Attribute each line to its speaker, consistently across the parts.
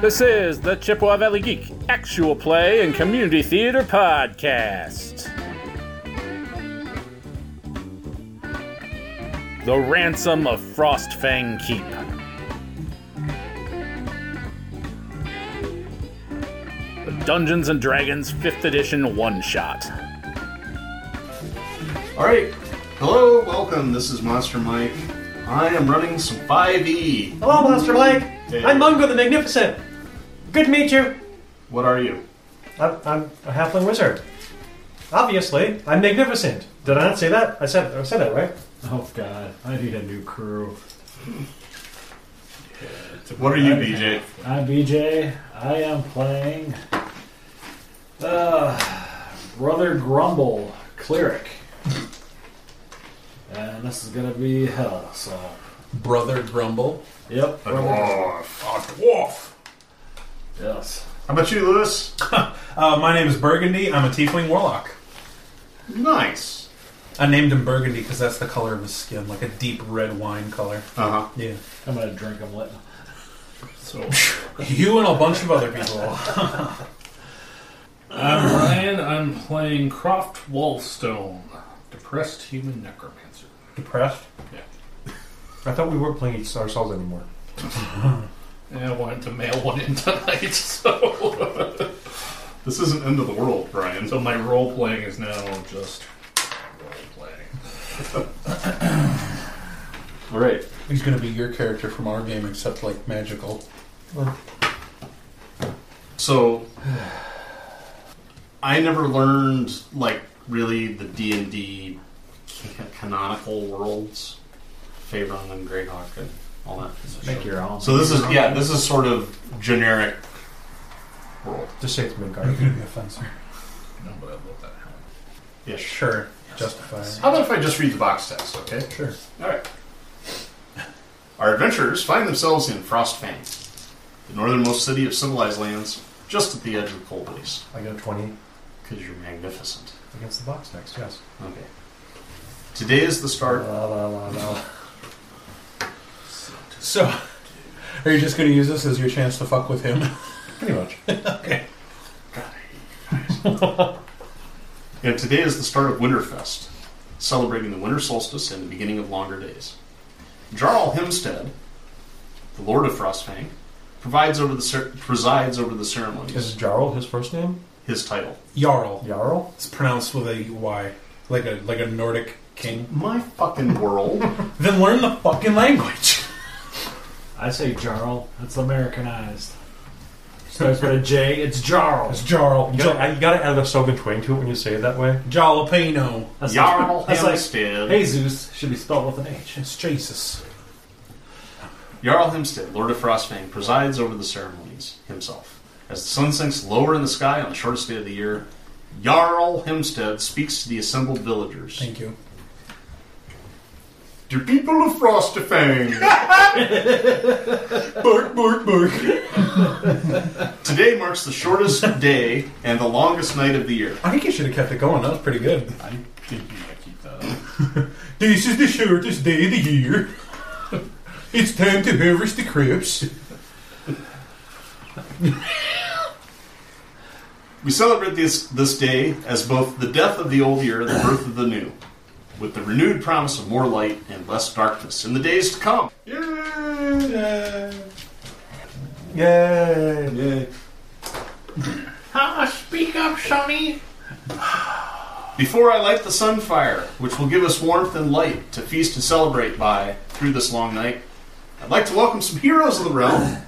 Speaker 1: This is the Chippewa Valley Geek Actual Play and Community Theater Podcast. The Ransom of Frostfang Keep. The Dungeons and Dragons 5th Edition One Shot.
Speaker 2: All right. Hello, welcome. This is Monster Mike. I am running some 5e.
Speaker 3: Hello, Monster Mike.
Speaker 2: Hey.
Speaker 3: I'm Mungo the Magnificent. Good to meet you.
Speaker 2: What are you?
Speaker 3: I'm, I'm a halfling wizard. Obviously, I'm magnificent. Did I not say that? I said I said that right.
Speaker 4: Oh god, I need a new crew.
Speaker 2: What are you, BJ?
Speaker 4: I'm BJ. I am playing uh, Brother Grumble Cleric, and this is gonna be hell. So,
Speaker 5: Brother Grumble.
Speaker 4: yep.
Speaker 2: oh.
Speaker 4: Brother-
Speaker 5: Dwarf.
Speaker 4: Yes.
Speaker 2: How about you, Lewis?
Speaker 6: Uh, my name is Burgundy. I'm a tiefling warlock.
Speaker 2: Nice.
Speaker 6: I named him Burgundy because that's the color of his skin, like a deep red wine color.
Speaker 2: Uh huh.
Speaker 6: Yeah.
Speaker 4: I'm gonna drink them lit.
Speaker 2: So,
Speaker 6: You and a bunch of other people.
Speaker 5: I'm Ryan. I'm playing Croft Wallstone, depressed human necromancer.
Speaker 6: Depressed?
Speaker 5: Yeah.
Speaker 3: I thought we weren't playing each ourselves anymore.
Speaker 5: Yeah, I wanted to mail one in tonight, so
Speaker 2: this isn't end of the world, Brian.
Speaker 5: so my role playing is now just role playing.
Speaker 2: all right.
Speaker 6: He's going to be your character from our game, except like magical.
Speaker 2: So, I never learned like really the D and D canonical worlds, Faerun and Greyhawk, and all that.
Speaker 4: Make your own.
Speaker 2: So this is yeah, this is sort of generic world
Speaker 3: Just say it's
Speaker 6: Are you
Speaker 3: Midgard.
Speaker 6: going to be a fencer?
Speaker 5: No, but I love that. helmet.
Speaker 2: ish.
Speaker 6: Sure. Justify.
Speaker 2: How about if I just read the box text, okay?
Speaker 6: Sure.
Speaker 2: Alright. Our adventurers find themselves in Frostfang, the northernmost city of civilized lands, just at the edge of the Cold Base.
Speaker 3: I got a 20
Speaker 2: Because you're magnificent.
Speaker 3: against the box next, yes.
Speaker 2: Okay. Today is the start.
Speaker 3: La, la, la, la.
Speaker 6: So, are you just going to use this as your chance to fuck with him?
Speaker 3: Pretty much.
Speaker 2: God, I hate you guys. and today is the start of Winterfest, celebrating the winter solstice and the beginning of longer days. Jarl Hemstead, the Lord of Frostfang, provides over the cer- presides over the
Speaker 3: Is
Speaker 2: ceremonies.
Speaker 3: Jarl his first name?
Speaker 2: His title.
Speaker 6: Jarl.
Speaker 3: Jarl?
Speaker 6: It's pronounced with a Y, like a like a Nordic king.
Speaker 2: My fucking world.
Speaker 6: Then learn the fucking language.
Speaker 4: I say Jarl. It's Americanized. Starts with a J. It's Jarl.
Speaker 6: It's Jarl.
Speaker 3: You gotta, uh, you gotta add a Sogan twang to it when you say it that way.
Speaker 6: Jalapeno.
Speaker 4: That's
Speaker 2: Jarl
Speaker 4: like, that's like
Speaker 2: Hemstead.
Speaker 4: Jesus should be spelled with an H.
Speaker 6: It's Jesus.
Speaker 2: Jarl Hemstead, Lord of Frostfang, presides over the ceremonies himself. As the sun sinks lower in the sky on the shortest day of the year, Jarl Hemstead speaks to the assembled villagers.
Speaker 6: Thank you.
Speaker 2: Dear people of Frostfang,
Speaker 6: Bark, bark, bark.
Speaker 2: today marks the shortest day and the longest night of the year.
Speaker 6: I think you should have kept it going. That was pretty good.
Speaker 5: I think you might keep that up.
Speaker 6: This is the shortest day of the year. It's time to harvest the crops.
Speaker 2: We celebrate this, this day as both the death of the old year and the birth of the new, with the renewed promise of more light and less darkness in the days to come.
Speaker 3: Yay!
Speaker 5: speak up, Sonny.
Speaker 2: Before I light the sunfire, which will give us warmth and light to feast and celebrate by through this long night, I'd like to welcome some heroes of the realm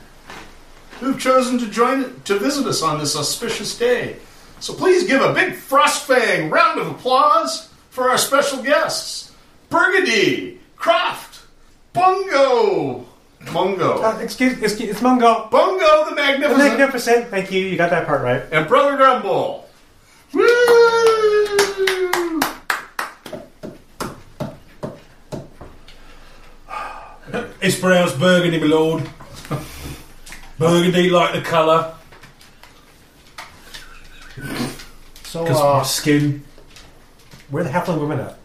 Speaker 2: who've chosen to join to visit us on this auspicious day. So please give a big frostfang round of applause for our special guests: Burgundy, Croft, Bungo, Bungo,
Speaker 3: Uh, excuse, excuse, it's Mungo.
Speaker 2: Bungo the Magnificent,
Speaker 3: Magnificent. Thank you. You got that part right.
Speaker 2: and Brother Grumble. Woo!
Speaker 6: It's pronounced burgundy, my lord. Burgundy, like the colour.
Speaker 3: So,
Speaker 6: Because
Speaker 3: uh,
Speaker 6: my skin.
Speaker 3: where are the halfling women at?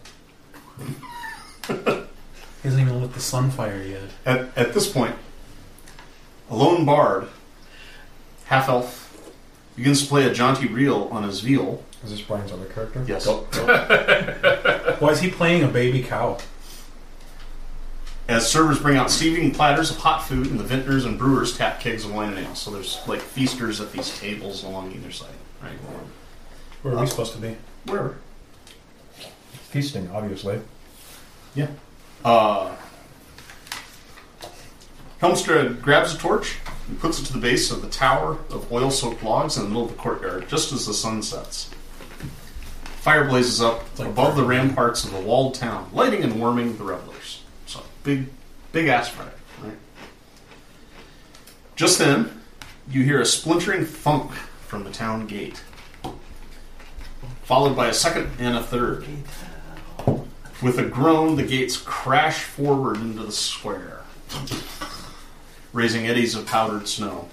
Speaker 6: He hasn't even lit the sunfire yet.
Speaker 2: At, at this point, a lone bard half elf, begins to play a jaunty reel on his viol.
Speaker 7: Is this Brian's other character?
Speaker 2: Yes.
Speaker 6: Why is he playing a baby cow?
Speaker 2: As servers bring out steaming platters of hot food, and the vintners and brewers tap kegs of wine and ale. So there's like feasters at these tables along either side, right?
Speaker 6: Where are we supposed to be?
Speaker 2: Wherever.
Speaker 7: Feasting, obviously.
Speaker 2: Uh, Helmstra grabs a torch and puts it to the base of the tower of oil soaked logs in the middle of the courtyard just as the sun sets. Fire blazes up above the ramparts of the walled town, lighting and warming the revelers. So, big, big ass fire, right? Just then, you hear a splintering thunk from the town gate, followed by a second and a third. With a groan, the gates crash forward into the square, raising eddies of powdered snow.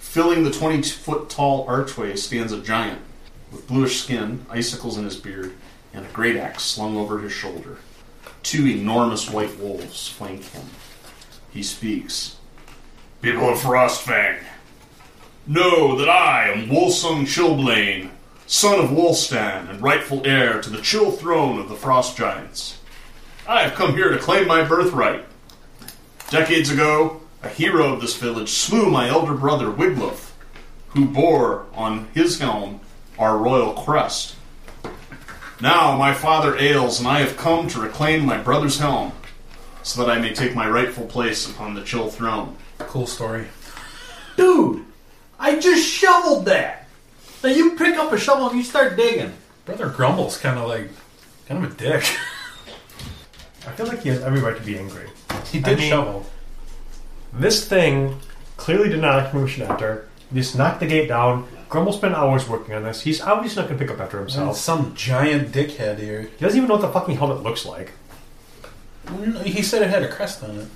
Speaker 2: Filling the 20 foot tall archway stands a giant with bluish skin, icicles in his beard, and a great axe slung over his shoulder. Two enormous white wolves flank him. He speaks People of Frostfang, know that I am Wolsung Chilblain, son of Wolstan and rightful heir to the chill throne of the Frost Giants. I have come here to claim my birthright. Decades ago, a hero of this village slew my elder brother Wiglaf, who bore on his helm our royal crest. Now my father ails, and I have come to reclaim my brother's helm, so that I may take my rightful place upon the chill throne.
Speaker 6: Cool story.
Speaker 4: Dude, I just shoveled that. Now you pick up a shovel and you start digging.
Speaker 6: Brother Grumble's kind of like, kind of a dick.
Speaker 7: I feel like he has every right to be angry.
Speaker 6: he
Speaker 7: I
Speaker 6: did
Speaker 7: mean-
Speaker 6: shovel.
Speaker 7: This thing clearly did not like permission to enter. He just knocked the gate down. Grumble spent hours working on this. He's obviously not going to pick up after
Speaker 6: Oh,
Speaker 7: himself.
Speaker 6: some giant dickhead here.
Speaker 7: He doesn't even know what the fucking helmet looks like.
Speaker 6: Mm, He said it had a crest on it.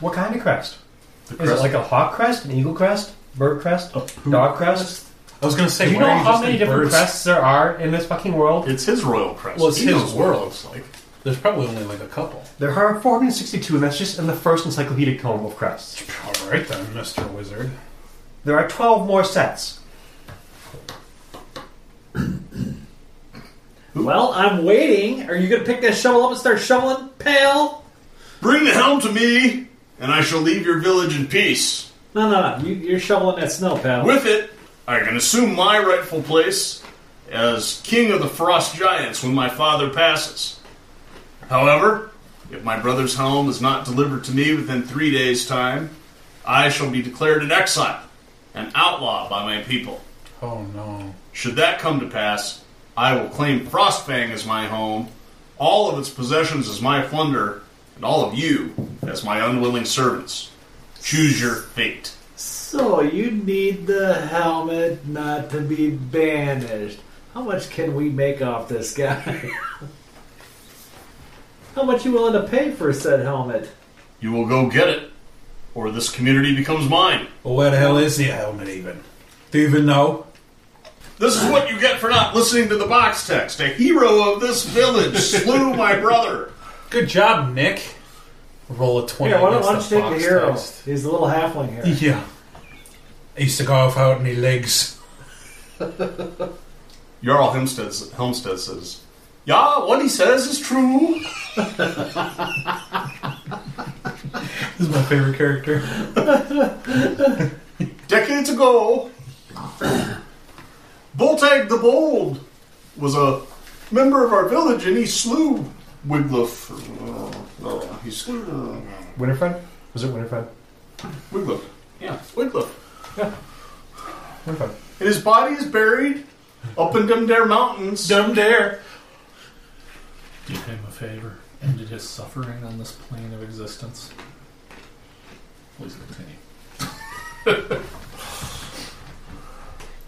Speaker 7: What kind of crest?
Speaker 2: The
Speaker 7: Is it like a hawk crest, an eagle crest, bird crest, dog crest?
Speaker 6: I was gonna say,
Speaker 7: Do you
Speaker 6: why
Speaker 7: know
Speaker 6: are
Speaker 7: how
Speaker 6: just
Speaker 7: many
Speaker 6: in
Speaker 7: different
Speaker 6: birds?
Speaker 7: crests there are in this fucking world?
Speaker 2: it's his royal crest.
Speaker 6: Well, it's
Speaker 2: He
Speaker 6: his
Speaker 2: knows what it
Speaker 6: world.
Speaker 2: looks like.
Speaker 6: There's probably only like a couple.
Speaker 7: There are 462, and that's just in the first encyclopedic tome of crests.
Speaker 6: All right then, Mister Wizard.
Speaker 7: There are 12 more sets.
Speaker 4: Well, I'm waiting. Are you gonna pick that shovel up and start shoveling, pal?
Speaker 2: Bring the helm to me, and I shall leave your village in peace.
Speaker 4: No, no, no. You, you're shoveling that snow, pal.
Speaker 2: With it, I can assume my rightful place as king of the frost giants when my father passes. However, if my brother's helm is not delivered to me within three days' time, I shall be declared an exile, an outlaw by my people.
Speaker 6: Oh no.
Speaker 2: Should that come to pass, I will claim Frostfang as my home, all of its possessions as my plunder, and all of you as my unwilling servants. Choose your fate.
Speaker 4: So you need the helmet not to be banished. How much can we make off this guy? How much you willing to pay for said helmet?
Speaker 2: You will go get it, or this community becomes mine.
Speaker 6: Well, where the hell is the helmet even? Do you even know?
Speaker 2: This is what you get for not listening to the box text. A hero of this village slew my brother.
Speaker 6: Good job, Nick. Roll a twenty.
Speaker 4: Here, why don't, why don't
Speaker 6: against
Speaker 4: you take
Speaker 6: the
Speaker 4: the
Speaker 6: box
Speaker 4: hero?
Speaker 6: text.
Speaker 4: He's a little halfling here.
Speaker 6: Yeah. He used to go off out any legs.
Speaker 2: Jarl Hempstead, Helmstead says, Yeah, what he says is true.
Speaker 6: This is my favorite character.
Speaker 2: Decades ago, Boltag the Bold was a member of our village and he slew Wiglaf. Uh, uh, he slew uh,
Speaker 7: Winifred? Was it Winifred?
Speaker 2: Wiglaf. Yeah, Wiglaf.
Speaker 7: Winifred.
Speaker 2: And his body is buried up in them there mountains.
Speaker 6: Dumb dare.
Speaker 1: Do him a favor. Ended his suffering on this plane of existence. Please continue.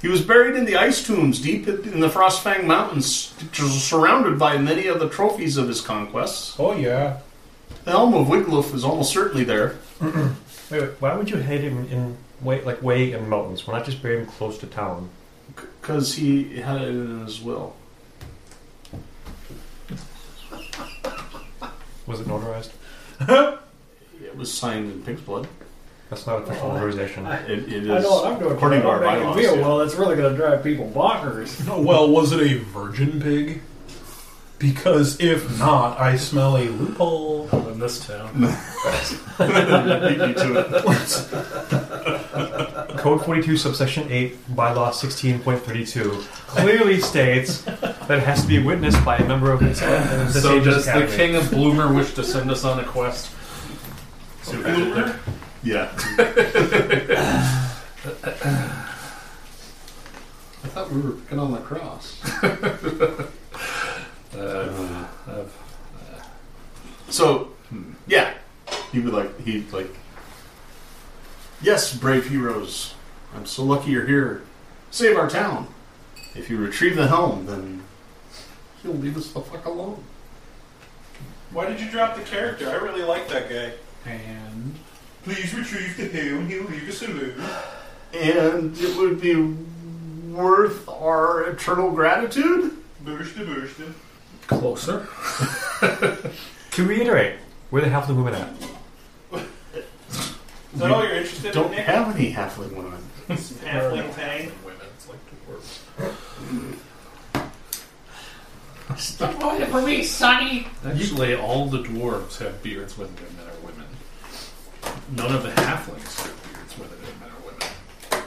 Speaker 2: He was buried in the ice tombs deep in the Frostfang Mountains, which was surrounded by many of the trophies of his conquests.
Speaker 6: Oh yeah.
Speaker 2: The helm of Wiglaf is almost certainly there.
Speaker 7: Wait, wait, why would you hate him in way, like way in mountains? Why not just bury him close to town?
Speaker 2: Because he had it in his will.
Speaker 7: Was it notarized?
Speaker 2: It was signed in pig's blood.
Speaker 3: That's not official
Speaker 8: Oh, I-
Speaker 3: authorization.
Speaker 8: I-
Speaker 2: It, it
Speaker 8: I
Speaker 2: is.
Speaker 8: know what I'm doing.
Speaker 2: according to
Speaker 8: I'm
Speaker 2: our
Speaker 8: making
Speaker 2: bylaws,
Speaker 8: Veal.
Speaker 2: yeah.
Speaker 8: Well, that's really going to drive people bonkers.
Speaker 6: Oh, well, was it a virgin pig? Because if not, I smell a loophole.
Speaker 1: in this town.
Speaker 2: Beat me to it.
Speaker 3: Code 42, subsection 8, bylaw 16.32 clearly states that it has to be witnessed by a member of this, this
Speaker 1: so
Speaker 3: age's
Speaker 1: does the
Speaker 3: cabinet.
Speaker 1: king of Bloomer wish to send us on a quest?
Speaker 2: Yeah. I thought we were picking on lacrosse.
Speaker 1: Uh, uh,
Speaker 2: So, yeah, he would like he would like. Yes, brave heroes, I'm so lucky you're here. Save our town. If you retrieve the helm, then he'll leave us the fuck alone.
Speaker 6: Why did you drop the character? I really like that guy.
Speaker 1: and
Speaker 6: Please retrieve the helm. He'll leave us alone.
Speaker 2: And it would be worth our eternal gratitude.
Speaker 6: Bursta, bursta.
Speaker 1: closer.
Speaker 3: To reiterate, where the halfling women at?
Speaker 6: Is that all you're interested
Speaker 2: Don't have any halfling women.
Speaker 6: Halfling tang.
Speaker 1: Women, it's like the worst.
Speaker 2: Stop.
Speaker 1: Actually, all the dwarves have beards, whether they're men or women. None of the halflings have beards, whether they're men or women.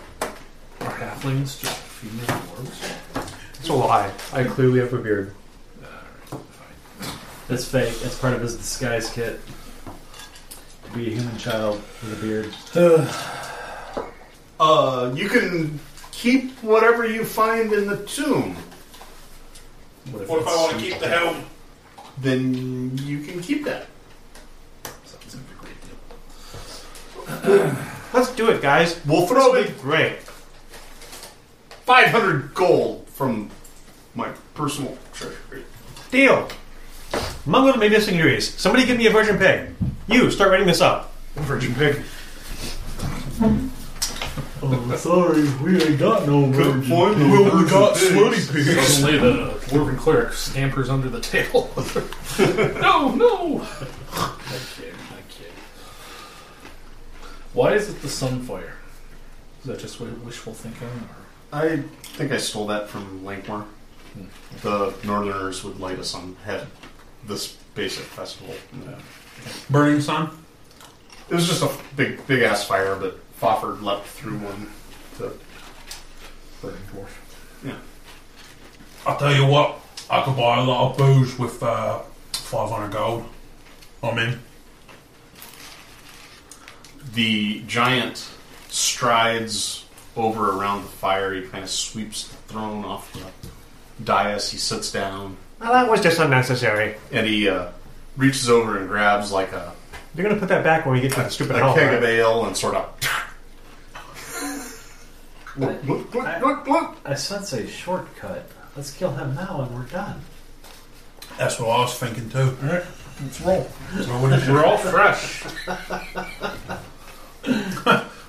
Speaker 1: Are halflings just female dwarves?
Speaker 3: It's a lie. I clearly have a beard.
Speaker 1: Alright, fine.
Speaker 4: That's fake. That's part of his disguise kit. To be a human child with a beard.
Speaker 2: Uh, you can keep whatever you find in the tomb.
Speaker 1: if
Speaker 6: What if I
Speaker 1: it's
Speaker 6: want to keep the helm?
Speaker 2: Then you can keep that.
Speaker 1: Sounds like a great deal.
Speaker 3: Let's do it, guys.
Speaker 2: We'll throw in
Speaker 3: Great.
Speaker 2: 500 gold from my personal treasury.
Speaker 3: Deal. Among little maybe injuries. Somebody give me a virgin pig. You, start writing this up.
Speaker 2: Virgin pig.
Speaker 8: oh, sorry, we ain't got no virgin.
Speaker 6: Well, we got slutty pigs.
Speaker 1: Suddenly, the dwarven cleric scampers under the table. no, no! I kid, I kid. Why is it the Sunfire? Is that just wi- wishful thinking? Or
Speaker 2: I think I stole that from Lankmore. The Northerners would light us on head this basic festival.
Speaker 6: Burning sun.
Speaker 2: It was just a big, big ass fire, but Fofford leapt through one. To,
Speaker 1: burning dwarf?
Speaker 6: I tell you what, I could buy a lot of booze with uh, 500 gold. I'm in.
Speaker 2: the giant strides over around the fire. He kind of sweeps the throne off the dais. He sits down
Speaker 3: Well, that was just unnecessary.
Speaker 2: and he uh, reaches over and grabs like a
Speaker 3: You're gonna put that back when we get to the stupid
Speaker 2: a
Speaker 3: helm.
Speaker 2: keg of
Speaker 3: right?
Speaker 2: ale and sort of. Look, look, look, look, look.
Speaker 4: I sense a shortcut. Let's kill him now and we're done.
Speaker 6: That's what I was thinking too.
Speaker 1: Alright, let's roll.
Speaker 6: So what is
Speaker 1: We're all fresh.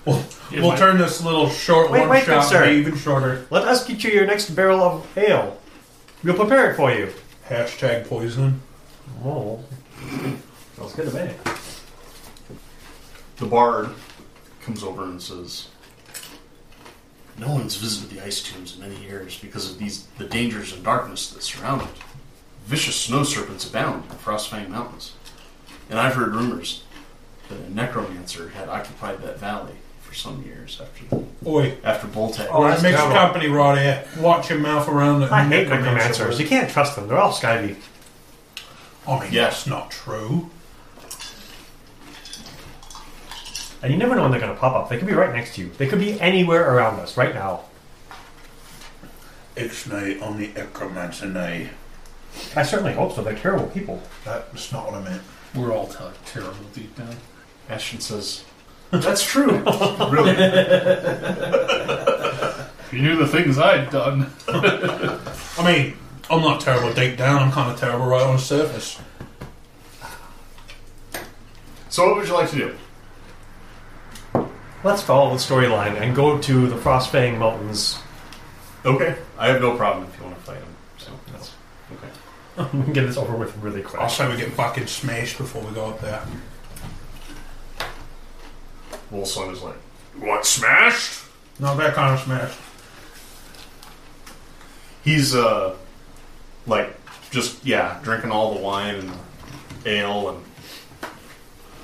Speaker 6: We'll,
Speaker 1: You
Speaker 6: we'll
Speaker 1: might-
Speaker 6: turn this little short
Speaker 3: Wait,
Speaker 6: one
Speaker 3: wait,
Speaker 6: shot
Speaker 3: sir.
Speaker 6: to be even shorter.
Speaker 3: Let us get you your next barrel of ale. We'll prepare it for you.
Speaker 6: Hashtag poison.
Speaker 3: Oh.
Speaker 4: Sounds good to me.
Speaker 2: The bard comes over and says, "No one's visited the ice tombs in many years because of these the dangers and darkness that surround it. Vicious snow serpents abound in the Frostfang Mountains, and I've heard rumors that a necromancer had occupied that valley for some years after
Speaker 6: Oi,
Speaker 2: after Boltag."
Speaker 6: we're in
Speaker 3: that's
Speaker 6: mixed
Speaker 3: terrible.
Speaker 6: company right here. Watch your mouth around the
Speaker 3: I hate necromancers. You
Speaker 6: word.
Speaker 3: can't trust them. They're all skivy.
Speaker 6: Oh, I mean,
Speaker 2: Yeah.
Speaker 6: that's not true.
Speaker 3: And you never know when they're gonna pop up. They could be right next to you. They could be anywhere around us right now.
Speaker 6: It's nay on the necromancer nay.
Speaker 3: I certainly hope so. They're terrible people.
Speaker 6: That's not what I meant.
Speaker 1: We're all ter- terrible deep down.
Speaker 2: Ashton says, "That's true, really."
Speaker 1: You knew the things I'd done.
Speaker 6: I mean, I'm not terrible deep down. I'm kind of terrible right on the surface.
Speaker 2: So, what would you like to do?
Speaker 3: Let's follow the storyline and go to the Frostfang Mountains.
Speaker 2: Okay, I have no problem if you want to fight him. So that's okay.
Speaker 3: we can get this over with really quick.
Speaker 6: I'll say we get fucking smashed before we go up there.
Speaker 2: Wolfsong is like,
Speaker 6: What, smashed? Not that kind of smashed.
Speaker 2: he's uh, like just yeah, drinking all the wine and ale and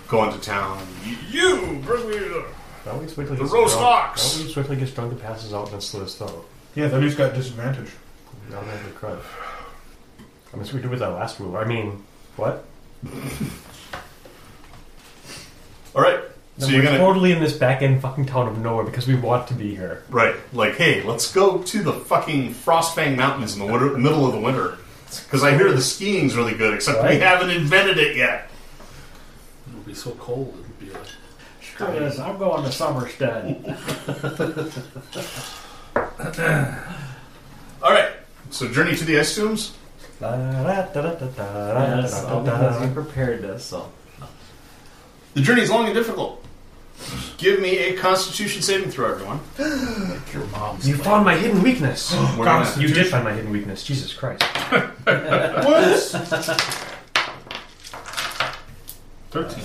Speaker 2: going to town. You bring me the
Speaker 3: Now he's quickly
Speaker 2: The
Speaker 3: gets
Speaker 2: roast
Speaker 3: drunk.
Speaker 2: ox!
Speaker 3: Now he's quickly gets drunk and passes out and then slits his throat.
Speaker 6: Yeah, then he's got disadvantage.
Speaker 3: Now they have a crutch. I mean, that's what we did with our last ruler. I mean, what?
Speaker 2: All right, so
Speaker 3: Then
Speaker 2: you're
Speaker 3: we're
Speaker 2: gonna
Speaker 3: totally in this back end fucking town of nowhere because we want to be here.
Speaker 2: right, like hey, let's go to the fucking Frostfang Mountains in the winter, middle of the winter. Because I hear the skiing's really good, except we
Speaker 3: Right.
Speaker 2: haven't invented it yet.
Speaker 9: It'll be so cold, it'll be like
Speaker 10: Screw this, I'm going to Summerstead.
Speaker 2: All right, so journey to the ice tombs.
Speaker 4: Yes, all because you
Speaker 3: That's
Speaker 4: prepared us. So
Speaker 2: The journey is long and difficult. Give me a Constitution saving throw, everyone.
Speaker 9: your mom's.
Speaker 3: You found my hidden weakness.
Speaker 2: We're gonna-
Speaker 3: you did find my hidden weakness. Jesus Christ.
Speaker 2: What?
Speaker 9: 13.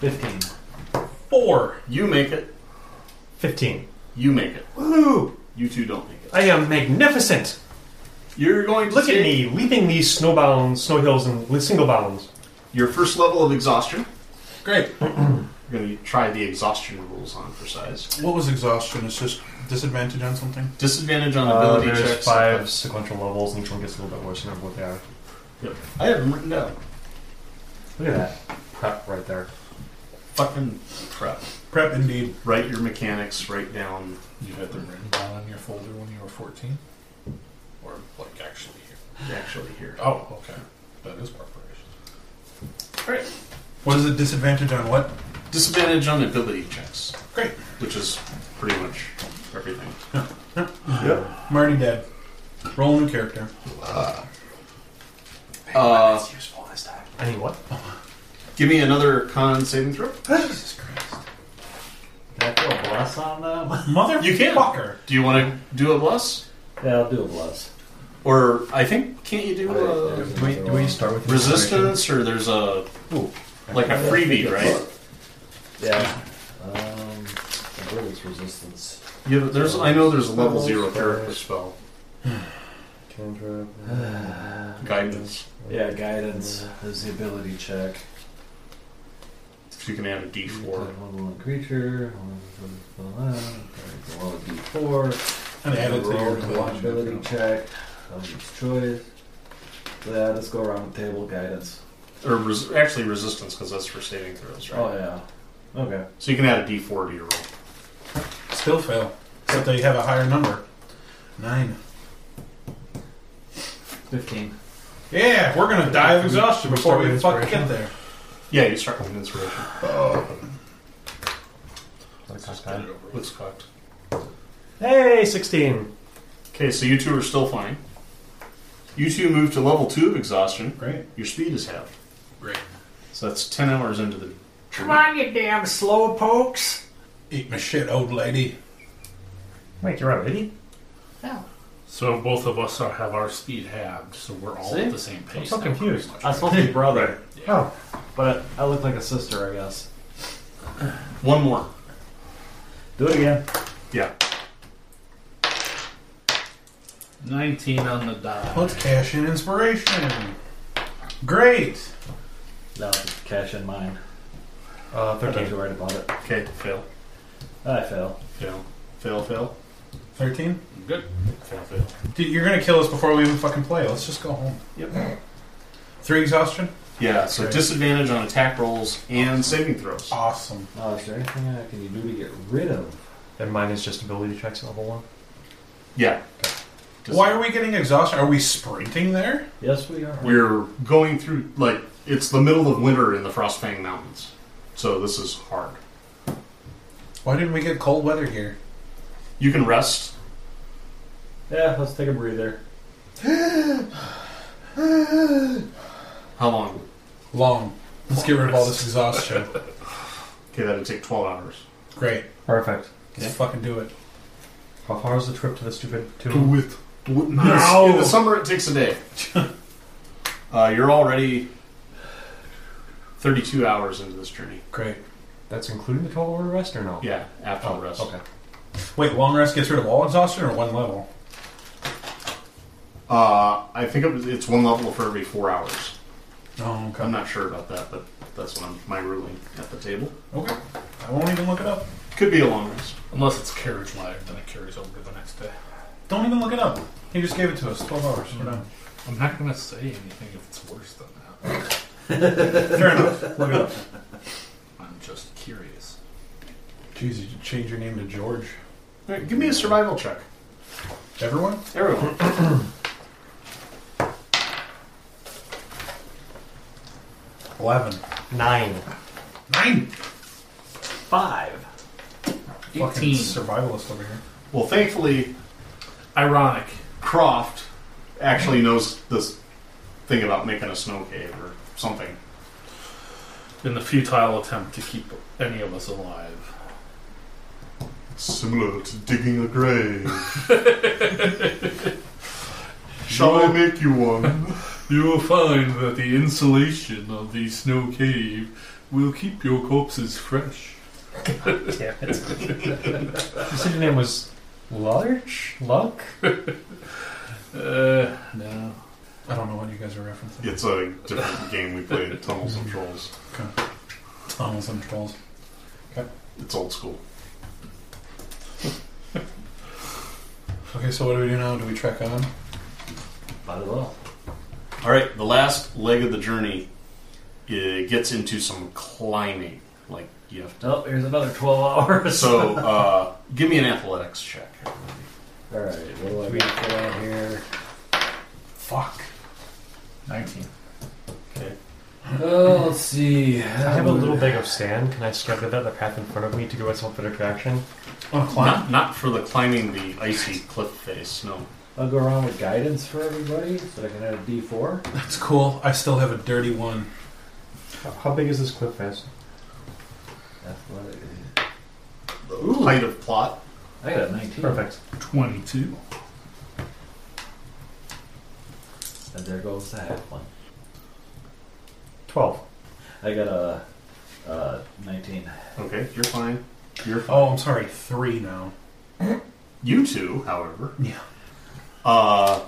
Speaker 4: fifteen.
Speaker 6: Four.
Speaker 2: You make it.
Speaker 3: 15.
Speaker 2: You make it.
Speaker 3: Woo!
Speaker 2: You two don't make it.
Speaker 3: I am magnificent!
Speaker 2: You're going to
Speaker 3: Look at
Speaker 2: take
Speaker 3: me, leaping these snowbound, snow hills, and single bounds.
Speaker 2: your first level of exhaustion.
Speaker 6: Great.
Speaker 2: You're going to try the exhaustion rules on for size.
Speaker 6: What was exhaustion? It's just disadvantage on something?
Speaker 2: Disadvantage on
Speaker 3: Uh,
Speaker 2: ability
Speaker 3: there's
Speaker 2: checks.
Speaker 3: five sequential levels, and each one gets a little bit worse. I remember what they are.
Speaker 2: Yep. I have them written down.
Speaker 3: Look at that prep right there.
Speaker 2: Fucking prep.
Speaker 6: Prep, indeed.
Speaker 2: Write your mechanics. Write down.
Speaker 9: You had them written down on your folder when you were 14? Or, like, actually here?
Speaker 2: Actually, here.
Speaker 9: Oh, okay. That is preparation.
Speaker 2: All right.
Speaker 6: What is the disadvantage on what?
Speaker 2: Disadvantage on ability checks,
Speaker 6: Great.
Speaker 2: which is pretty much everything.
Speaker 6: I'm already dead. Roll a new character.
Speaker 2: Uh,
Speaker 3: I mean, what?
Speaker 2: give me another con saving throw.
Speaker 6: Jesus Christ.
Speaker 4: Can I throw a bless on them?
Speaker 6: Motherfucker.
Speaker 2: You can. Do you want to do a bless?
Speaker 4: yeah, I'll do a bless.
Speaker 2: Or I think can't you do a
Speaker 4: There's
Speaker 3: Do we, do we start with
Speaker 2: resistance or there's a
Speaker 3: Ooh.
Speaker 2: like a freebie, right?
Speaker 4: Yeah. Um, where is resistance?
Speaker 2: Yeah, but there's I know there's a level zero character spell
Speaker 3: Cantrip.
Speaker 2: guidance.
Speaker 4: Yeah, guidance is the ability check.
Speaker 2: So you can add a D four.
Speaker 4: Level one creature. One D four.
Speaker 6: And add it to your
Speaker 4: One ability
Speaker 6: ability.
Speaker 4: check of its choice. Yeah, let's go around the table. Guidance.
Speaker 2: Or res- actually resistance because that's for saving throws, right?
Speaker 4: Oh yeah. Okay.
Speaker 2: So you can add a D four to your roll.
Speaker 6: Still fail. Except that you have a higher number. Nine.
Speaker 4: Fifteen.
Speaker 6: Yeah, we're gonna die of exhaustion
Speaker 3: We
Speaker 6: before
Speaker 3: start
Speaker 6: we
Speaker 3: with
Speaker 6: fucking
Speaker 3: inspiration?
Speaker 6: get there.
Speaker 2: Yeah, you start with an inspiration.
Speaker 3: Oh.
Speaker 9: Get it over with.
Speaker 2: It's cocked.
Speaker 3: Hey, 16.
Speaker 2: Okay, so you two are still fine. You two move to level two of exhaustion.
Speaker 6: Great.
Speaker 2: Your speed is halved.
Speaker 9: Great.
Speaker 2: So that's ten hours into the
Speaker 10: on, you damn slow pokes.
Speaker 6: Eat my shit, old lady.
Speaker 3: Wait, you're already?
Speaker 9: So both of us are, have our speed halved, so we're all
Speaker 4: See?
Speaker 9: at the same pace.
Speaker 3: so
Speaker 9: now, pretty
Speaker 3: confused.
Speaker 9: much,
Speaker 4: I
Speaker 9: right?
Speaker 4: was supposed to be brother,
Speaker 3: Oh,
Speaker 4: but I look like a sister, I guess.
Speaker 2: one more.
Speaker 4: Do it again.
Speaker 2: Yeah.
Speaker 9: 19 on the die.
Speaker 6: Let's cash in inspiration. Great.
Speaker 4: No, just cash in mine.
Speaker 3: uh,
Speaker 4: I'm not
Speaker 3: 13.
Speaker 4: too worried about it.
Speaker 2: Okay. Fail.
Speaker 4: I fail.
Speaker 2: Fail. Fail. Fail.
Speaker 6: 13?
Speaker 9: Good.
Speaker 2: Fail. Fail.
Speaker 6: Dude, you're gonna kill us before we even fucking play. Let's just go home.
Speaker 2: Yep.
Speaker 6: Three exhaustion?
Speaker 2: Yeah, so
Speaker 6: Right.
Speaker 2: disadvantage on attack rolls and saving throws.
Speaker 6: Awesome.
Speaker 4: Oh, is there anything I can do to get rid of?
Speaker 3: And mine is just ability checks level 1.
Speaker 2: Yeah.
Speaker 6: Why are we getting exhaustion? Are we sprinting there?
Speaker 4: Yes, we are.
Speaker 2: We're going through like it's the middle of winter in the Frostfang Mountains, so this is hard.
Speaker 6: Why didn't we get cold weather here?
Speaker 2: You can rest.
Speaker 4: Yeah, let's take a breather.
Speaker 2: How long?
Speaker 6: Long. Let's get rid of all this exhaustion.
Speaker 2: Okay, that'd take twelve hours.
Speaker 6: Great.
Speaker 3: Perfect.
Speaker 6: Let's fucking do it.
Speaker 3: How far is the trip to the stupid tomb?
Speaker 2: Do it. Do it
Speaker 6: now.
Speaker 2: In the summer, it takes a day. uh, you're already thirty-two hours into this journey.
Speaker 6: Great.
Speaker 3: That's including the 12 hour rest or no?
Speaker 2: Yeah, after
Speaker 3: Oh,
Speaker 2: the rest.
Speaker 3: okay.
Speaker 6: Wait, long rest gets rid of all exhaustion or one level?
Speaker 2: Uh, I think it was, it's one level for every four hours.
Speaker 6: Oh,
Speaker 2: I'm
Speaker 6: okay.
Speaker 2: not sure about that, but that's what I'm, my ruling at the table.
Speaker 6: Okay. I won't even look it up.
Speaker 2: Could be a long rest.
Speaker 11: Unless it's carriage lag, then it carries over to the next day.
Speaker 6: Don't even look it up. He just gave it to us. 12 hours. We're done.
Speaker 11: I'm not gonna say anything if it's worse than that.
Speaker 6: Fair enough. Look it up.
Speaker 11: I'm just curious.
Speaker 6: Jeez, you should change your name to George.
Speaker 2: All right, give me a survival check.
Speaker 6: Everyone?
Speaker 2: Everyone.
Speaker 6: Eleven.
Speaker 3: Nine.
Speaker 6: Nine!
Speaker 4: Five.
Speaker 6: Fucking survivalist over here.
Speaker 2: Well, thankfully,
Speaker 11: Ironic.
Speaker 2: Croft actually knows this thing about making a snow cave or something.
Speaker 11: In the futile attempt to keep any of us alive.
Speaker 2: Similar to digging a grave. Shall I make you one?
Speaker 11: You will find that the insulation of the snow cave will keep your corpses fresh.
Speaker 3: You said your name was Larch? Luck?
Speaker 11: Uh, no.
Speaker 6: I don't know what you guys are referencing.
Speaker 2: It's a different game we played, Tunnels and Trolls.
Speaker 6: Tunnels and trolls.
Speaker 2: It's old school.
Speaker 6: Okay, so what do we do now? Do we trek on?
Speaker 4: By the well.
Speaker 2: All right, the last leg of the journey uh, gets into some climbing. Like you have to.
Speaker 4: Oh, here's another 12 hours.
Speaker 2: So, uh, give me an athletics check.
Speaker 4: Alright, what do I
Speaker 3: Three.
Speaker 4: got for out here?
Speaker 6: Fuck.
Speaker 11: 19.
Speaker 3: Uh,
Speaker 4: Oh, let's see.
Speaker 3: I have a little bag of sand. Can I scrub that the path in front of me to give myself a attraction?
Speaker 6: On a climb?
Speaker 2: Not, not for the climbing the icy cliff face. No.
Speaker 4: I'll go around with guidance for everybody so that I can add a d4.
Speaker 6: That's cool. I still have a dirty one.
Speaker 3: How- How big is this cliff face?
Speaker 4: Athletic.
Speaker 2: The height of plot.
Speaker 4: I got a 19.
Speaker 3: Perfect.
Speaker 11: 22.
Speaker 4: And there goes the half one.
Speaker 3: 12.
Speaker 4: I got a uh, 19.
Speaker 2: Okay, you're fine. You're fine.
Speaker 6: Oh, I'm sorry. Three now.
Speaker 2: You two, however,
Speaker 6: Yeah.
Speaker 2: uh,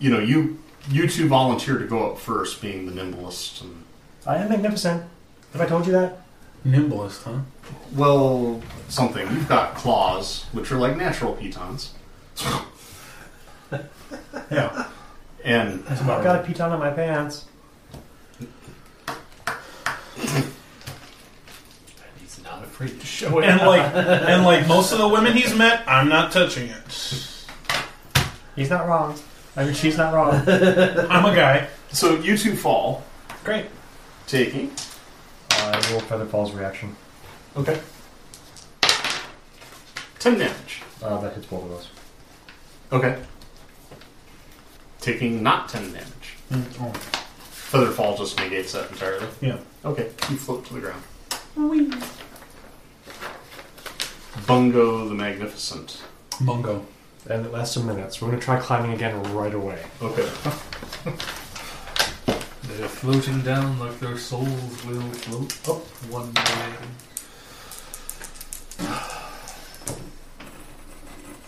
Speaker 2: you know, you you two volunteer to go up first, being the nimblest. And,
Speaker 3: I am magnificent. Have I told you that?
Speaker 6: Nimblest, huh?
Speaker 2: well, something. You've got claws, which are like natural pitons,
Speaker 6: Yeah.
Speaker 2: and
Speaker 6: That's
Speaker 3: I've
Speaker 6: about
Speaker 3: got
Speaker 6: right.
Speaker 3: a piton on my pants.
Speaker 11: He's not afraid to show it.
Speaker 6: And like, and like most of the women he's met, I'm not touching it.
Speaker 3: He's not wrong. I mean, she's not wrong.
Speaker 6: I'm a guy.
Speaker 2: so you two fall,
Speaker 6: Great.
Speaker 2: taking
Speaker 3: uh, roll Feather Falls reaction.
Speaker 2: okay ten damage.
Speaker 3: Uh, that hits both of us.
Speaker 2: Okay, taking not ten damage.
Speaker 6: Mm, oh,
Speaker 2: Feather fall just negates that entirely.
Speaker 6: yeah.
Speaker 2: Okay, you float to the ground. Bungo the Magnificent.
Speaker 6: Mungo.
Speaker 3: And it lasts a minute, so we're going to try climbing again right away.
Speaker 2: Okay.
Speaker 11: They're floating down like their souls will float up one day.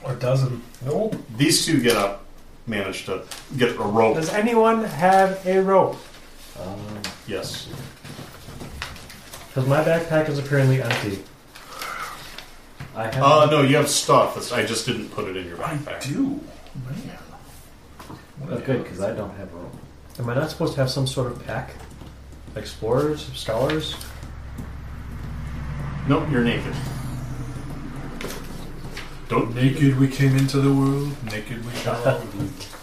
Speaker 6: Or a dozen.
Speaker 3: Nope.
Speaker 2: These two get up, manage to get a rope.
Speaker 3: Does anyone have a rope?
Speaker 4: Um,
Speaker 2: Yes.
Speaker 3: Because my backpack is apparently Oh. empty.
Speaker 4: I have.
Speaker 2: Uh, no, you have stuff. It's- I just didn't put it in your backpack.
Speaker 11: do. Man.
Speaker 4: oh, good, because I don't have room.
Speaker 3: Am I not supposed to have some sort of pack? Explorers? Scholars?
Speaker 2: Nope, you're naked. Don't
Speaker 11: Naked we came into the world, naked we shall all leave.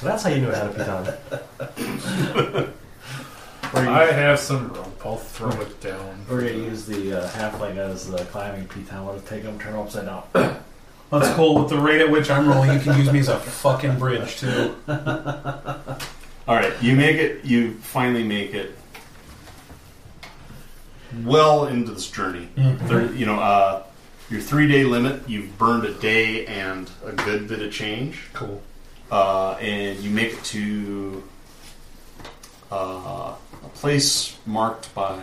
Speaker 3: So that's how you knew I had a piton.
Speaker 4: We're
Speaker 11: I
Speaker 4: gonna,
Speaker 11: have some rope. I'll throw it down.
Speaker 4: we're gonna use the uh, halfling as the climbing piton. We'll take him, turn him upside down.
Speaker 6: That's cool. With the rate at which I'm rolling, you can use me as a fucking bridge too.
Speaker 2: All right, you make it. You finally make it. Well into this journey,
Speaker 11: Mm-hmm.
Speaker 2: There- you know, uh, your three-day limit. You've burned a day and a good bit of change.
Speaker 6: Cool.
Speaker 2: uh, and you make it to uh, a place marked by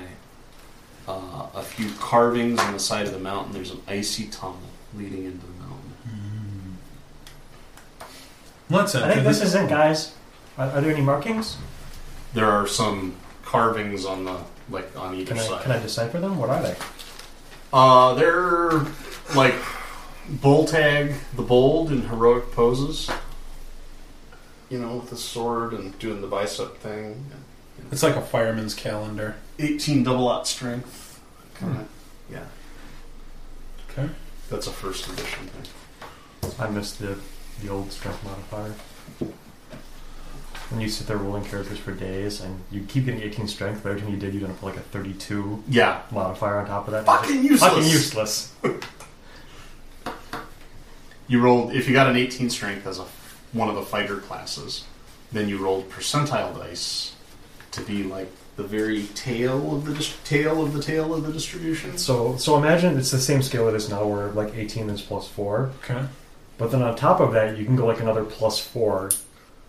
Speaker 2: uh, a few carvings on the side of the mountain. There's an icy tunnel leading into the mountain.
Speaker 12: Let's
Speaker 3: I
Speaker 12: enter
Speaker 3: think this
Speaker 12: this.
Speaker 3: is it, guys. Are, are there any markings?
Speaker 2: There are some carvings on the like on either
Speaker 3: Can I,
Speaker 2: side.
Speaker 3: can I decipher them? What are they?
Speaker 2: Uh, they're like bull tag the bold in heroic poses. You know, with the sword and doing the bicep thing.
Speaker 6: It's like a fireman's calendar.
Speaker 2: 18 double lot strength. Kind of. Yeah.
Speaker 6: Okay.
Speaker 2: Hmm. That's a first edition thing.
Speaker 3: I missed the the old strength modifier. When you sit there rolling characters for days and you keep getting 18 strength, but every time you did, you'd end up with like a 32
Speaker 2: Yeah.
Speaker 3: modifier on top of that.
Speaker 2: Fucking useless.
Speaker 3: Fucking useless.
Speaker 2: You rolled if you got an 18 strength as a one of the fighter classes, then you rolled percentile dice to be like the very tail of the dis- tail of the tail of the distribution.
Speaker 3: So so imagine it's the same scale it is now, where like 18 is plus four,
Speaker 6: Okay.
Speaker 3: but then on top of that, you can go like another plus four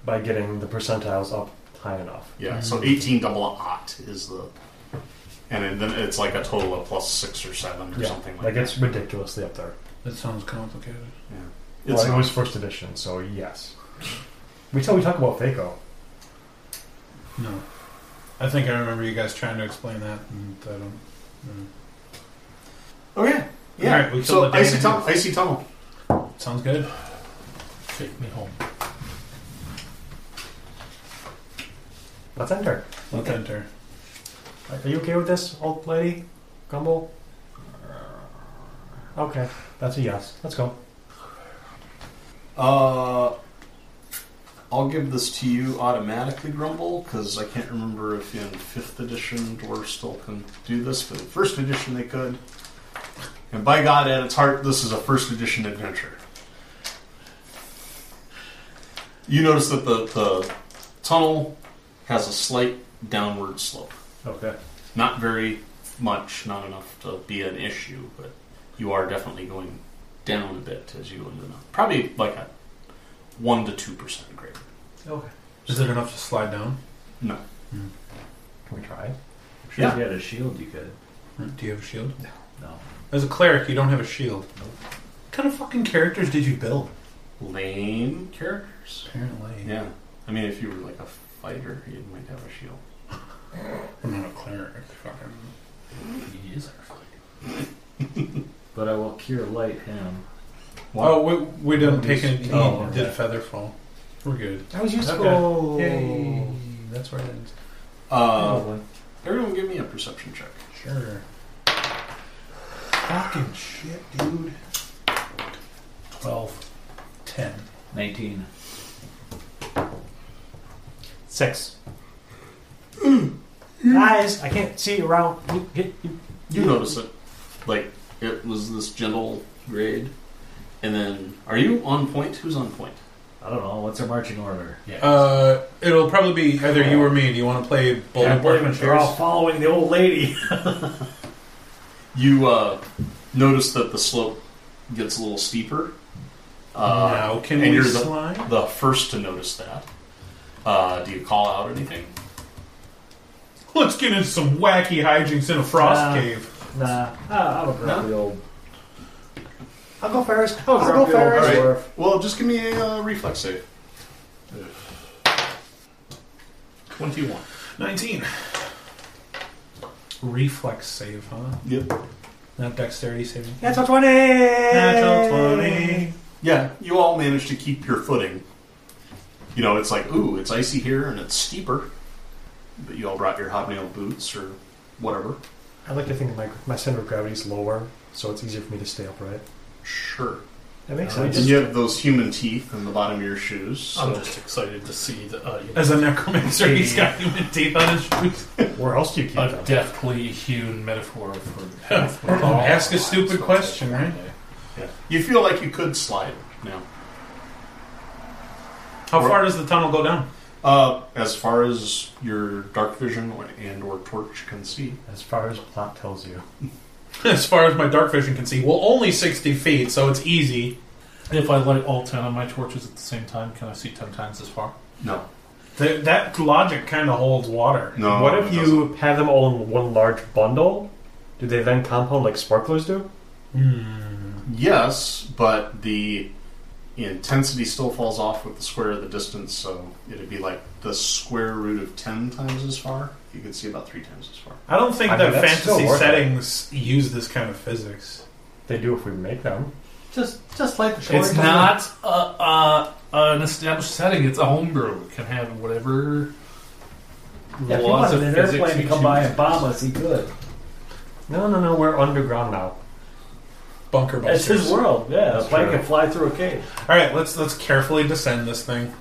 Speaker 3: by getting the percentiles up high enough.
Speaker 2: Yeah,
Speaker 6: Hmm.
Speaker 2: so 18 double ought is the. And then it's like a total of plus six or seven or
Speaker 3: yeah,
Speaker 2: something like,
Speaker 3: like
Speaker 2: that.
Speaker 3: it's ridiculously up there.
Speaker 6: That sounds complicated.
Speaker 2: It's
Speaker 3: well, it
Speaker 2: not-
Speaker 3: was first edition, so yes. We tell we talk about Faco.
Speaker 6: No. I think I remember you guys trying to explain that, and I don't. mm.
Speaker 2: Oh, yeah. Yeah.
Speaker 6: Alright, we killed
Speaker 2: so
Speaker 6: the
Speaker 2: icy,
Speaker 6: Danish.
Speaker 2: tunnel, icy tunnel.
Speaker 6: Sounds good. Take me home.
Speaker 3: Let's enter.
Speaker 6: Let's enter.
Speaker 3: Are you okay with this, old lady? Gumble? Okay, that's a yes. Let's go.
Speaker 2: Uh, I'll give this to you automatically, Grumble, because I can't remember if in 5th edition Dwarves still can do this, but in 1st edition they could. And by God, at its heart, this is a 1st edition adventure. You notice that the, the tunnel has a slight downward slope.
Speaker 3: Okay.
Speaker 2: Not very much, not enough to be an issue, but you are definitely going down a bit as you go into the probably like a one to two percent grade.
Speaker 3: Okay.
Speaker 6: Is it enough to slide down?
Speaker 2: No,
Speaker 3: Can we try?
Speaker 4: Sure,
Speaker 2: Yeah.
Speaker 4: if you had a shield, you could.
Speaker 6: Do you have a shield?
Speaker 4: No.
Speaker 6: As a cleric, you don't have a shield. What kind of fucking characters did you build?
Speaker 2: lame characters.
Speaker 6: Apparently.
Speaker 2: Yeah, I mean, if you were like a fighter, you might have a shield.
Speaker 6: I'm not a cleric. Fucking. He is our cleric.
Speaker 4: But I will cure light him.
Speaker 6: Oh, we, we didn't take any.
Speaker 4: Just-
Speaker 6: Oh,
Speaker 4: oh,
Speaker 6: did
Speaker 4: okay.
Speaker 6: feather fall. We're good.
Speaker 3: That was
Speaker 6: useful. Yay. That's where it ends.
Speaker 2: Uh, everyone, give me a perception check.
Speaker 6: Sure. Fucking shit, dude. 12. 10.
Speaker 4: 19.
Speaker 3: Six. Guys, I can't see around. You- you- you-
Speaker 2: You notice it, like it was this gentle grade, and then are you on point? Who's on point?
Speaker 4: I don't know. What's our marching order?
Speaker 6: Uh, it'll probably be either you or me. Do you want to play Bold
Speaker 4: Can't believe
Speaker 6: Apartment
Speaker 4: it, They're
Speaker 6: Chairs?
Speaker 4: all following the old lady.
Speaker 2: You uh, notice that the slope gets a little steeper. Uh,
Speaker 6: now, can
Speaker 2: and
Speaker 6: we
Speaker 2: you're the-
Speaker 6: slide?
Speaker 2: the first to notice that. Uh, do you call out anything?
Speaker 6: Let's get into some wacky hijinks in a frost
Speaker 4: Uh,
Speaker 6: cave.
Speaker 4: Nah, Ah, I'm a grumpy old.
Speaker 3: I'll go first.
Speaker 4: I'm a grumpy old
Speaker 2: Ferris.
Speaker 4: dwarf.
Speaker 2: Well, just give me a uh, reflex save.
Speaker 6: 21. 19. Reflex save, huh?
Speaker 2: Yep.
Speaker 6: Not dexterity saving.
Speaker 3: Natural 20!
Speaker 6: Natural 20.
Speaker 2: Yeah, you all manage to keep your footing. You know, it's like, ooh, it's icy here and it's steeper. But you all brought your hobnail boots or whatever.
Speaker 3: I like to think my, my center of gravity is lower, so it's easier for me to stay upright.
Speaker 2: Sure.
Speaker 3: That makes
Speaker 6: I
Speaker 3: sense.
Speaker 2: And you have those human teeth in the bottom of your shoes.
Speaker 6: I'm
Speaker 2: So.
Speaker 6: just excited to see the. Uh, As a necromancer, he's got human teeth on his shoes.
Speaker 3: Where else do you keep
Speaker 6: Uh,
Speaker 3: them?
Speaker 1: deftly hewn metaphor for death.
Speaker 6: Oh, Ask a stupid question, right?
Speaker 2: Yeah. You feel like you could slide now.
Speaker 6: How far does the tunnel go down?
Speaker 2: Uh, as far as your dark vision or- and or torch can see.
Speaker 3: As far as plot tells you.
Speaker 6: As far as my dark vision can see, well, only 60 feet, so it's easy.
Speaker 1: If I light all ten of my torches at the same time, can I see ten times as far?
Speaker 2: No.
Speaker 6: Th- that logic kind of holds water.
Speaker 2: No.
Speaker 7: what if
Speaker 2: it doesn't.
Speaker 7: you have them all in one large bundle? Do they then compound like sparklers do?
Speaker 6: Hmm.
Speaker 2: Yes, but the intensity still falls off with the square of the distance, so it'd be like the square root of 10 times as far. You could see about three times as far.
Speaker 6: I don't think
Speaker 7: I mean,
Speaker 6: that
Speaker 7: that's still
Speaker 6: fantasy
Speaker 7: worth it.
Speaker 6: settings use this kind of physics.
Speaker 7: They do if we make them.
Speaker 13: Just, just like the
Speaker 11: It's not a, a, an established setting. It's a homebrew. It can have whatever
Speaker 4: Yeah, if he
Speaker 11: laws of
Speaker 4: wanted an
Speaker 11: physics
Speaker 4: airplane to
Speaker 11: you
Speaker 4: come by
Speaker 11: choose.
Speaker 4: and bomb us, he could.
Speaker 7: No, no, no. We're underground now.
Speaker 6: Bunker
Speaker 4: That's
Speaker 6: busters.
Speaker 4: his world. Yeah,
Speaker 6: That's
Speaker 4: a plane
Speaker 6: true.
Speaker 4: can fly through a cave.
Speaker 6: All right, let's let's carefully descend this thing.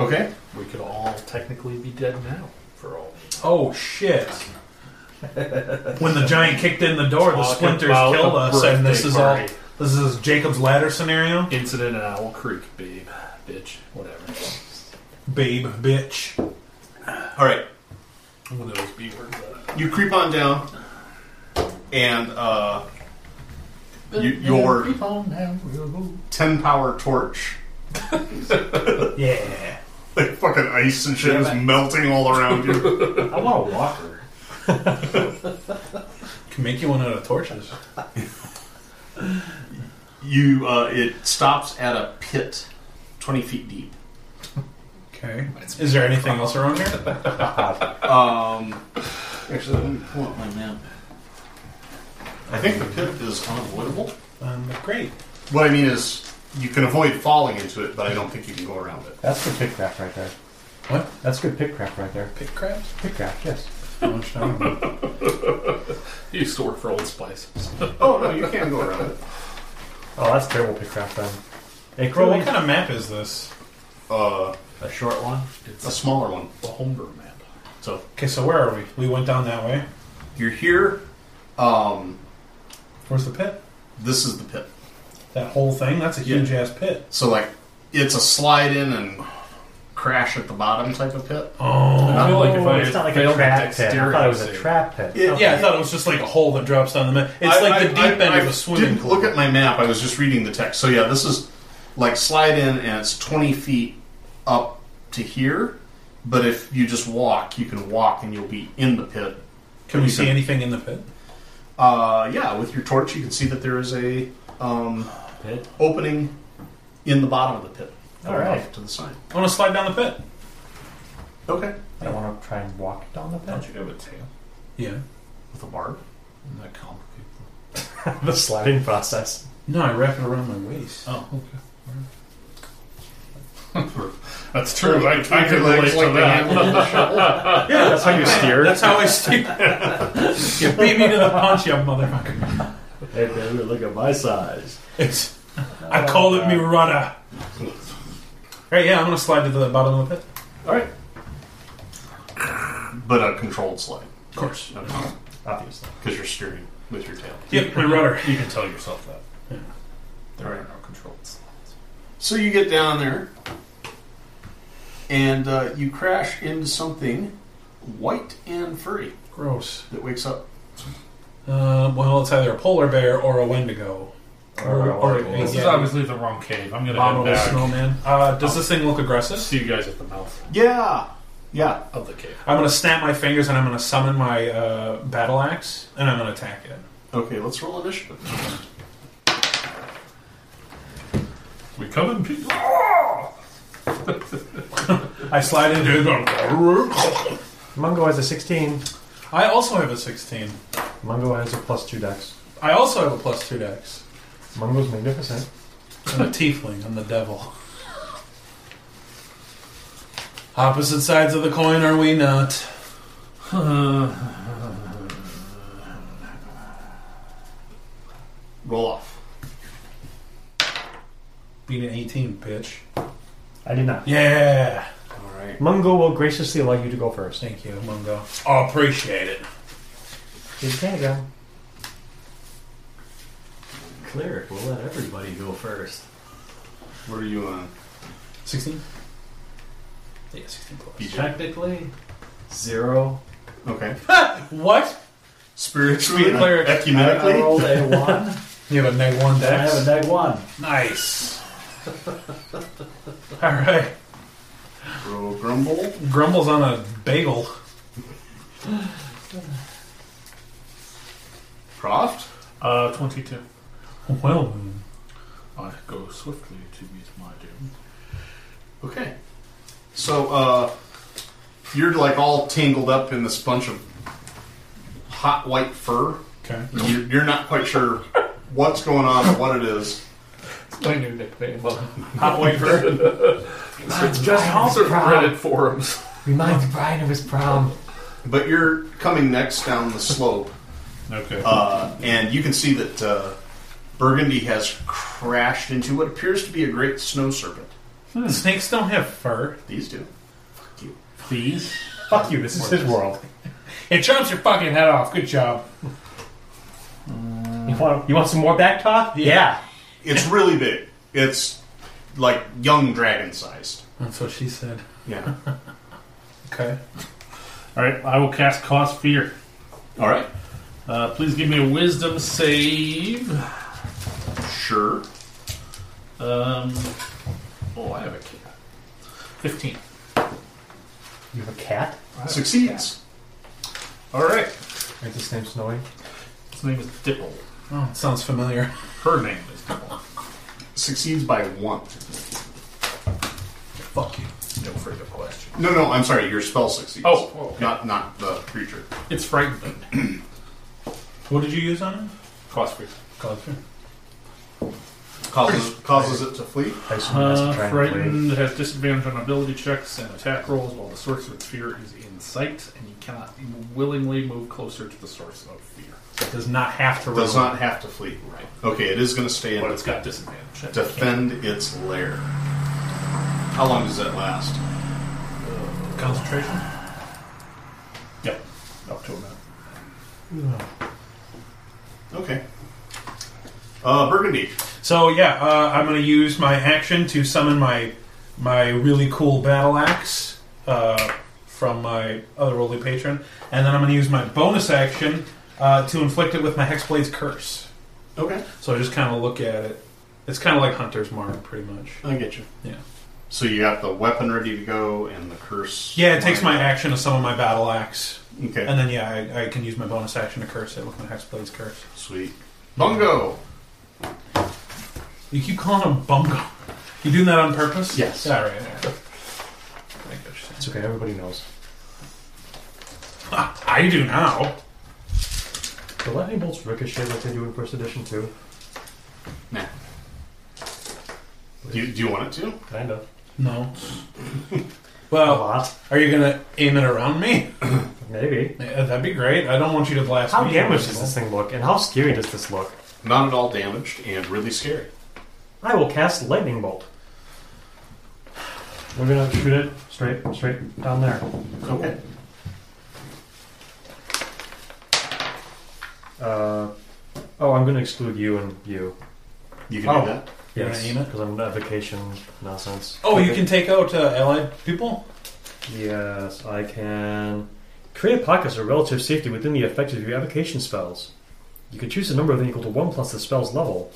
Speaker 2: Okay.
Speaker 1: We could all technically be dead now, for all.
Speaker 6: Oh shit! when the giant kicked in the door, the
Speaker 1: Talk
Speaker 6: splinters
Speaker 1: about
Speaker 6: killed
Speaker 1: a
Speaker 6: us, and this
Speaker 1: birthday
Speaker 6: is all
Speaker 1: party.
Speaker 6: this is Jacob's ladder scenario.
Speaker 1: Incident at Owl Creek, babe. Bitch. Whatever.
Speaker 6: Babe, bitch.
Speaker 2: All right.
Speaker 1: One of those B words. uh,
Speaker 2: You creep on down, and uh, you, your
Speaker 1: Creep on down, we'll go.
Speaker 2: 10 power torch.
Speaker 6: Yeah.
Speaker 2: Like fucking ice and shit is melting all around you.
Speaker 4: I want a walker.
Speaker 6: Can make you one out of torches.
Speaker 2: you uh, it stops at a pit, twenty feet deep.
Speaker 6: Okay. Is there anything else around here?
Speaker 2: Um, actually, let me pull up my map. I think the pit is unavoidable.
Speaker 6: Um, great.
Speaker 2: What I mean is, you can avoid falling into it, but I don't think you can go around it.
Speaker 7: That's good pick craft right there.
Speaker 6: What?
Speaker 7: That's good pick craft right there.
Speaker 6: Pit crabs?
Speaker 7: Pick craft, yes.
Speaker 6: How much time?
Speaker 1: He used to work for Old Spice.
Speaker 2: Oh no, you can go around it.
Speaker 7: Oh, that's terrible pick craft then. It
Speaker 6: Bro,
Speaker 7: really
Speaker 6: what kind of map is this?
Speaker 2: Uh,
Speaker 13: a short one.
Speaker 1: It's
Speaker 2: a smaller one.
Speaker 1: a homebrew map. So,
Speaker 6: Okay, so where are we? We went down that way.
Speaker 2: You're here. Um,
Speaker 6: Where's the pit?
Speaker 2: this is the pit.
Speaker 6: That whole thing? That's a huge ass pit.
Speaker 2: So like, it's a slide in and crash at the bottom type of pit.
Speaker 1: I feel like if I
Speaker 7: it's not like a
Speaker 1: failed that
Speaker 7: trap pit. I
Speaker 1: dexterity
Speaker 7: thought it was a
Speaker 1: save-
Speaker 7: trap pit.
Speaker 2: Yeah,
Speaker 6: Yeah, I thought it was just like a hole that drops down the map. It's
Speaker 2: I-
Speaker 6: like the
Speaker 2: I-
Speaker 6: deep
Speaker 2: I-
Speaker 6: end
Speaker 2: I
Speaker 6: of a swimming
Speaker 2: didn't
Speaker 6: pool.
Speaker 2: Look at my map. I was just reading the text. So yeah, this is like slide in, and it's twenty feet up to here. But if you just walk, you can walk, and you'll be in the pit.
Speaker 6: Can we
Speaker 2: You
Speaker 6: see anything in the pit?
Speaker 2: Uh, yeah, with your torch, you can see that there is a um,
Speaker 4: Pit?
Speaker 2: opening in the bottom of the pit.
Speaker 7: All right.
Speaker 2: off to the side.
Speaker 6: I want to slide down the pit.
Speaker 2: Okay.
Speaker 7: I don't want to try and walk down the pit.
Speaker 1: you have a tail?
Speaker 6: Yeah.
Speaker 2: With a barb.
Speaker 1: Isn't that complicated?
Speaker 7: the sliding process.
Speaker 6: No, I wrap it around my waist.
Speaker 1: Oh, okay. That's true. I, I can
Speaker 2: Your
Speaker 1: relate
Speaker 2: legs
Speaker 1: to
Speaker 2: like the
Speaker 1: that.
Speaker 2: handle of the shovel.
Speaker 7: Yeah, that's how you steer.
Speaker 6: That's how I steer. you beat me to the punch, you motherfucker.
Speaker 4: Hey, baby, look at my size.
Speaker 6: It's, I call it me rudder. Right, yeah, I'm gonna slide to the bottom of the pit.
Speaker 2: All right. But a controlled slide,
Speaker 6: Of course.
Speaker 2: obviously, because you're steering with your tail.
Speaker 6: Yep, my rudder.
Speaker 1: You can tell yourself that.
Speaker 2: All right.
Speaker 1: No controls.
Speaker 2: So you get down there, and uh, you crash into something white and furry
Speaker 6: Gross.
Speaker 2: that wakes up.
Speaker 6: Uh, well, it's either a polar bear or a wendigo. Or, or,
Speaker 11: This is
Speaker 6: yeah,
Speaker 11: obviously the wrong cave. I'm gonna head
Speaker 6: abominable
Speaker 11: back.
Speaker 6: snowman. Uh, does this thing look aggressive?
Speaker 1: See you guys at the mouth
Speaker 2: Yeah, yeah.
Speaker 1: of the cave.
Speaker 6: I'm gonna snap my fingers and I'm gonna summon my uh, battle axe and I'm gonna attack it.
Speaker 2: Okay, let's roll initiative.
Speaker 1: We come in peace.
Speaker 6: I slide into.
Speaker 7: Mungo has a 16.
Speaker 6: I also have a 16.
Speaker 7: Mungo has a plus 2 dex.
Speaker 6: I also have a plus two dex.
Speaker 7: Mungo's magnificent.
Speaker 6: I'm a tiefling. I'm the devil. Opposite sides of the coin, are we not?
Speaker 2: Roll off.
Speaker 6: Beat an 18, bitch.
Speaker 7: I did not.
Speaker 6: Yeah.
Speaker 2: All right.
Speaker 7: Mungo will graciously allow you to go first.
Speaker 6: Thank you, Mungo. I appreciate it.
Speaker 7: Here you can go.
Speaker 4: Cleric will let everybody go first.
Speaker 2: What are you uh, on?
Speaker 6: 16? Yeah, 16 plus.
Speaker 2: BJ?
Speaker 4: Technically, zero.
Speaker 2: Okay.
Speaker 6: What?
Speaker 2: Spiritually,
Speaker 6: Be clear.
Speaker 4: I, I
Speaker 2: ecumenically.
Speaker 4: rolled a one.
Speaker 6: You have a neg 1
Speaker 4: I have a
Speaker 6: dex?
Speaker 4: neg one.
Speaker 6: Nice. Alright.
Speaker 2: Bro Grumble.
Speaker 6: Grumbles on a bagel.
Speaker 2: Croft?
Speaker 11: Uh, 22.
Speaker 6: Well,
Speaker 11: I go swiftly to meet my doom.
Speaker 2: Okay. So, uh, you're like all tangled up in this bunch of hot white fur.
Speaker 6: okay.
Speaker 2: You're, you're not quite sure what's going on or what it is.
Speaker 11: It's my new nickname. Well, hot white bird.
Speaker 14: Reminds Brian of his
Speaker 11: Reddit
Speaker 14: prom.
Speaker 11: forums.
Speaker 14: Reminds Brian of his prom.
Speaker 2: But you're coming next down the slope,
Speaker 6: Okay.
Speaker 2: uh, and you can see that uh, Burgundy has crashed into what appears to be a great snow serpent.
Speaker 6: Hmm. Snakes don't have fur.
Speaker 2: These do.
Speaker 6: Please.
Speaker 3: Fuck you, this is his world.
Speaker 6: It chomps your fucking head off. Good job.
Speaker 3: You want, you want some more back talk? Yeah.
Speaker 2: It's really big. It's like young dragon sized.
Speaker 11: That's what she said.
Speaker 2: Yeah.
Speaker 11: Okay. All right, I will cast Cause Fear.
Speaker 2: All right.
Speaker 11: Uh, please give me a Wisdom save.
Speaker 2: Sure.
Speaker 11: Um, oh, I have a cat. 15.
Speaker 3: You have a cat?
Speaker 2: Succeeds.
Speaker 11: All right.
Speaker 3: Is his name Snowy?
Speaker 11: His name is Dipple.
Speaker 6: Oh, it sounds familiar.
Speaker 11: Her name is Dipple.
Speaker 2: Succeeds by one.
Speaker 11: Fuck you. No further question.
Speaker 2: No, no. I'm sorry. Your spell succeeds.
Speaker 11: Oh, okay.
Speaker 2: not not the creature.
Speaker 11: It's frightened.
Speaker 6: What did you use on it?
Speaker 11: Cost Fear.
Speaker 6: Culture.
Speaker 2: Causes causes it to flee.
Speaker 3: I assume that's
Speaker 11: Uh,
Speaker 3: a giant blade.
Speaker 11: frightened has disadvantage on ability checks and attack rolls while the source of fear is in sight, and you cannot willingly move closer to the source of fear.
Speaker 6: It does not have to roll.
Speaker 2: Does not have to flee.
Speaker 11: Right.
Speaker 2: Okay. It is going to stay in.
Speaker 11: But it's got disadvantage. and it can't-
Speaker 2: defend its lair. How long does that last?
Speaker 6: Concentration?
Speaker 11: Yep. Up to a minute.
Speaker 2: Okay. Uh, Burgundy.
Speaker 6: So yeah, uh, I'm going to use my action to summon my my really cool battle axe uh, from my other worldly patron, and then I'm going to use my bonus action uh, to inflict it with my hexblade's curse.
Speaker 2: Okay.
Speaker 6: So I just kind of look at it. It's kind of like Hunter's Mark, pretty much.
Speaker 2: I get you.
Speaker 6: Yeah.
Speaker 2: So you got the weapon ready to go and the curse.
Speaker 6: Yeah, it takes my action to summon my battle axe,
Speaker 2: Okay.
Speaker 6: and then yeah, I, I can use my bonus action to curse it with my hexblade's curse.
Speaker 2: Sweet. Bungo.
Speaker 6: You keep calling him Bungo. You doing that on purpose?
Speaker 2: Yes.
Speaker 6: All right. All right. I get what you're saying.
Speaker 3: It's okay, everybody knows.
Speaker 6: I do now.
Speaker 3: The lightning bolts ricochet like they do in first edition too.
Speaker 2: Nah. Do you, do you want it to?
Speaker 3: Kind of.
Speaker 6: No.
Speaker 3: A
Speaker 6: well,
Speaker 3: lot.
Speaker 6: are you gonna aim it around me?
Speaker 3: Maybe.
Speaker 6: Yeah, that'd be great. I don't want you to blast
Speaker 3: How
Speaker 6: me.
Speaker 3: damaged does this thing look, and how scary does this look?
Speaker 2: Not at all damaged and really scary.
Speaker 3: I will cast lightning bolt. We're gonna shoot it straight, straight down there.
Speaker 2: Okay.
Speaker 3: Uh, oh, I'm gonna exclude you and you.
Speaker 2: You can
Speaker 6: Oh.
Speaker 2: do that.
Speaker 6: You're gonna aim it?
Speaker 3: because I'm on vacation nonsense.
Speaker 6: Oh, you can take out uh, allied people.
Speaker 3: Yes, I can. Create pockets of relative safety within the effect of your evocation spells. You can choose a number of them equal to 1 plus the spell's level.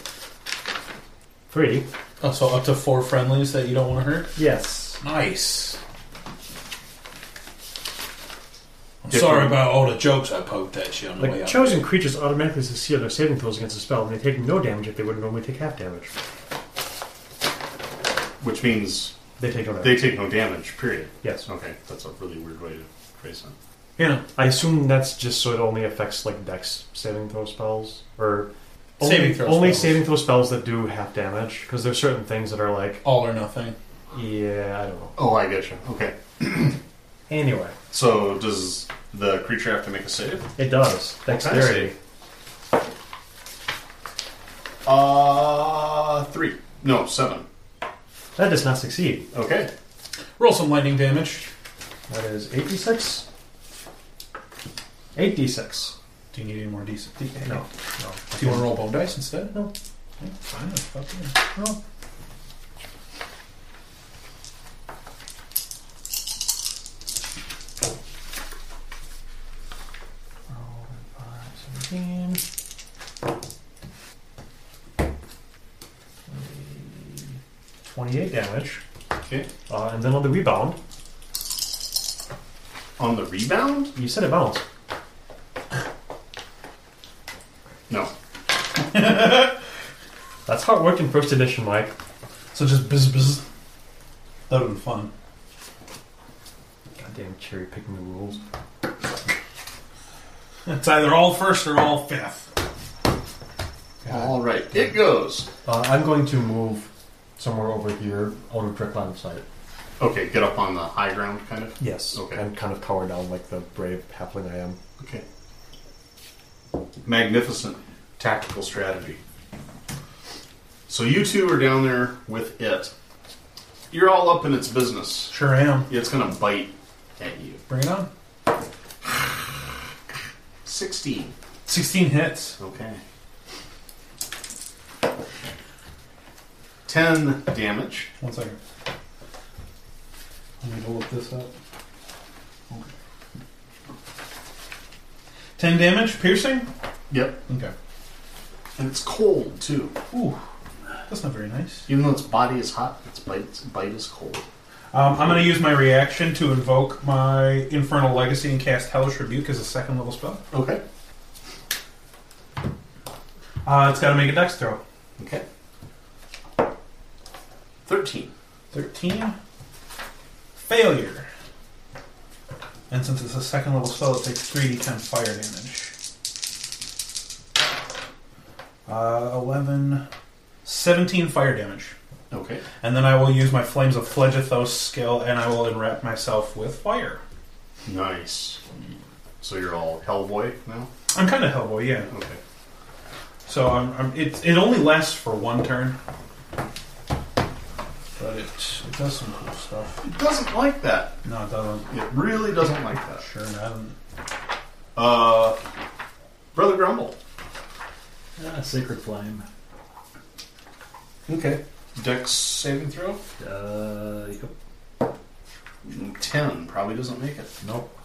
Speaker 3: 3.
Speaker 6: Oh, so up to four friendlies that you don't want to hurt.
Speaker 3: Yes.
Speaker 6: Nice. I'm
Speaker 2: Different-
Speaker 6: sorry about all the jokes I poked at you on the way
Speaker 3: Like,
Speaker 6: up.
Speaker 3: chosen creatures automatically succeed on their saving throws against the spell, and they take no damage if they would normally take half damage.
Speaker 2: Which means
Speaker 3: They take no damage.
Speaker 2: they take no damage, period.
Speaker 3: yes.
Speaker 2: Okay. That's a really weird way to phrase that.
Speaker 6: yeah.
Speaker 3: I assume that's just so it only affects, like, dex saving throw spells? Or. Only,
Speaker 6: Saving throw
Speaker 3: only
Speaker 6: spells.
Speaker 3: saving throw spells that do half damage, because there's certain things that are like,
Speaker 6: All or nothing.
Speaker 3: yeah, I don't know.
Speaker 2: Oh, I get you. Okay.
Speaker 3: Anyway,
Speaker 2: So does the creature have to make a save?
Speaker 3: it does.
Speaker 2: kind of
Speaker 3: Dexterity.
Speaker 2: Uh, three. No, seven.
Speaker 3: That does not succeed.
Speaker 2: Okay.
Speaker 6: Roll some lightning damage.
Speaker 3: That is 8d6. 8d6.
Speaker 6: Do you need any more decent?
Speaker 3: No.
Speaker 6: No. Do you want to roll bone dice instead?
Speaker 3: No.
Speaker 6: Yeah, fine. that's fucking- No.
Speaker 3: Twenty-eight damage.
Speaker 2: Okay.
Speaker 7: Uh, and then on the rebound,
Speaker 2: On the rebound?
Speaker 7: you said it bounced.
Speaker 2: No.
Speaker 7: That's how it worked in first edition, Mike.
Speaker 6: So just buzz buzz. That would have been fun.
Speaker 7: Goddamn cherry picking the rules.
Speaker 6: It's either all first or all fifth.
Speaker 2: All right. It goes.
Speaker 7: Uh, I'm going to move somewhere over here out of direct line of sight.
Speaker 2: Okay, get up on the high ground, kind of.
Speaker 7: Yes.
Speaker 2: Okay.
Speaker 7: And kind of cower down like the brave halfling I am.
Speaker 2: Okay. Magnificent tactical strategy. So you two are down there with it. You're all up in its business.
Speaker 6: Sure am.
Speaker 2: It's gonna bite at you.
Speaker 6: Bring it on.
Speaker 2: 16.
Speaker 6: 16 hits.
Speaker 2: Okay. 10 damage.
Speaker 6: One second. I need to look this up. Okay. 10 damage, piercing?
Speaker 2: Yep.
Speaker 6: Okay.
Speaker 2: And it's cold, too.
Speaker 6: Ooh, that's not very nice.
Speaker 2: Even though its body is hot, its bite, bite is cold.
Speaker 6: Um, I'm going to use my reaction to invoke my Infernal Legacy and cast Hellish Rebuke as a second level spell.
Speaker 2: Okay.
Speaker 6: Uh, it's got to make a dex throw.
Speaker 2: Okay. 13.
Speaker 6: 13. Failure. And since it's a second level spell, it takes 3d10 fire damage. Uh, 11. 17 fire damage.
Speaker 2: Okay.
Speaker 6: And then I will use my Flames of Phlegethos skill and I will enwrap myself with fire.
Speaker 2: Nice. So you're all Hellboy now?
Speaker 6: I'm kind of Hellboy, yeah.
Speaker 2: Okay.
Speaker 6: So I'm, I'm, it, it only lasts for one turn. But it, it does some cool stuff.
Speaker 2: It doesn't like that.
Speaker 6: No, it doesn't.
Speaker 2: It really doesn't like that.
Speaker 6: Sure, I don't.
Speaker 2: Uh, Brother Grumble.
Speaker 4: Ah, sacred flame.
Speaker 2: Okay. Dex saving throw?
Speaker 4: Uh, yep.
Speaker 2: 10. Probably doesn't make it.
Speaker 4: Nope.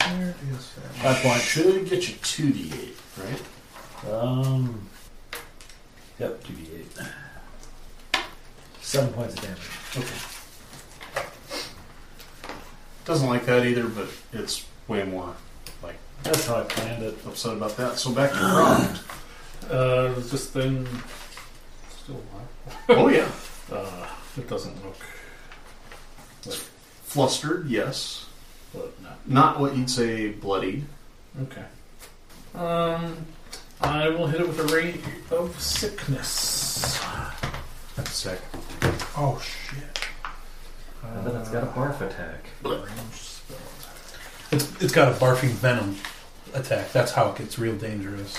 Speaker 6: Where is that?
Speaker 4: Five points.
Speaker 2: Should get you 2d8, right?
Speaker 4: Um. Yep, 2d8. Seven points of damage.
Speaker 2: Okay. Doesn't like that either, but it's way more like
Speaker 4: That's how I planned it.
Speaker 2: upset about that. So back to Croft.
Speaker 1: Uh, is this thing still
Speaker 2: oh yeah.
Speaker 1: alive? Uh, it doesn't look,
Speaker 2: Flustered, yes.
Speaker 1: but no.
Speaker 2: Not what you'd say bloodied.
Speaker 1: Um, I will hit it with a ray of sickness.
Speaker 7: That's sick.
Speaker 6: Oh, shit.
Speaker 4: And
Speaker 6: Uh,
Speaker 4: then it's got a barf attack.
Speaker 6: It's, it's got a barfing venom attack. That's how it gets real dangerous.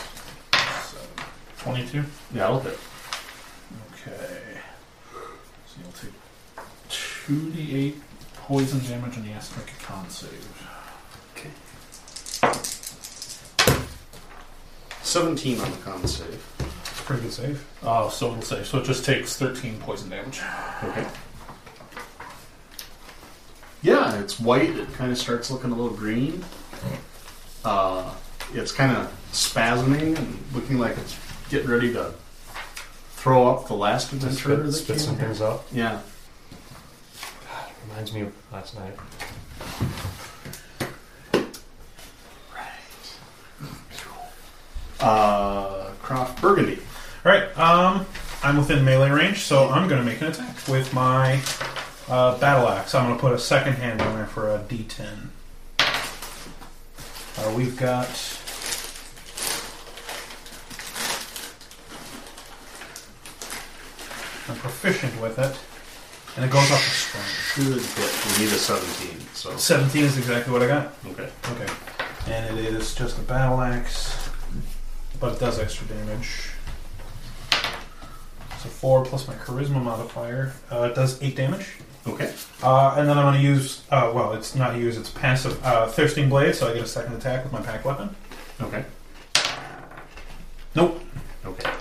Speaker 1: Twenty-two.
Speaker 2: Yeah, I'll hit.
Speaker 1: Okay. So you'll take two d eight poison damage, and he has to make a con save.
Speaker 2: 17 on the con save.
Speaker 6: It's a pretty good save.
Speaker 1: Oh, so it'll save. So it just takes thirteen poison damage.
Speaker 2: Okay. Yeah, it's white. It kind of starts looking a little green. Uh, it's kind of spasming and looking like it's getting ready to throw up the last adventure.
Speaker 7: Spit,
Speaker 2: that
Speaker 7: spit
Speaker 2: came
Speaker 7: some
Speaker 2: here.
Speaker 7: things up.
Speaker 2: Yeah.
Speaker 7: Reminds me of last night.
Speaker 2: Uh, Croft Burgundy.
Speaker 6: Alright, um, I'm within melee range, so I'm going to make an attack with my uh, battle axe. I'm going to put a second hand on there for a d10. Uh, we've got. I'm proficient with it, and it goes up to strength.
Speaker 2: Good hit. We need a 17, so.
Speaker 6: 17 is exactly what I got.
Speaker 2: Okay.
Speaker 6: Okay. And it is just a battle axe, but it does extra damage. So four plus my charisma modifier. Uh, it does eight damage.
Speaker 2: Okay.
Speaker 6: Uh, and then I'm going to use, uh, well, it's not use, it's passive uh, Thirsting Blade, so I get a second attack with my pack weapon.
Speaker 2: Okay.
Speaker 6: Nope.
Speaker 2: Okay.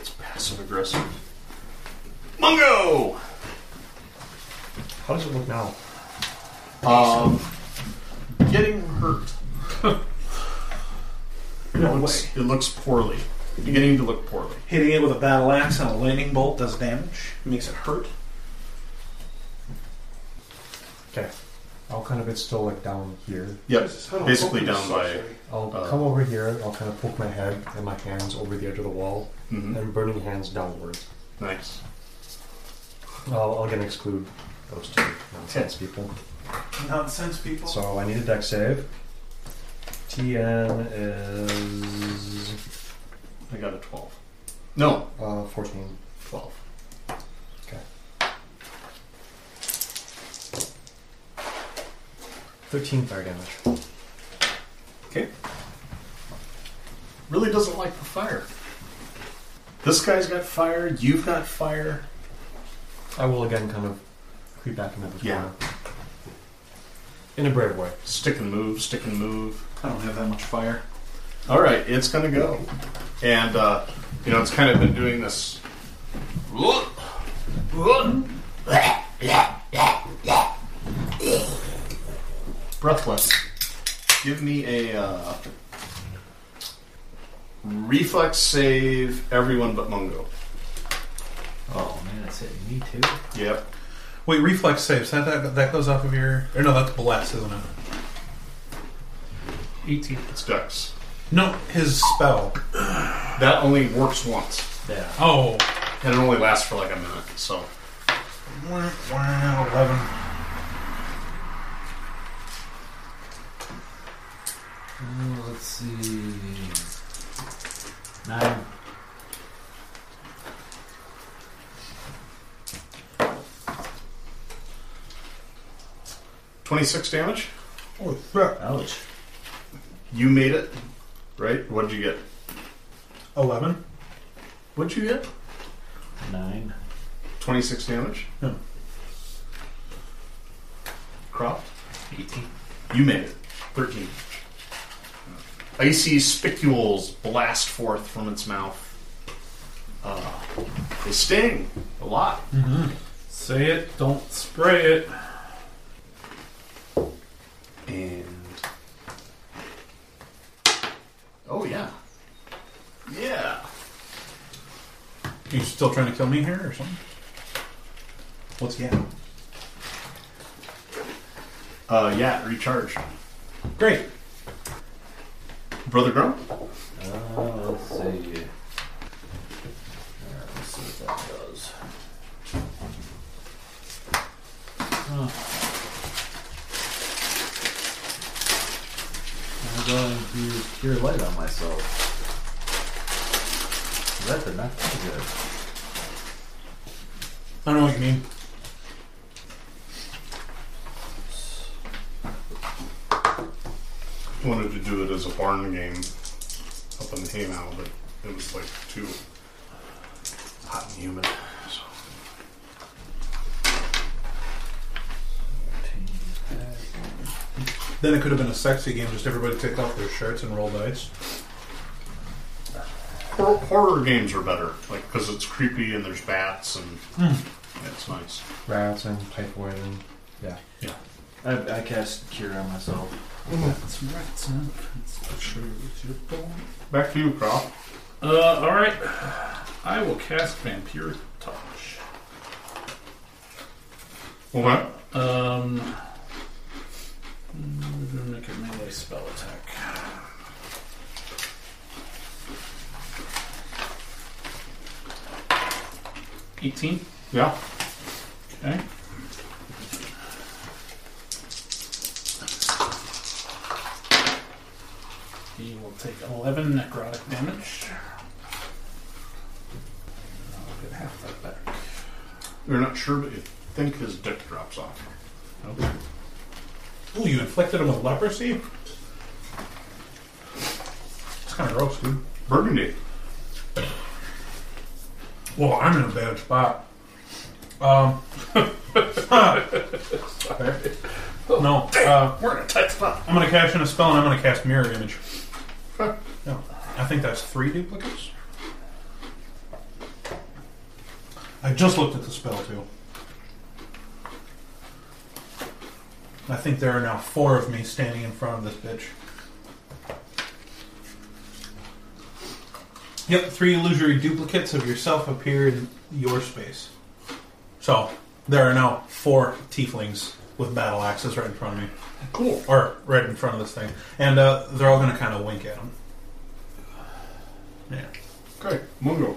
Speaker 2: It's passive aggressive. Mungo!
Speaker 7: How does it look now?
Speaker 2: Um, getting hurt. it,
Speaker 7: No
Speaker 2: looks, it looks poorly. beginning to look poorly.
Speaker 1: Hitting it with a battle axe and a lightning bolt does damage. Makes it hurt.
Speaker 3: I'll kind of it's still like down here.
Speaker 2: Yep. Basically down by.
Speaker 3: I'll
Speaker 7: Oh.
Speaker 2: Uh,
Speaker 3: come over here. I'll kind of poke my head and my hands over the edge of the wall,
Speaker 7: Hmm?
Speaker 2: Mhm.
Speaker 3: and burning hands downward.
Speaker 2: Nice.
Speaker 3: I'll, I'll again exclude those two nonsense people.
Speaker 1: Nonsense, people.
Speaker 3: So I need a deck save. TN is
Speaker 2: I got a 12. No,
Speaker 3: uh, 14.
Speaker 2: 12.
Speaker 3: Okay. 13 fire damage.
Speaker 2: Really doesn't like the fire. This guy's got fire. You've got fire.
Speaker 3: I will again kind of creep back into the
Speaker 2: Yeah.
Speaker 3: corner. In a brave way.
Speaker 2: Stick and move, stick and move.
Speaker 1: I don't have that much fire.
Speaker 2: All right, it's going to go. And, uh, you know, it's kind of been doing this. Breathless. Give me a uh, reflex save, everyone but Mungo.
Speaker 4: Oh man, it's hitting me too.
Speaker 2: Yep.
Speaker 6: Wait, reflex saves. That, that, that goes off of your. Or no, that's bless, isn't it?
Speaker 11: 18.
Speaker 2: It's Dex.
Speaker 6: No, his spell.
Speaker 2: That only works once,
Speaker 4: Yeah.
Speaker 6: Oh,
Speaker 2: and it only lasts for like a minute, so.
Speaker 6: Wah, wah, 11.
Speaker 4: Uh, let's see. Nine.
Speaker 2: Twenty-six damage.
Speaker 4: Ouch.
Speaker 2: You made it, right? What'd you get?
Speaker 6: 11?
Speaker 2: What'd you get?
Speaker 4: Nine.
Speaker 2: Twenty-six damage.
Speaker 6: Yeah.
Speaker 2: Crop.
Speaker 11: 18.
Speaker 2: You made it. Thirteen. Icy spicules blast forth from its mouth. Uh, they sting a lot.
Speaker 1: Say it, don't spray it.
Speaker 2: And oh yeah, yeah.
Speaker 6: You still trying to kill me here or something? What's yeah?
Speaker 2: Uh, yeah. Recharge,
Speaker 6: Great.
Speaker 2: brother Grum.
Speaker 4: Uh, let's see. Alright, let's see what that does. Huh. I'm going to use pure light on myself. That did not feel good.
Speaker 6: I don't know what you mean.
Speaker 2: wanted to do it as a barn game up in the haymow, but it was like too hot and humid. So.
Speaker 6: Then it could have been a sexy game, just everybody take off their shirts and roll dice.
Speaker 2: Hor- horror games are better, like because it's creepy and there's bats and yeah, it's nice.
Speaker 3: Rats and typhoid and. Yeah.
Speaker 4: I, I cast cure on myself.
Speaker 1: That's rats, man. That's for sure. It's your bone.
Speaker 2: Back to you, Croc.
Speaker 1: Uh, alright. I will cast Vampire Touch.
Speaker 2: Okay.
Speaker 1: Um. We're gonna make a melee spell attack. Eighteen.
Speaker 2: Yeah.
Speaker 1: Okay. He will take eleven necrotic damage. I'll get half that back.
Speaker 2: You're not sure, but you think his dick drops off.
Speaker 6: Ooh, you inflicted him with leprosy? It's kind of gross, dude.
Speaker 2: Burgundy.
Speaker 6: Well, I'm in a bad spot. Um. no. Uh,
Speaker 1: We're in a tight spot.
Speaker 6: I'm going to cash in a spell and I'm going to cast Mirror Image. No, I think that's three duplicates. I just looked at the spell, too. I think there are now four of me standing in front of this bitch. Yep, three illusory duplicates of yourself appear in your space. So, there are now four tieflings with battle axes right in front of me. Cool. Or right in front of this thing. And uh, they're all going to kind of wink at him. Yeah.
Speaker 2: Okay, Mungo.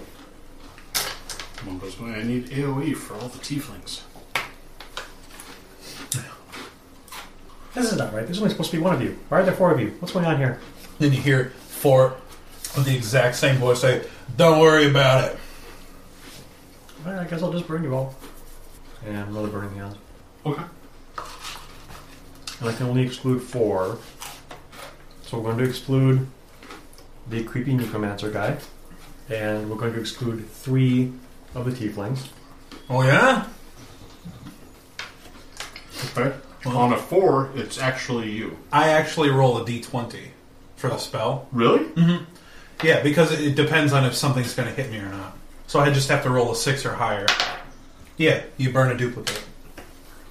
Speaker 2: Mungo's going, I need AoE for all the tieflings.
Speaker 7: This is not right. There's only supposed to be one of you. Why are there four of you? What's going on here?
Speaker 6: Then you hear four of the exact same voice say, Don't worry about it.
Speaker 7: All right, I guess I'll just burn you all.
Speaker 3: And another burning hand.
Speaker 1: Okay.
Speaker 3: And I can only exclude four. So we're going to exclude the creepy necromancer guy. And we're going to exclude three of the tieflings.
Speaker 6: Oh, yeah?
Speaker 2: Okay. On a four, it's actually you.
Speaker 6: I actually roll a d20 for the spell.
Speaker 2: Really? Mm-hmm.
Speaker 6: Yeah, because it, it depends on if something's going to hit me or not. So I just have to roll a six or higher. Yeah, you burn a duplicate.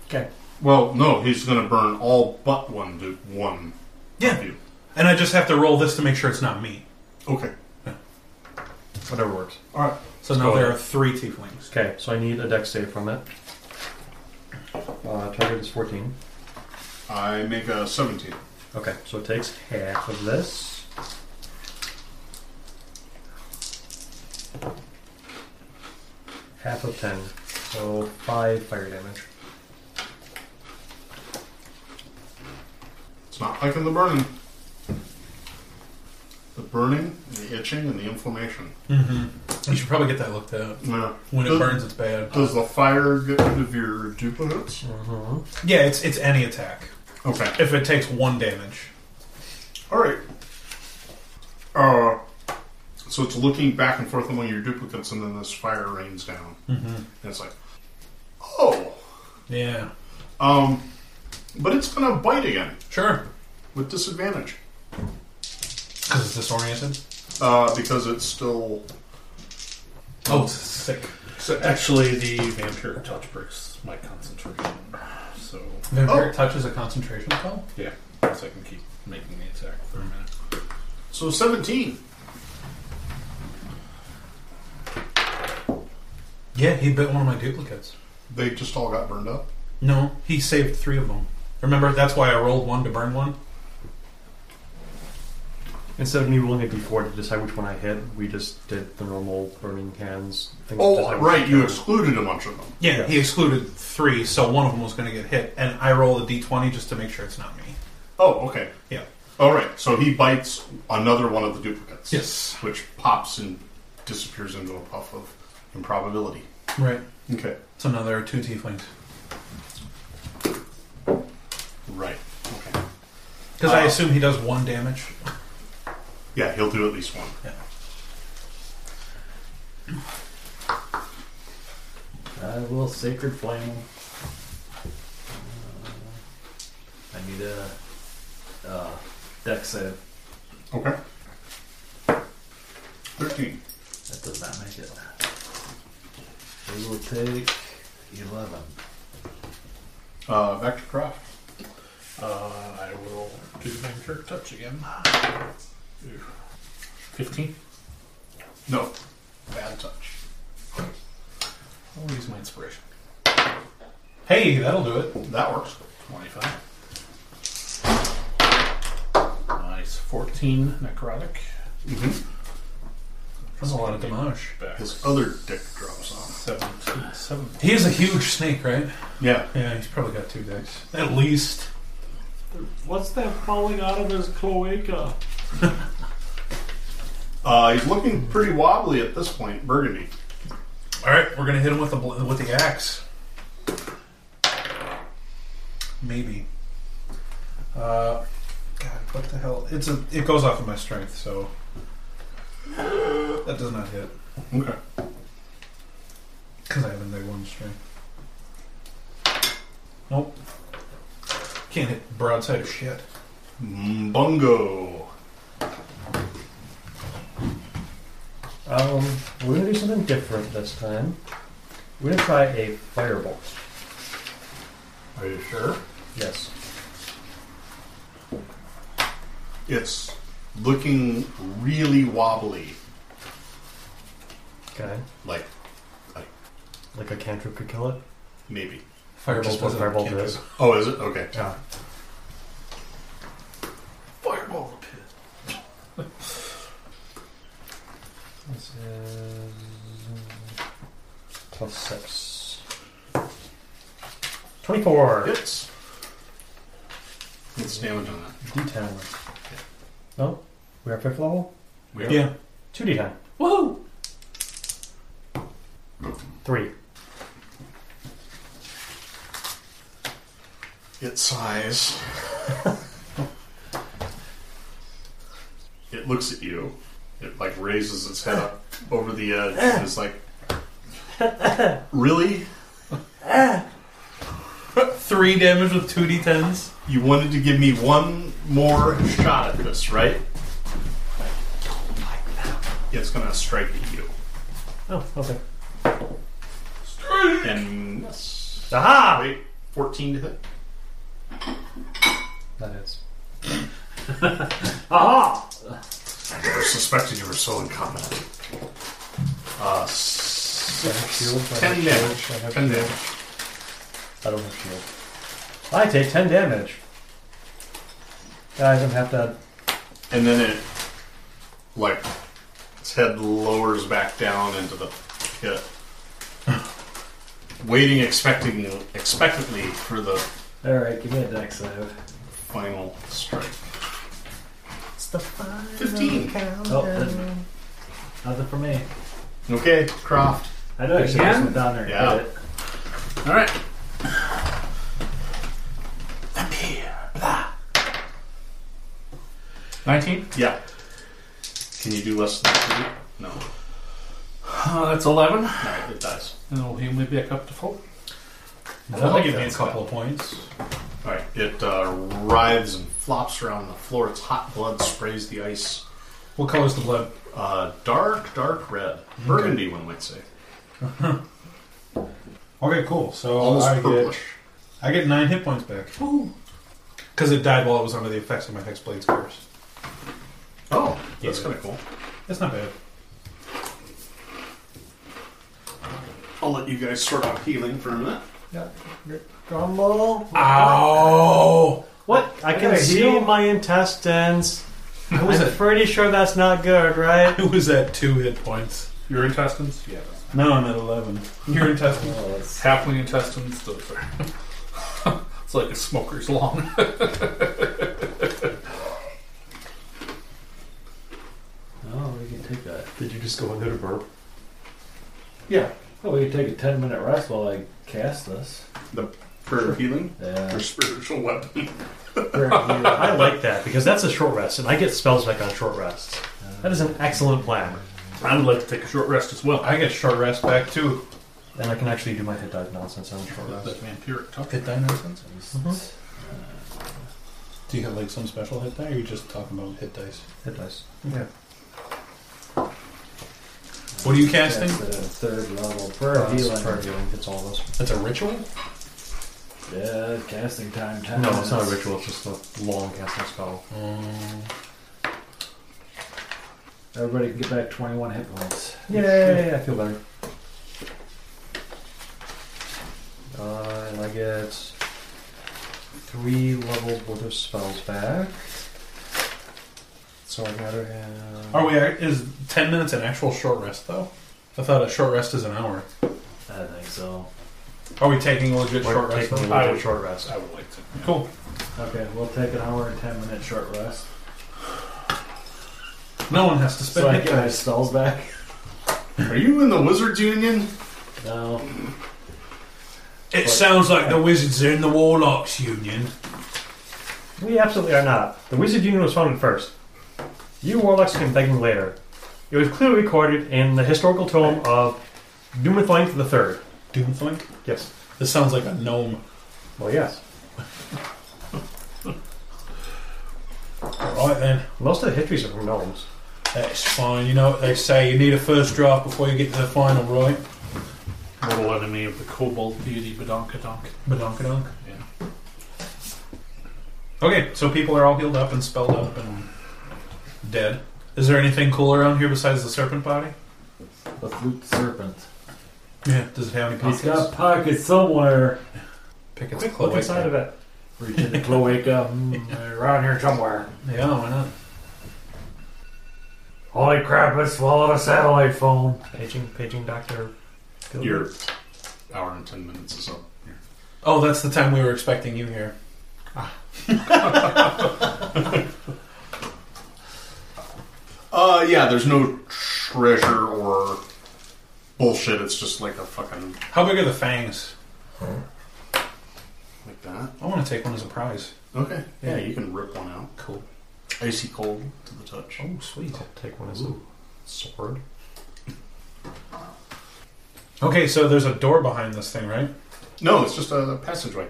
Speaker 7: Okay.
Speaker 2: Well, no, he's going to burn all but one to one of
Speaker 6: Yeah,
Speaker 2: you.
Speaker 6: and I just have to roll this to make sure it's not me.
Speaker 2: Okay.
Speaker 3: Whatever works.
Speaker 2: All right.
Speaker 6: So now
Speaker 3: Go
Speaker 6: there are
Speaker 3: ahead.
Speaker 6: three tieflings.
Speaker 3: Okay, so I need a dex save from it. Uh, target is 14.
Speaker 2: I make a 17.
Speaker 3: Okay, so it takes half of this. Half of 10. So 5 fire damage.
Speaker 2: It's not liking the burning. The burning, the itching, and the inflammation.
Speaker 6: You should probably get that looked at.
Speaker 2: Yeah.
Speaker 6: When it
Speaker 2: Does-
Speaker 6: burns, it's bad.
Speaker 2: Does the fire get rid of your duplicates?
Speaker 6: Yeah, it's it's any attack.
Speaker 2: Okay.
Speaker 6: If it takes one damage.
Speaker 2: All right. Uh, so it's looking back and forth among your duplicates, and then this fire rains down. Mm-hmm. And it's like, oh,
Speaker 6: Yeah.
Speaker 2: um, but it's gonna bite again
Speaker 6: Sure.
Speaker 2: with disadvantage
Speaker 6: Because it's disoriented.
Speaker 2: uh, because it's still
Speaker 6: Oh, it's sick.
Speaker 1: So actually, the vampiric touch breaks my concentration. So Oh.
Speaker 6: Vampiric touch is a concentration spell.
Speaker 1: yeah, so I can keep making the attack for a minute.
Speaker 2: so seventeen.
Speaker 6: Yeah, he bit one of my duplicates.
Speaker 2: They just all got burned up.
Speaker 6: No, he saved three of them. Remember, that's why I rolled one to burn one.
Speaker 3: Instead of me rolling a d4 to decide which one I hit, we just did the normal burning hands thing. to
Speaker 2: Oh,
Speaker 3: decide which
Speaker 2: right, you
Speaker 3: one.
Speaker 2: excluded a bunch of them.
Speaker 6: Yeah,
Speaker 3: Yeah.
Speaker 6: he excluded three, so one of them was going to get hit, and I rolled a d20 just to make sure it's not me.
Speaker 2: Oh, okay.
Speaker 6: Yeah.
Speaker 2: All right, so he bites another one of the duplicates.
Speaker 6: Yes.
Speaker 2: which pops and disappears into a puff of improbability.
Speaker 6: Right.
Speaker 2: Okay.
Speaker 6: So now there are two tieflings.
Speaker 2: Right. Okay.
Speaker 6: Because I assume he does one damage.
Speaker 2: Yeah, he'll do at least one.
Speaker 6: Yeah.
Speaker 4: I will sacred flame him. Uh, I need a uh, deck save.
Speaker 2: Okay. 13.
Speaker 4: That does not make it. We will take eleven.
Speaker 2: Uh, back to craft.
Speaker 1: Uh, I will do the vampiric touch again. Fifteen.
Speaker 2: No. Bad touch.
Speaker 1: I'll use my inspiration.
Speaker 6: Hey, that'll do it.
Speaker 2: That works.
Speaker 1: Twenty-five. Nice. Fourteen necrotic.
Speaker 6: That's a lot of damage.
Speaker 1: Back.
Speaker 2: Mm-hmm. His other dick drops off.
Speaker 1: 17, 17,
Speaker 6: He is a huge snake, right?
Speaker 2: Yeah.
Speaker 6: Yeah, he's probably got two decks. At least.
Speaker 13: What's that falling out of his cloaca?
Speaker 2: Uh, he's looking pretty wobbly at this point, Burgundy.
Speaker 6: All right, we're gonna hit him with the bl- with the axe. Maybe. Uh, God, what the hell? It's a. It goes off of my strength, so that does not hit
Speaker 2: Okay.
Speaker 6: because I have a negative one strength. Nope. Can't hit broadside of shit.
Speaker 2: Bungo.
Speaker 3: Um, we're gonna do something different this time. We're gonna try a firebolt.
Speaker 2: Are you sure?
Speaker 3: Yes.
Speaker 2: It's looking really wobbly.
Speaker 3: Okay.
Speaker 2: Like,
Speaker 3: Like a cantrip could kill it?
Speaker 2: maybe.
Speaker 3: Which is what
Speaker 6: Firebolt doesn't
Speaker 3: firebolt
Speaker 6: can't
Speaker 3: is.
Speaker 6: do
Speaker 2: Oh, is it? Okay.
Speaker 3: Yeah.
Speaker 1: Fireball the pit.
Speaker 3: This is plus six. Twenty-four.
Speaker 2: Hits. What's damage on that?
Speaker 3: D10. No, we are fifth level.
Speaker 2: We are-
Speaker 6: Yeah.
Speaker 3: Two D10.
Speaker 11: Whoa!
Speaker 3: Three.
Speaker 2: It sighs. it looks at you. It like raises its head up over the edge and is like, really?
Speaker 11: Three damage with two d10s.
Speaker 2: You wanted to give me one more shot at this, right? It's gonna strike at you.
Speaker 3: Oh, okay.
Speaker 2: And
Speaker 3: Aha!
Speaker 2: wait, fourteen to hit.
Speaker 3: That is.
Speaker 2: I never suspected you were so incompetent. Uh,
Speaker 3: shield, I
Speaker 2: six,
Speaker 3: have
Speaker 2: ten
Speaker 3: shield,
Speaker 2: damage.
Speaker 3: I have
Speaker 2: Ten
Speaker 3: shield.
Speaker 2: damage.
Speaker 3: I don't have shield. I take ten damage. I don't have to.
Speaker 2: And then it, like, its head lowers back down into the pit, waiting expecting expectantly for the
Speaker 4: All right, give me a deck save.
Speaker 2: final strike.
Speaker 4: It's the final
Speaker 2: Fifteen.
Speaker 4: Oh, doesn't- nothing for me.
Speaker 2: Okay, Croft.
Speaker 4: I know I should have
Speaker 1: Again?
Speaker 4: went down there and
Speaker 2: Yeah.
Speaker 4: hit it.
Speaker 2: All right.
Speaker 11: Nineteen.
Speaker 2: Yeah. Can you do less than three? No. All
Speaker 11: Uh, that's eleven.
Speaker 2: right, it dies.
Speaker 11: And it'll heal me back up to full.
Speaker 6: That'll give me a
Speaker 2: That's
Speaker 6: couple of points.
Speaker 2: All right. It uh, writhes and flops around the floor. Its hot blood sprays the ice.
Speaker 6: What color is the blood?
Speaker 2: Uh, dark, dark red. Burgundy, one might say.
Speaker 6: Okay, cool. So
Speaker 2: Almost
Speaker 6: I
Speaker 2: purplish.
Speaker 6: get I get nine hit points back. Because it died while it was under the effects of my hexblade's curse.
Speaker 2: Oh, that's
Speaker 6: Yeah.
Speaker 2: kind of cool.
Speaker 6: That's not bad.
Speaker 2: I'll let you guys sort out healing for a minute.
Speaker 3: Grumble.
Speaker 6: Ow!
Speaker 3: What? I can
Speaker 4: gotta
Speaker 3: see
Speaker 4: heal.
Speaker 3: my intestines.
Speaker 6: I was
Speaker 3: I'm
Speaker 6: at
Speaker 3: pretty sure that's not good, right?
Speaker 6: I was at two hit points.
Speaker 1: Your intestines? Yeah.
Speaker 6: No, I'm at eleven. Your intestines.
Speaker 4: Oh, it's-
Speaker 1: Halfling intestines, those are. it's like a smoker's lung.
Speaker 4: oh, we can take that.
Speaker 3: Did you just go in there to burp?
Speaker 4: Oh, we can take a ten minute rest while I cast this.
Speaker 2: For healing? For
Speaker 4: Yeah.
Speaker 2: spiritual weapon.
Speaker 3: I like that because that's a short rest, and I get spells back on short rests.
Speaker 4: Uh,
Speaker 3: That is an excellent plan,
Speaker 1: I would like to take a short rest as well.
Speaker 6: I get short rest back too.
Speaker 3: and I can actually do my hit dive now since I'm on short
Speaker 1: The
Speaker 3: rest.
Speaker 1: vampiric tuck.
Speaker 6: Hit die nonsense? Do you have like some special hit die, or are you just talking about hit dice?
Speaker 3: Hit dice.
Speaker 6: What are you casting?
Speaker 4: Cast it at third level. Prayer
Speaker 3: For
Speaker 4: of healing.
Speaker 3: healing, it's all of us.
Speaker 6: That's a ritual.
Speaker 4: Yeah, casting time. Ten
Speaker 3: No, it's not a
Speaker 4: minutes.
Speaker 3: ritual. It's just a long casting spell.
Speaker 6: Mm.
Speaker 4: Everybody can get back twenty one hit points.
Speaker 3: Yay! I feel better. Uh, and I get three level worth of spells back. So I gotta have.
Speaker 6: Are we? Is ten minutes an actual short rest though? I thought a short rest is an hour.
Speaker 4: I don't think so.
Speaker 6: Are we taking a legit
Speaker 3: We're
Speaker 6: short rest?
Speaker 3: taking a
Speaker 6: though?
Speaker 3: legit
Speaker 6: I would-
Speaker 3: short rest.
Speaker 1: I would like to.
Speaker 6: Cool.
Speaker 4: Okay, we'll take an hour and ten minute short rest.
Speaker 6: No one has to
Speaker 4: So I
Speaker 6: spend.
Speaker 4: get my spells back.
Speaker 2: Are you in the Wizards Union?
Speaker 4: No.
Speaker 6: it sounds like the wizards are in the warlocks union.
Speaker 3: We absolutely are not. The Wizard Union was founded first. You warlocks can beg me later. It was clearly recorded in the historical tome of Dumathointh the Third.
Speaker 6: Doomflink.
Speaker 3: Yes.
Speaker 6: This sounds like a gnome.
Speaker 3: Well, yes.
Speaker 6: All right then.
Speaker 3: Most of the histories are from gnomes.
Speaker 6: That's fine. You know what they say. You need a first draft before you get to the final, right?
Speaker 1: Mortal enemy of the kobold deity Badonkadonk.
Speaker 6: Badonkadonk.
Speaker 1: Yeah.
Speaker 6: Okay, so people are all healed up and spelled up and dead. Is there anything cool around here besides the serpent body?
Speaker 4: The flute serpent.
Speaker 6: Yeah. Does it have any
Speaker 4: He's
Speaker 6: pockets?
Speaker 4: got pockets somewhere.
Speaker 6: Pick its
Speaker 7: Quick, look
Speaker 6: cloaca.
Speaker 7: inside of it.
Speaker 4: Reach in the cloaca. Mm, around here somewhere.
Speaker 6: Yeah, why not?
Speaker 4: Holy crap, I swallowed a satellite phone.
Speaker 7: Paging, paging Dr. Gilbert.
Speaker 2: Your hour and ten minutes is up.
Speaker 6: Oh, that's the time we were expecting you here.
Speaker 2: Uh, yeah, there's no treasure or bullshit. It's just like a fucking
Speaker 6: How big are the fangs?
Speaker 2: like that.
Speaker 6: I want to take one as a prize.
Speaker 2: Okay. Yeah, you can rip one out.
Speaker 6: Cool.
Speaker 2: Icy cold to the touch.
Speaker 6: Oh, sweet.
Speaker 3: I'll take one as a sword.
Speaker 6: Okay, so there's a door behind this thing, right?
Speaker 2: No, it's just a passageway.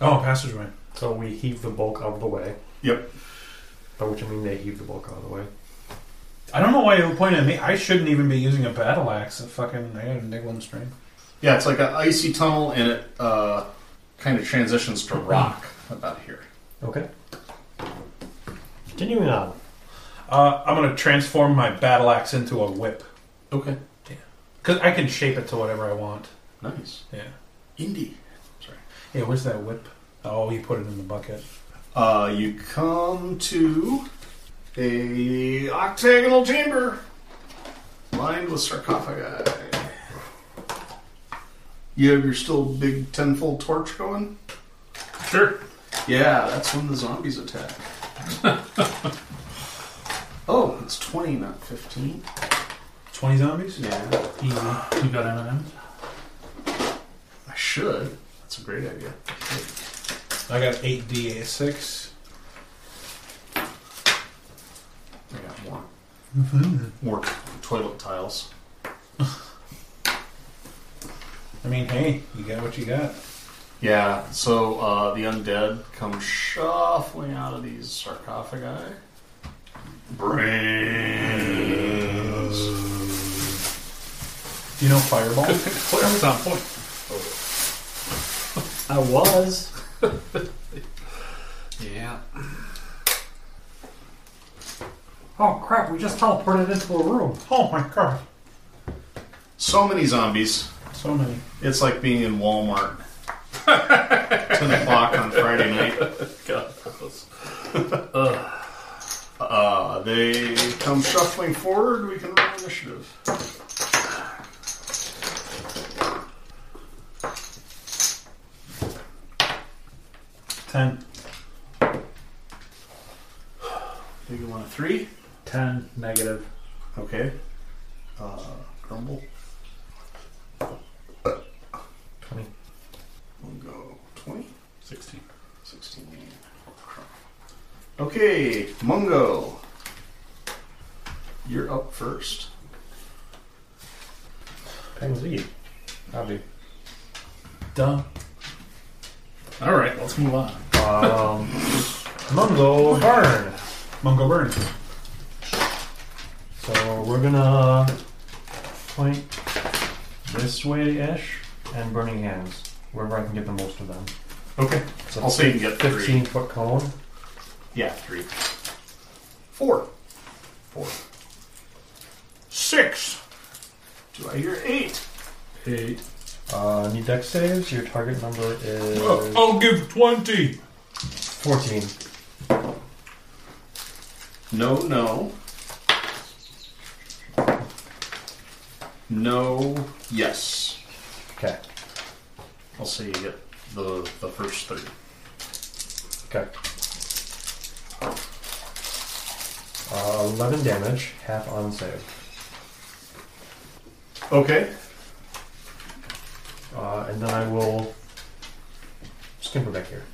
Speaker 6: Oh, passageway.
Speaker 3: So we heave the bulk out of the way.
Speaker 2: Yep.
Speaker 3: By which I mean they heave the bulk out of the way.
Speaker 6: I don't know why you were pointing at me. I shouldn't even be using a battle axe. It fucking, I got a nickel and string.
Speaker 2: Yeah, it's like an icy tunnel, and it uh, kind of transitions to rock about here.
Speaker 3: Okay. Continuing on.
Speaker 6: Uh, I'm gonna transform my battle axe into a whip
Speaker 2: Okay.
Speaker 6: because I can shape it to whatever I want.
Speaker 2: Nice.
Speaker 6: Yeah.
Speaker 2: Indie.
Speaker 6: Yeah. Where's that whip? Oh, you put it in the bucket.
Speaker 2: Uh, you come to a octagonal chamber lined with sarcophagi. You have your still big tenfold torch going?
Speaker 1: Sure.
Speaker 2: Yeah, that's when the zombies attack. oh, it's 20, not 15.
Speaker 6: Twenty zombies.
Speaker 2: Yeah,
Speaker 11: Easy. You got M&M's?
Speaker 2: I should. That's a great idea.
Speaker 6: I got eight d six.
Speaker 2: I got more. More toilet tiles.
Speaker 6: I mean, hey, you got what you got.
Speaker 2: Yeah, so uh, the undead come shuffling out of these sarcophagi. Brains.
Speaker 6: Do you know fireball?
Speaker 1: That's on point.
Speaker 4: I was.
Speaker 1: Yeah.
Speaker 13: Oh crap, we just teleported into a room.
Speaker 6: oh my god,
Speaker 2: So many zombies.
Speaker 6: so many.
Speaker 2: It's like being in Walmart. 10 o'clock on Friday night.
Speaker 1: God. that's-
Speaker 2: Uh, they come shuffling forward. We can roll initiative.
Speaker 6: Ten.
Speaker 2: Think you want a three?
Speaker 4: Ten negative.
Speaker 2: Okay. Uh, grumble.
Speaker 3: 20.
Speaker 2: We'll go 20,
Speaker 1: 16.
Speaker 2: 16. Okay, Mungo. You're up first.
Speaker 3: Penguins eat.
Speaker 11: I'll be.
Speaker 6: Duh.
Speaker 1: All right, let's move on.
Speaker 3: Um, Mungo burn.
Speaker 6: Mungo burn.
Speaker 3: So we're gonna point this way ish and burning hands, wherever I can get the most of them.
Speaker 2: Okay.
Speaker 3: So
Speaker 2: I'll say you can get three.
Speaker 3: 15 foot cone.
Speaker 2: Yeah, three. Four. Four. Six. Do I hear eight?
Speaker 1: Eight.
Speaker 3: Uh, need deck saves. Your target number is
Speaker 1: I'll give 20.
Speaker 3: 14.
Speaker 2: No, no. No, yes.
Speaker 3: Okay.
Speaker 2: I'll say you get the, the first three.
Speaker 3: Okay. Uh, 11 damage, half on save.
Speaker 2: Okay.
Speaker 3: Uh, and then I will skimper back here.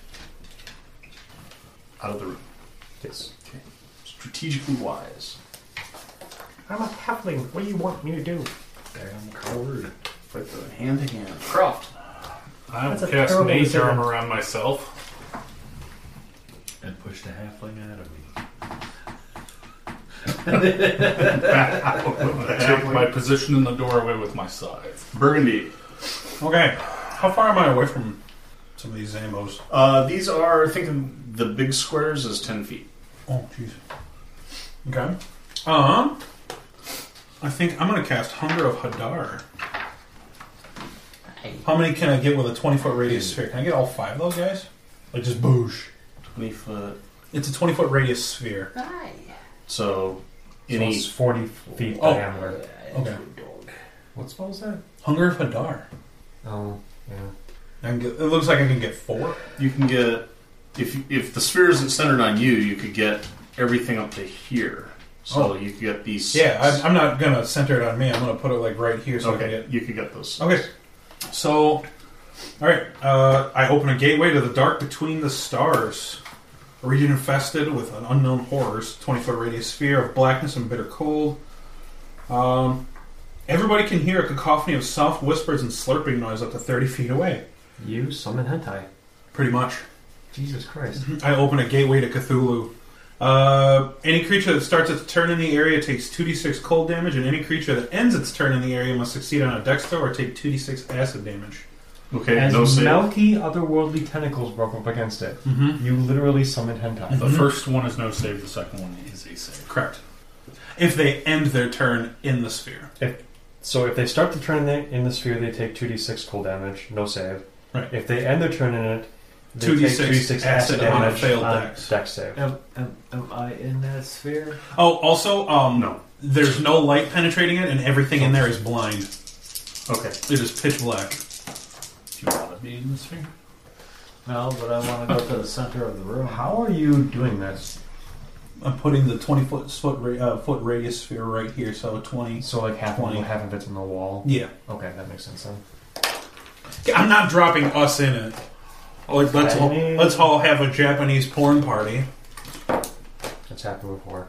Speaker 2: Out of the room.
Speaker 3: Yes.
Speaker 2: Strategically wise.
Speaker 3: I'm a halfling. What do you want me to do?
Speaker 4: Damn coward.
Speaker 2: With the hand to hand. Croft.
Speaker 1: I
Speaker 3: That's
Speaker 1: will
Speaker 3: a
Speaker 1: cast
Speaker 3: terrible
Speaker 1: mage
Speaker 3: decision.
Speaker 1: armor on myself.
Speaker 4: And pushed a halfling out of me.
Speaker 1: Take my position in the doorway with my scythe.
Speaker 2: Burgundy.
Speaker 6: Okay. How far am I away from some of these zambos?
Speaker 2: Uh, these are, I think of the big squares as 10 feet.
Speaker 6: Oh, jeez. Okay. Uh huh. Um, I think I'm going to cast Hunger of Hadar. How many can I get with a 20 foot radius sphere? Can I get all five of those guys? Like just boosh.
Speaker 2: 20 foot.
Speaker 6: It's a 20 foot radius sphere.
Speaker 2: So,
Speaker 3: So
Speaker 2: any.
Speaker 3: it's 40 feet
Speaker 6: Oh.
Speaker 3: diameter.
Speaker 6: Okay.
Speaker 3: What spell is that?
Speaker 6: Hunger of Hadar.
Speaker 3: Oh, yeah.
Speaker 6: I can get, it looks like I can get four.
Speaker 2: You can get if if the sphere isn't centered on you, you could get everything up to here. So you could get these.
Speaker 6: Yeah, I, I'm not going to center it on me. I'm going to put it like right here so I
Speaker 2: okay,
Speaker 6: can
Speaker 2: you could get those.
Speaker 6: get. Okay. So, all right. Uh, I open a gateway to the dark between the stars. A region infested with an unknown horrors, 20 foot radius sphere of blackness and bitter cold. Um, everybody can hear a cacophony of soft whispers and slurping noise up to 30 feet away.
Speaker 3: You summon hentai.
Speaker 6: Pretty much.
Speaker 3: Jesus Christ.
Speaker 6: I open a gateway to Cthulhu. Uh, any creature that starts its turn in the area takes 2d6 cold damage, and any creature that ends its turn in the area must succeed on a dex throw or take 2d6 acid damage.
Speaker 2: Okay,
Speaker 3: As
Speaker 2: no save.
Speaker 3: milky otherworldly tentacles broke up against it,
Speaker 6: Mm-hmm.
Speaker 3: you literally summoned hentai.
Speaker 1: The first one is no save, the second one is a save.
Speaker 6: Correct. If they end their turn in the sphere.
Speaker 3: So if they start the turn in the, in the sphere, they take 2d6 cold damage, no save.
Speaker 6: Right.
Speaker 3: If they end their turn in it, they
Speaker 6: 2d6
Speaker 3: take 2d6
Speaker 6: acid on a
Speaker 3: damage
Speaker 6: failed
Speaker 3: on
Speaker 6: dex.
Speaker 3: dex save.
Speaker 4: Am, am, am I in that sphere?
Speaker 6: Oh, also, um,
Speaker 2: No.
Speaker 6: there's no light penetrating it, and everything in there is blind.
Speaker 2: Okay.
Speaker 6: It is pitch black.
Speaker 1: Do you want to be in this sphere?
Speaker 4: No, but I want to go to the center of the room.
Speaker 3: How are you doing this?
Speaker 6: I'm putting the 20 foot, foot, ra- uh, foot radius sphere right here, so 20.
Speaker 3: So like half
Speaker 6: Twenty.
Speaker 3: of half of it's in the wall.
Speaker 6: Yeah.
Speaker 3: Okay, that makes sense then.
Speaker 6: I'm not dropping us in it. Like let's all,
Speaker 3: Japanese.
Speaker 6: let's all have a Japanese porn party.
Speaker 3: It's happened before.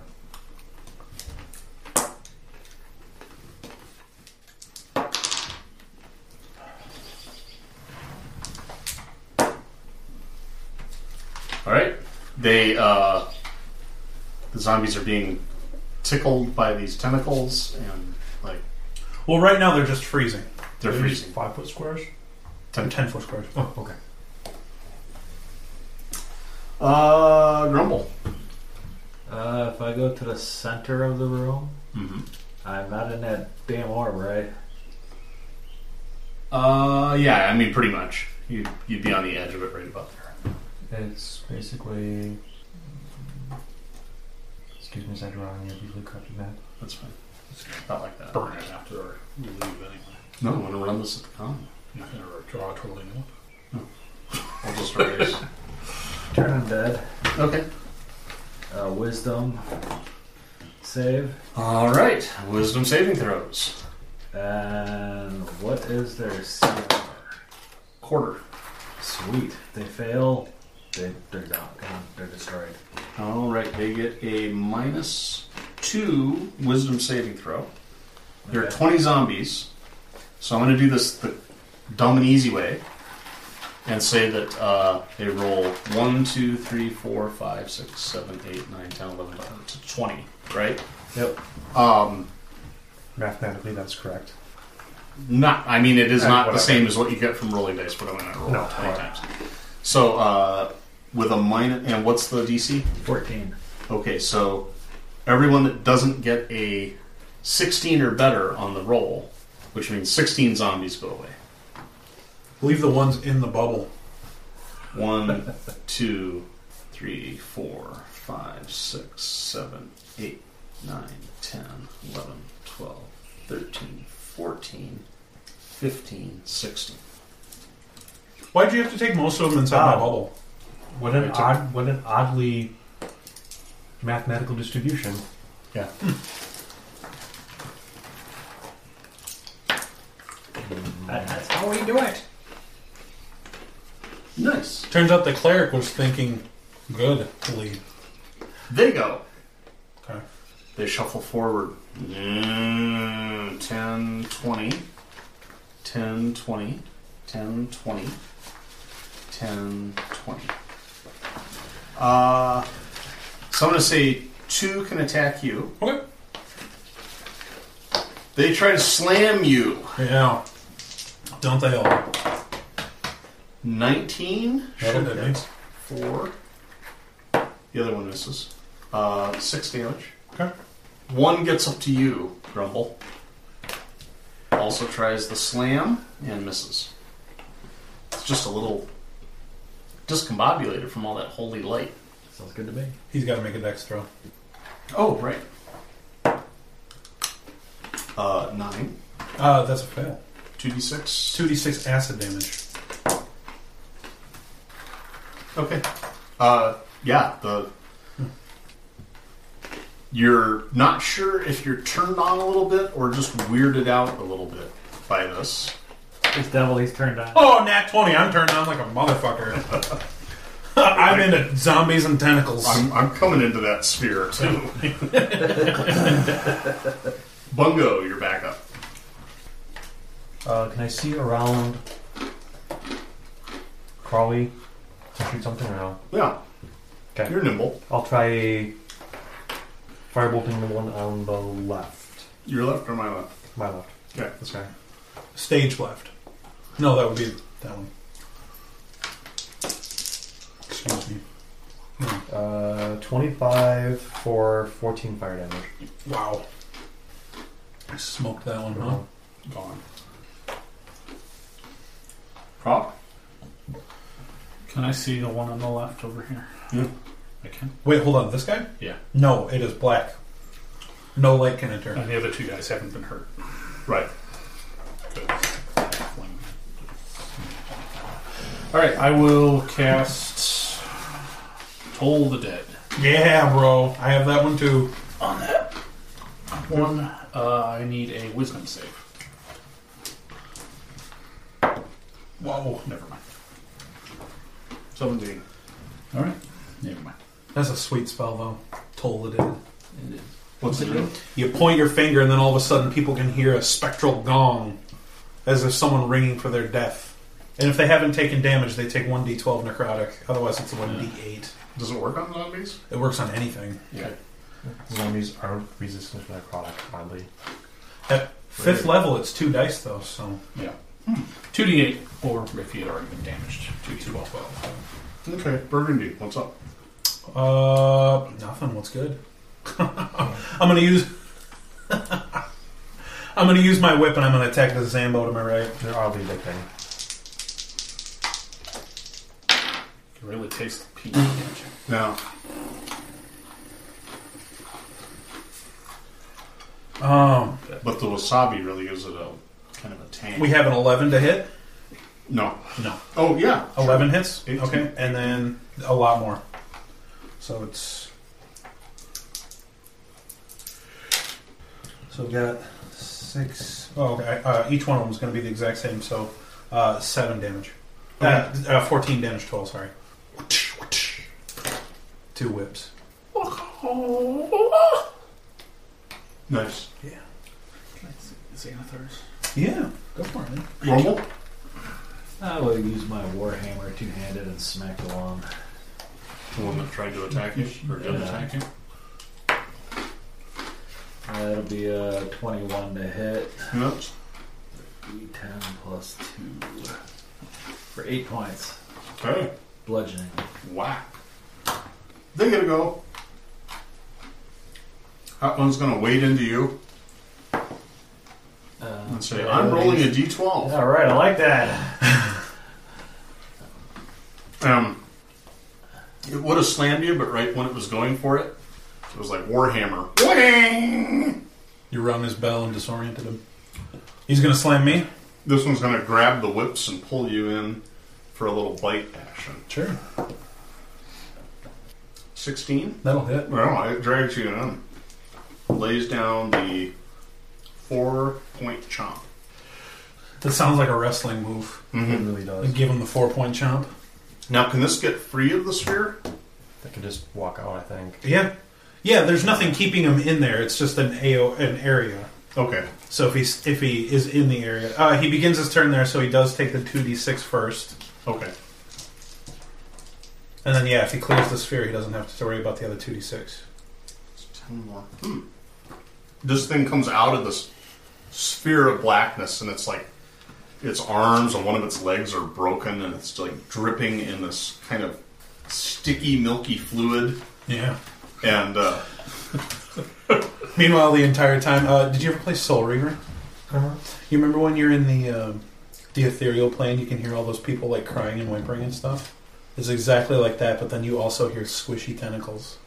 Speaker 2: All right. They uh, the zombies are being tickled by these tentacles, and like
Speaker 6: Well, right now they're just freezing.
Speaker 2: they're freezing.
Speaker 6: Five foot squares.
Speaker 2: Ten-
Speaker 6: ten foot squares.
Speaker 3: Oh, okay.
Speaker 2: Uh, grumble.
Speaker 4: Uh, if I go to the center of the room,
Speaker 2: Mm-hmm.
Speaker 4: I'm not in that damn orb, right?
Speaker 2: Uh, yeah. I mean, pretty much. You you'd be on the edge of it right about there.
Speaker 3: It's basically. Excuse me, is that wrong? Your blue copy map.
Speaker 2: That's fine. It's not like that.
Speaker 1: Burn it after we leave anyway.
Speaker 2: No, I'm gonna run this at the con.
Speaker 1: You're not going to draw a totally new one.
Speaker 2: I'll just erase.
Speaker 4: Turn undead.
Speaker 2: okay.
Speaker 4: Uh, wisdom. Save.
Speaker 2: All right. Wisdom saving throws.
Speaker 4: And what is their CR?
Speaker 2: Quarter.
Speaker 4: Sweet. They fail. They, they're gone. Gone. They're destroyed.
Speaker 2: All right. They get a minus two wisdom saving throw. There are
Speaker 4: Okay.
Speaker 2: 20 zombies, so I'm going to do this the dumb and easy way and say that uh, they roll 1, 2, 3, 4, 5, 6, 7, 8, 9, 10, 11, 12, to 20, right?
Speaker 4: Yep.
Speaker 2: Um,
Speaker 3: Mathematically, that's correct.
Speaker 2: not, I mean, it is
Speaker 3: Uh,
Speaker 2: not the
Speaker 3: whatever.
Speaker 2: same as what you get from rolling dice, but I'm going to roll
Speaker 3: No,
Speaker 2: 20
Speaker 3: alright.
Speaker 2: times. So, uh, with a minus, and what's the DC?
Speaker 4: 14.
Speaker 2: Okay, so everyone that doesn't get a 16 or better on the roll, which means 16 zombies go away.
Speaker 6: Leave the ones in the bubble.
Speaker 2: One, two, three, four, five, six, seven, eight, nine, ten, eleven, twelve, thirteen, fourteen, fifteen, sixteen.
Speaker 6: Why'd you have to take most of them inside my
Speaker 3: Wow.
Speaker 6: bubble?
Speaker 3: What an
Speaker 2: It's a-
Speaker 3: odd, what an oddly mathematical distribution.
Speaker 4: That- that's how we do it.
Speaker 2: Nice.
Speaker 6: Turns out the cleric was thinking, good lead.
Speaker 2: They go.
Speaker 6: Okay.
Speaker 2: They shuffle forward. Mm, 10, 20, 10, 20, 10, 20, 10, 20. Uh, so I'm going to say two can attack you.
Speaker 6: Okay.
Speaker 2: They try to slam you.
Speaker 6: Yeah. Don't they all?
Speaker 2: 19.
Speaker 6: That'll
Speaker 2: Should
Speaker 6: do.
Speaker 2: hit. Four. The other one misses. Uh, six damage.
Speaker 6: Okay.
Speaker 2: One gets up to you, Grumble. Also tries the slam and misses. It's just a little discombobulated from all that holy light.
Speaker 4: Sounds good to me.
Speaker 6: He's got to make a dex throw.
Speaker 2: Oh, right. Uh, nine.
Speaker 6: Uh, that's a fail.
Speaker 2: 2d6.
Speaker 6: 2d6 acid damage.
Speaker 2: Okay. Uh, yeah, the. You're not sure if you're turned on a little bit or just weirded out a little bit by this.
Speaker 13: It's devil, he's turned on.
Speaker 6: Oh, Nat 20. I'm turned on like a motherfucker. I'm into zombies and tentacles.
Speaker 2: I'm, I'm coming into that sphere too. Bungo, you're back up.
Speaker 3: Uh, can I see around Crawley to shoot something or no?
Speaker 2: Yeah.
Speaker 3: Okay.
Speaker 2: You're nimble.
Speaker 3: I'll try firebolting the one on the left.
Speaker 2: Your left or my left?
Speaker 3: My left.
Speaker 2: Okay.
Speaker 3: This guy.
Speaker 6: Stage left. No, that would be that one. Excuse me.
Speaker 3: Uh, 25 for 14 fire damage.
Speaker 6: Wow. I smoked that one,
Speaker 3: Uh-huh.
Speaker 6: huh?
Speaker 2: Gone. Prop?
Speaker 1: Can I see the one on the left over here?
Speaker 2: Yeah.
Speaker 1: I can.
Speaker 6: Wait, hold on. This guy?
Speaker 1: Yeah.
Speaker 6: No, it is black. No light can enter.
Speaker 1: And the other two guys haven't been hurt.
Speaker 2: Right.
Speaker 1: Good. Alright, I will cast Toll the Dead.
Speaker 6: Yeah, bro. I have that one too.
Speaker 1: On that one, uh, I need a wisdom save.
Speaker 6: Whoa.
Speaker 1: Never mind.
Speaker 2: 17.
Speaker 1: Alright. Never mind.
Speaker 6: That's a sweet spell, though. Toll it in.
Speaker 2: What's it do?
Speaker 6: You point your finger, and then all of a sudden, people can hear a spectral gong as if someone ringing for their death. And if they haven't taken damage, they take 1d12 necrotic. Otherwise, it's 1d8.
Speaker 2: Does it work on zombies?
Speaker 6: It works on anything.
Speaker 2: Yeah.
Speaker 3: Zombies aren't resistant to necrotic, oddly.
Speaker 6: At fifth level, it's two dice, though, so.
Speaker 1: Yeah. 2d8, or if he had already been damaged, 2d12.
Speaker 2: Okay. Burgundy, what's up?
Speaker 6: Uh, nothing. What's good? I'm gonna use. I'm gonna use my whip and I'm gonna attack the Zambo to my right.
Speaker 3: They're oddly addicting.
Speaker 1: You can really taste the pee, can't you?
Speaker 2: No.
Speaker 6: Um,
Speaker 2: But the wasabi really gives it a kind of a tang.
Speaker 6: we have an 11 to hit.
Speaker 2: no.
Speaker 6: No,
Speaker 2: Oh, yeah.
Speaker 6: 11 hits.
Speaker 2: Eighteen.
Speaker 6: Okay, and then a lot more. So it's. So we got six. Oh, okay. Uh, each one of them is going to be the exact same. So uh, seven damage. Uh, uh, Fourteen damage total. Sorry. Two whips.
Speaker 2: Nice.
Speaker 1: Xanathars.
Speaker 6: Yeah, go for it. Man.
Speaker 2: Grumble?
Speaker 4: I will use my warhammer two handed and smack along.
Speaker 2: The one that tried to attack you? Or did
Speaker 4: Yeah.
Speaker 2: attack you?
Speaker 4: That'll Uh, be a 21 to hit.
Speaker 2: No.
Speaker 4: D10 plus 2. For 8 points.
Speaker 2: Okay.
Speaker 4: Bludgeoning.
Speaker 2: Whack. They gotta go. That one's gonna wade into you
Speaker 4: Uh,
Speaker 2: and say, I'm rolling a d12.
Speaker 4: Alright, I like that.
Speaker 2: Um, it would have slammed you, but right when it was going for it, it was like Warhammer. Whang!
Speaker 6: You rung his bell and disoriented him. He's going to slam me.
Speaker 2: This one's gonna grab the whips and pull you in for a little bite action.
Speaker 6: Sure,
Speaker 2: 16?
Speaker 6: that'll hit.
Speaker 2: Well, it drags you in. Lays down the four point chomp.
Speaker 6: That sounds like a wrestling move.
Speaker 3: It really does.
Speaker 6: Like give him the four point chomp.
Speaker 2: Now, can this get free of the sphere?
Speaker 3: They can just walk out, I think.
Speaker 6: Yeah, yeah. There's nothing keeping him in there. It's just an AO, an area.
Speaker 2: Okay.
Speaker 6: So if he's if he is in the area, uh, he begins his turn there. So he does take the two d six first,
Speaker 2: Okay.
Speaker 6: and then yeah, if he clears the sphere, he doesn't have to worry about the other two d six.
Speaker 2: It's ten more. Hmm. This thing comes out of this sphere of blackness, and it's like its arms and one of its legs are broken, and it's like dripping in this kind of sticky, milky fluid.
Speaker 6: Yeah.
Speaker 2: And uh,
Speaker 6: Meanwhile, the entire time, uh, did you ever play Soul Reaver?
Speaker 7: Uh-huh.
Speaker 6: You remember when you're in the um the ethereal plane, you can hear all those people like crying and whimpering and stuff. It's exactly like that, but then you also hear squishy tentacles.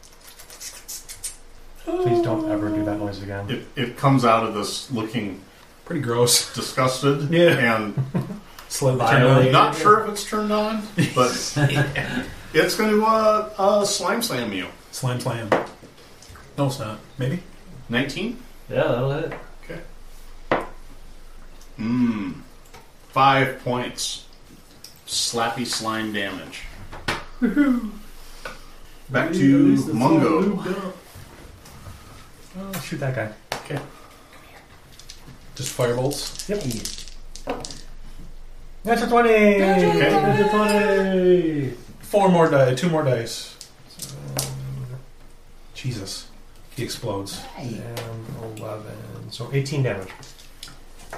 Speaker 3: Please don't ever do that noise again.
Speaker 2: It, it comes out of this looking
Speaker 6: Pretty gross.
Speaker 2: disgusted
Speaker 6: Yeah.
Speaker 2: and
Speaker 6: Slightly turned on.
Speaker 2: I'm not sure if it's turned on, but it's going to uh, uh, slime slam you.
Speaker 6: Slam slam. No, it's not. Maybe.
Speaker 2: 19?
Speaker 4: Yeah, that'll hit.
Speaker 2: Mmm. Five points. Slappy slime damage. Back to Mungo.
Speaker 3: Oh, shoot that guy.
Speaker 6: Just firebolts.
Speaker 3: Yep. Natural 20!
Speaker 2: Okay.
Speaker 3: Natural 20!
Speaker 6: Four more die. Two more dice. Jesus. He explodes.
Speaker 3: And 11. So 18 damage.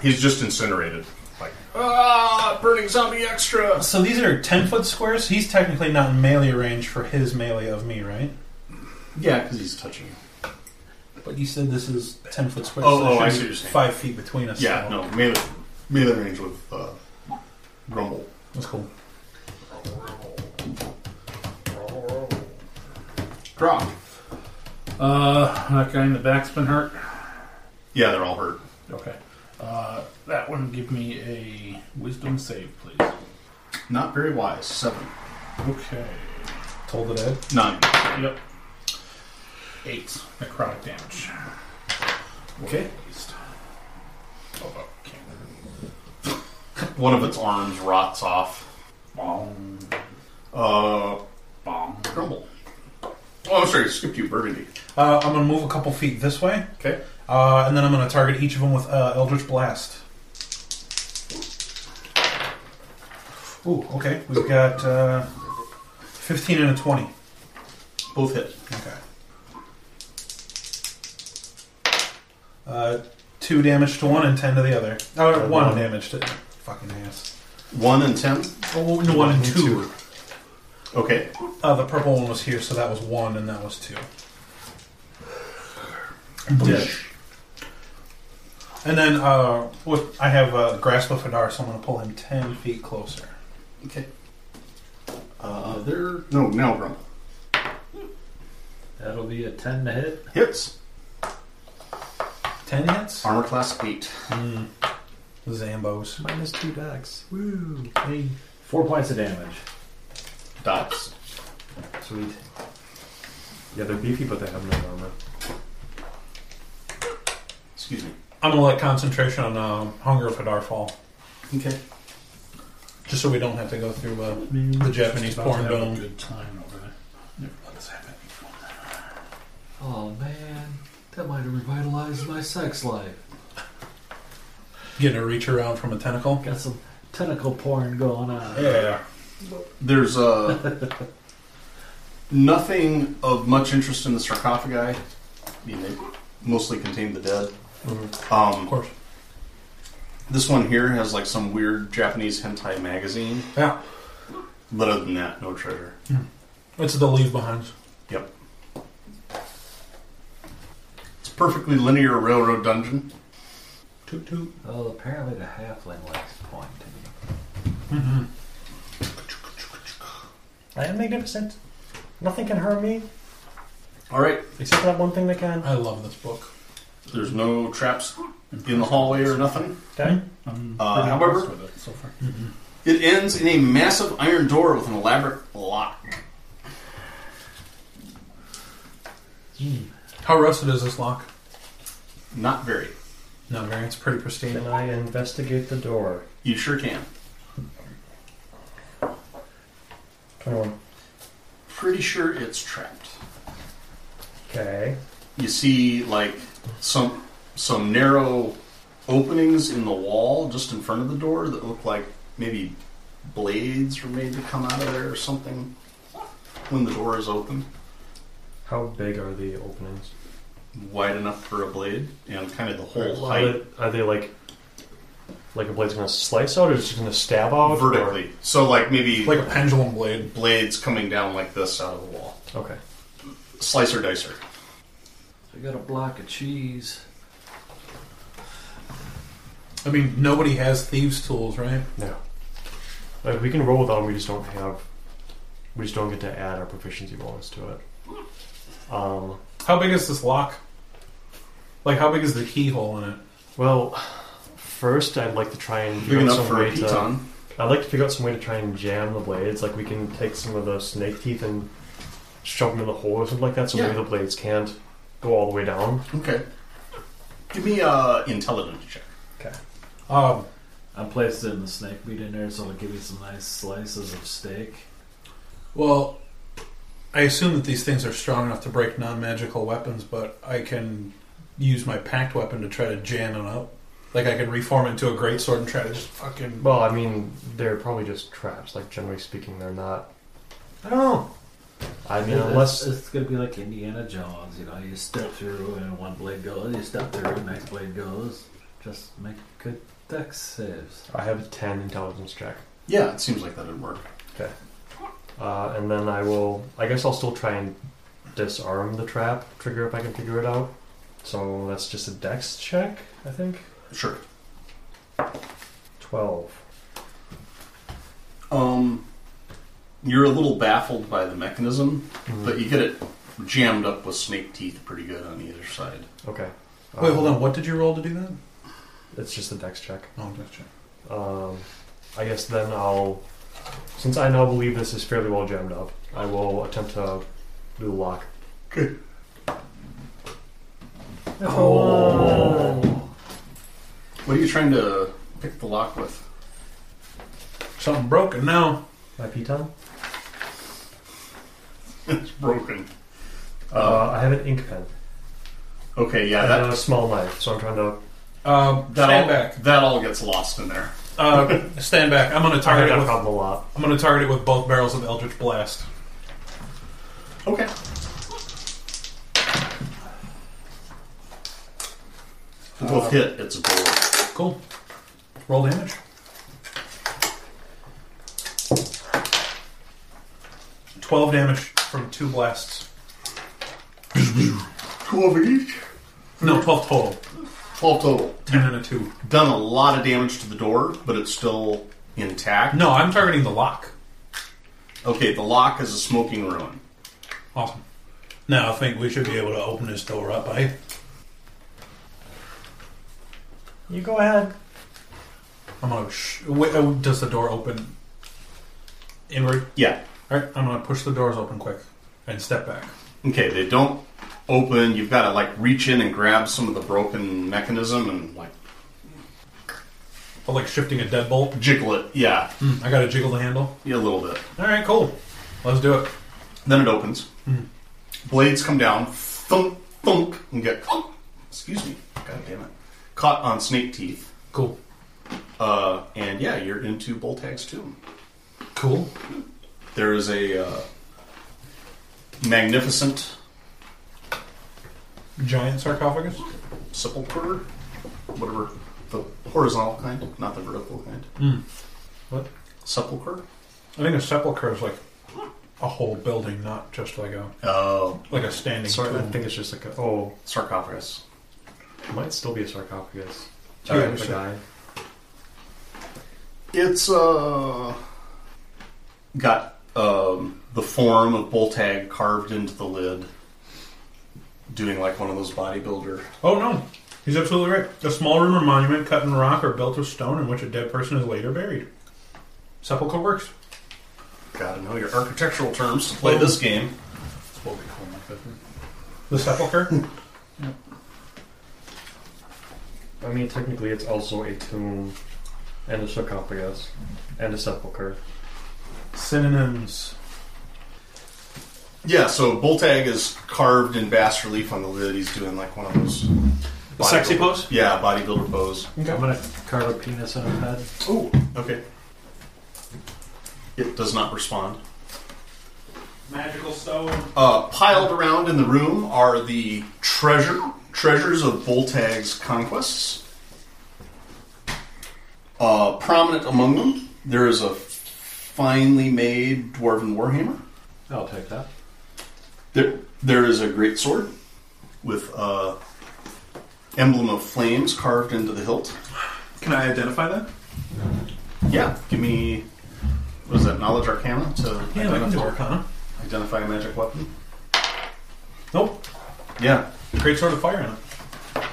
Speaker 2: He's just incinerated. Like, ah, burning zombie extra.
Speaker 6: Uh, So these are ten foot squares. He's technically not in melee range for his melee of me, right?
Speaker 2: Yeah, because he's touching you.
Speaker 6: But you said this is ten foot squares.
Speaker 2: Oh,
Speaker 6: so there
Speaker 2: oh, I
Speaker 6: should
Speaker 2: see
Speaker 6: be
Speaker 2: what you're saying.
Speaker 6: Five feet between us.
Speaker 2: Yeah,
Speaker 6: so
Speaker 2: no, melee, melee range with uh, Grumble.
Speaker 6: that's cool.
Speaker 2: Drop.
Speaker 1: Uh, that guy in the back's been hurt.
Speaker 2: Yeah, they're all hurt.
Speaker 1: Okay. Uh, that one give me a wisdom save, please.
Speaker 2: Not very wise. Seven.
Speaker 1: Okay.
Speaker 6: Told it Ed.
Speaker 2: Nine.
Speaker 1: Yep. Eight necrotic damage.
Speaker 2: Okay.
Speaker 1: Least. Although, can't
Speaker 2: One of its arms rots off.
Speaker 1: Bomb.
Speaker 2: Uh,
Speaker 1: Bomb.
Speaker 2: Grumble. Oh, I'm sorry, I skipped you, Burgundy.
Speaker 6: Uh, I'm gonna move a couple feet this way,
Speaker 2: Okay.
Speaker 6: uh, and then I'm gonna target each of them with uh, Eldritch Blast. Ooh, okay. We've got uh, 15 and a 20.
Speaker 2: Both hit.
Speaker 6: Okay. Uh, two damage to one and ten to the other. Oh, one
Speaker 3: one.
Speaker 6: damage to fucking ass.
Speaker 2: One and ten.
Speaker 6: Oh, no, one and two.
Speaker 2: Okay.
Speaker 6: Uh, the purple one was here, so that was one, and that was two. And then uh, with, I have uh, grasp of Hadar, so I'm going to pull him ten feet closer.
Speaker 2: Okay. Uh, they're no now grumble
Speaker 4: That'll be a 10 to hit.
Speaker 2: hits
Speaker 6: Ten hits.
Speaker 2: armor class eight.
Speaker 6: Mm. Zambos.
Speaker 3: Minus 2 dex. Woo!
Speaker 6: Hey.
Speaker 4: Four points of damage.
Speaker 2: Dots.
Speaker 3: Sweet. Yeah, they're beefy, but they have no armor.
Speaker 2: Excuse me.
Speaker 6: I'm going to let concentration on uh, hunger of Hadar fall,
Speaker 2: Okay.
Speaker 6: just so we don't have to go through uh, the Japanese
Speaker 1: About to
Speaker 6: porn
Speaker 1: have a
Speaker 6: dome.
Speaker 1: good time over there. Never let this happen.
Speaker 4: Oh man, that might have revitalized my sex life.
Speaker 6: Getting a reach around from a tentacle.
Speaker 4: Got some tentacle porn going on.
Speaker 6: Yeah.
Speaker 2: There's uh nothing of much interest in the sarcophagi. I mean, they mostly contain the dead.
Speaker 6: Of
Speaker 1: Mm-hmm.
Speaker 2: Um,
Speaker 6: course.
Speaker 2: this one here has like some weird Japanese hentai magazine,
Speaker 6: Yeah.
Speaker 2: but other than that, no treasure.
Speaker 6: It's the leave behinds.
Speaker 2: Yep. It's a perfectly linear railroad dungeon.
Speaker 6: Toot toot.
Speaker 4: Oh, apparently the halfling likes porn to me.
Speaker 3: I am magnificent. Nothing can harm me,
Speaker 2: All right.
Speaker 3: except for that one thing that can.
Speaker 6: I love this book.
Speaker 2: There's no traps in the hallway or nothing.
Speaker 3: Okay.
Speaker 1: I'm
Speaker 2: Uh,
Speaker 1: pretty
Speaker 2: however-
Speaker 1: impressed with it so far.
Speaker 2: It ends in a massive iron door with an elaborate lock.
Speaker 6: How rusted is this lock?
Speaker 2: Not very.
Speaker 6: No, very. It's pretty pristine.
Speaker 3: Can I investigate the door?
Speaker 2: You sure can.
Speaker 3: 21.
Speaker 2: Pretty sure it's trapped.
Speaker 3: Okay.
Speaker 2: You see like some some narrow openings in the wall just in front of the door that look like maybe blades were made to come out of there or something when the door is open.
Speaker 3: How big are the openings?
Speaker 2: Wide enough for a blade and kind of the whole
Speaker 3: Are
Speaker 2: height
Speaker 3: they, are they like like a blade's gonna slice out, or it's just gonna stab out? or-
Speaker 2: vertically. So like maybe
Speaker 6: Like a pendulum blade.
Speaker 2: blades coming down like this out of the wall.
Speaker 3: Okay.
Speaker 2: Slicer dicer.
Speaker 4: I got a block of cheese.
Speaker 6: I mean, nobody has thieves' tools, right?
Speaker 3: No. Like we can roll without them, we just don't have we just don't get to add our proficiency bonus to it. Um
Speaker 6: How big is this lock? Like, how big is the keyhole in it?
Speaker 3: well first I'd like to try and
Speaker 2: Big
Speaker 3: figure out
Speaker 2: enough
Speaker 3: some uh,
Speaker 2: for
Speaker 3: way
Speaker 2: a
Speaker 3: to
Speaker 2: piton.
Speaker 3: I'd like to figure out some way to try and jam the blades. Like we can take some of the snake teeth and shove them in the hole or something like that so
Speaker 2: Yeah.
Speaker 3: maybe the blades can't go all the way down.
Speaker 2: Okay. Give me a intelligence check.
Speaker 6: Um,
Speaker 4: I placed it in the snake meat in there, so it'll give you some nice slices of steak.
Speaker 6: well, I assume that these things are strong enough to break non-magical weapons, but I can use my packed weapon to try to jam it up. Like, I can reform it into a great sword and try to just fucking.
Speaker 3: Well, I mean, they're probably just traps. Like generally speaking, they're not.
Speaker 6: I don't know.
Speaker 3: I mean,
Speaker 4: It's-
Speaker 3: unless
Speaker 4: it's, gonna be like Indiana Jones, you know, you step through and one blade goes, you step through, next blade goes. Just make good dex saves.
Speaker 3: I have a ten intelligence check,
Speaker 2: Yeah, it seems like that would work.
Speaker 3: uh, and then I will. I guess I'll still try and disarm the trap trigger if I can figure it out. So that's just a dex check, I think.
Speaker 2: Sure.
Speaker 3: Twelve.
Speaker 2: Um, you're a little baffled by the mechanism, but you get it jammed up with snake teeth pretty good on either side.
Speaker 3: Okay.
Speaker 6: Wait, hold
Speaker 3: Um,
Speaker 6: on. What did you roll to do that?
Speaker 3: It's just a dex check.
Speaker 6: Oh, gotcha.
Speaker 3: Um, I guess then I'll, since I now believe this is fairly well jammed up, I will attempt to do the lock. Oh.
Speaker 2: What are you trying to pick the lock with?
Speaker 6: Something broken. No.
Speaker 3: My
Speaker 6: Uh-huh.
Speaker 3: piton.
Speaker 2: it's broken.
Speaker 3: Uh, I have an ink pen
Speaker 2: Okay, yeah,
Speaker 6: Uh,
Speaker 3: and
Speaker 2: that
Speaker 3: a small knife, so I'm trying to
Speaker 6: Um,
Speaker 2: that
Speaker 6: stand
Speaker 2: all
Speaker 6: back.
Speaker 2: that all gets lost in there.
Speaker 6: Uh, stand back. I'm gonna
Speaker 3: I
Speaker 6: target
Speaker 3: have that
Speaker 6: it with.
Speaker 3: problem a lot.
Speaker 6: I'm gonna target it with both barrels of Eldritch Blast.
Speaker 2: Okay. They both hit. It's a bore.
Speaker 6: Cool. Roll damage. Twelve damage from two blasts.
Speaker 2: Two over each.
Speaker 6: No, twelve total.
Speaker 2: Twelve total.
Speaker 6: Ten and a two.
Speaker 2: Done a lot of damage to the door, but it's still intact.
Speaker 6: No, I'm targeting the lock.
Speaker 2: Okay, the lock is a smoking ruin.
Speaker 6: Awesome. Now I think we should be able to open this door up, eh?
Speaker 3: You go ahead.
Speaker 6: I'm gonna. Sh- wait, oh, does the door open inward?
Speaker 2: Yeah.
Speaker 6: All right. I'm gonna push the doors open quick and step back.
Speaker 2: Okay, they don't open. You've got to like reach in and grab some of the broken mechanism and like
Speaker 6: Oh, like shifting a deadbolt.
Speaker 2: jiggle it. Yeah,
Speaker 6: Hmm, I gotta jiggle the handle.
Speaker 2: yeah, a little bit.
Speaker 6: All right, cool. Let's do it.
Speaker 2: Then it opens. Blades come down, thunk, thunk, and get excuse me, god damn it, caught on snake teeth.
Speaker 6: Cool.
Speaker 2: Uh, and yeah, you're into Boltag's tomb.
Speaker 6: Cool.
Speaker 2: There is a uh, magnificent
Speaker 6: Giant sarcophagus.
Speaker 2: sepulcher, whatever the horizontal kind, not the vertical kind.
Speaker 6: What?
Speaker 2: sepulcher?
Speaker 6: I think a sepulcher is like a whole building, not just like a
Speaker 2: Oh,
Speaker 6: like a standing.
Speaker 3: Sorry, I
Speaker 6: tomb.
Speaker 3: think it's just like a, oh,
Speaker 2: sarcophagus.
Speaker 3: it might still be a sarcophagus.
Speaker 6: All right,
Speaker 3: Type of
Speaker 6: sure.
Speaker 3: guy.
Speaker 2: It's uh got um, the form of Boltag carved into the lid, doing like one of those bodybuilder.
Speaker 6: Oh no, he's absolutely right. A small room or monument cut in rock or built of stone in which a dead person is laid or buried. Sepulcher works.
Speaker 2: Gotta know your architectural terms to play this game.
Speaker 6: That's what we call my bedroom. The sepulcher.
Speaker 3: I mean, technically, it's also a tomb and a sarcophagus and a sepulcher.
Speaker 6: Synonyms.
Speaker 2: Yeah, so Boltag is carved in bas relief on the lid. He's doing like one of those.
Speaker 6: sexy
Speaker 2: bodybuilder-
Speaker 6: pose?
Speaker 2: Yeah, bodybuilder pose.
Speaker 4: I'm gonna carve a penis in her head.
Speaker 2: Oh, okay. It does not respond.
Speaker 6: Magical stone.
Speaker 2: Uh, piled around in the room are the treasure treasures of Voltag's conquests. Uh, prominent among them, there is a finely made dwarven warhammer.
Speaker 4: I'll take that.
Speaker 2: There, there is a great sword with a emblem of flames carved into the hilt.
Speaker 6: Can I identify that?
Speaker 2: Yeah, give me what is that? Knowledge Arcana to
Speaker 6: Yeah, I can do Arcana.
Speaker 2: identify a magic weapon.
Speaker 6: Nope.
Speaker 2: Yeah,
Speaker 6: Great sword of fire on it.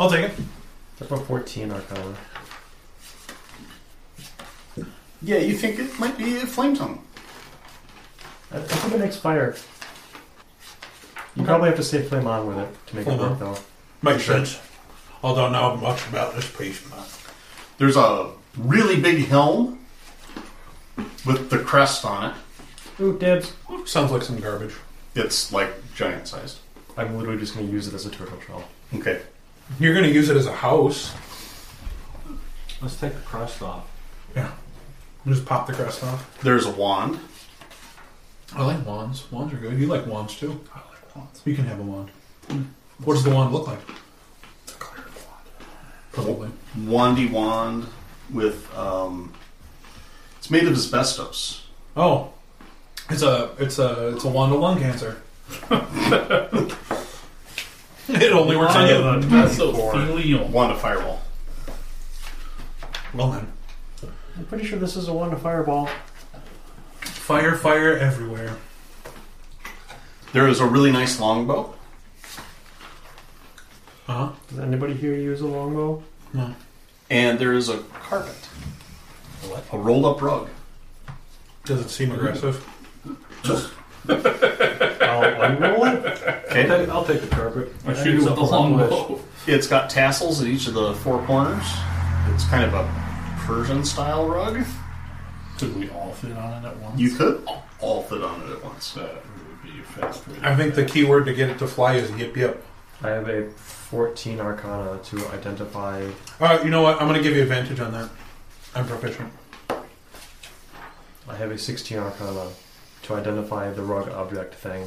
Speaker 6: I'll take it.
Speaker 3: That's about 14 Arcana.
Speaker 2: yeah. You think it might be a flame tongue?
Speaker 3: I, I think it makes fire. You probably have to say flame on with it to make
Speaker 6: Flame
Speaker 3: it
Speaker 6: on.
Speaker 3: work, though.
Speaker 6: Makes sense. Although not much about this piece, but
Speaker 2: There's a really big helm with the crest on it.
Speaker 3: Ooh, dibs.
Speaker 6: sounds like some garbage.
Speaker 2: It's like giant sized.
Speaker 3: I'm literally just going to use it as a turtle shell.
Speaker 2: Okay.
Speaker 6: You're going to use it as a house.
Speaker 4: Let's take the crust off.
Speaker 6: Just pop the crest off.
Speaker 2: There's a wand.
Speaker 6: I like wands. Wands are good. You like wands too. I like wands. You can have a wand. What does the wand look like? It's a clear wand. Probably.
Speaker 2: Wandy wand with um it's made of asbestos.
Speaker 6: Oh, it's a it's a it's a wand of lung cancer. it only works on you.
Speaker 1: Mesothelium.
Speaker 2: Wand of fireball.
Speaker 6: Well then,
Speaker 3: I'm pretty sure this is a one to fireball.
Speaker 6: fire, fire everywhere.
Speaker 2: There is a really nice longbow.
Speaker 6: Uh huh.
Speaker 3: Does anybody here use a longbow?
Speaker 2: And there is a carpet. A rolled up rug.
Speaker 6: Does it seem aggressive?
Speaker 3: I'll unroll it.
Speaker 2: Okay.
Speaker 4: I'll take the carpet.
Speaker 1: I shoot it with the long bow.
Speaker 2: It's got tassels at each of the four corners. It's kind of a Persian style rug.
Speaker 1: Could we all fit on it at once?
Speaker 2: You could all fit on it at once.
Speaker 1: That would be faster.
Speaker 6: I think the key word to get it to fly is yip yip.
Speaker 3: I have a 14 Arcana to identify.
Speaker 6: All right, you know what? I'm going to give you advantage on that. I'm proficient.
Speaker 3: I have a 16 Arcana to identify the rug object thing.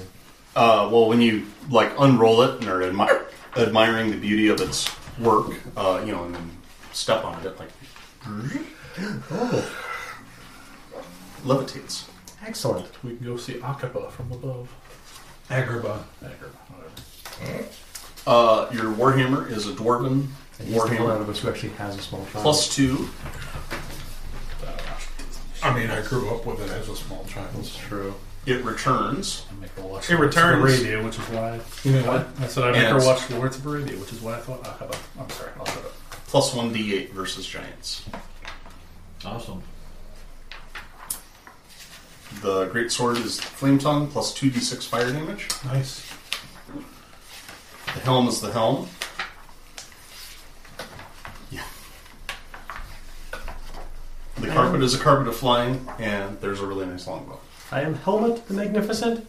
Speaker 2: Uh, well, when you like unroll it and are admire, admiring the beauty of its work, uh, you know, and then step on it, it like levitates.
Speaker 3: Excellent.
Speaker 1: We can go see Akaba from above.
Speaker 6: Agrabah.
Speaker 1: Akaba, whatever.
Speaker 2: Uh, your warhammer is a dwarven
Speaker 3: And he's the one out
Speaker 2: warhammer
Speaker 3: of us who actually has a small child.
Speaker 2: plus two.
Speaker 6: I mean, I grew up with it as a small child.
Speaker 3: That's true.
Speaker 2: It returns.
Speaker 1: I make her watch
Speaker 6: It returns.
Speaker 1: Arabia, which is why
Speaker 6: You know what?
Speaker 1: I said I make her
Speaker 2: Yes.
Speaker 1: watch Lords of Arabia, which is why I thought Akaba. I'm sorry, I'll shut up.
Speaker 2: Plus one d8 versus giants.
Speaker 4: Awesome.
Speaker 2: The great sword is flame tongue plus two d6 fire damage.
Speaker 6: Nice.
Speaker 2: The helm is the helm. Yeah. The carpet is a carpet of flying, and there's a really nice longbow.
Speaker 3: I am Helmet the Magnificent.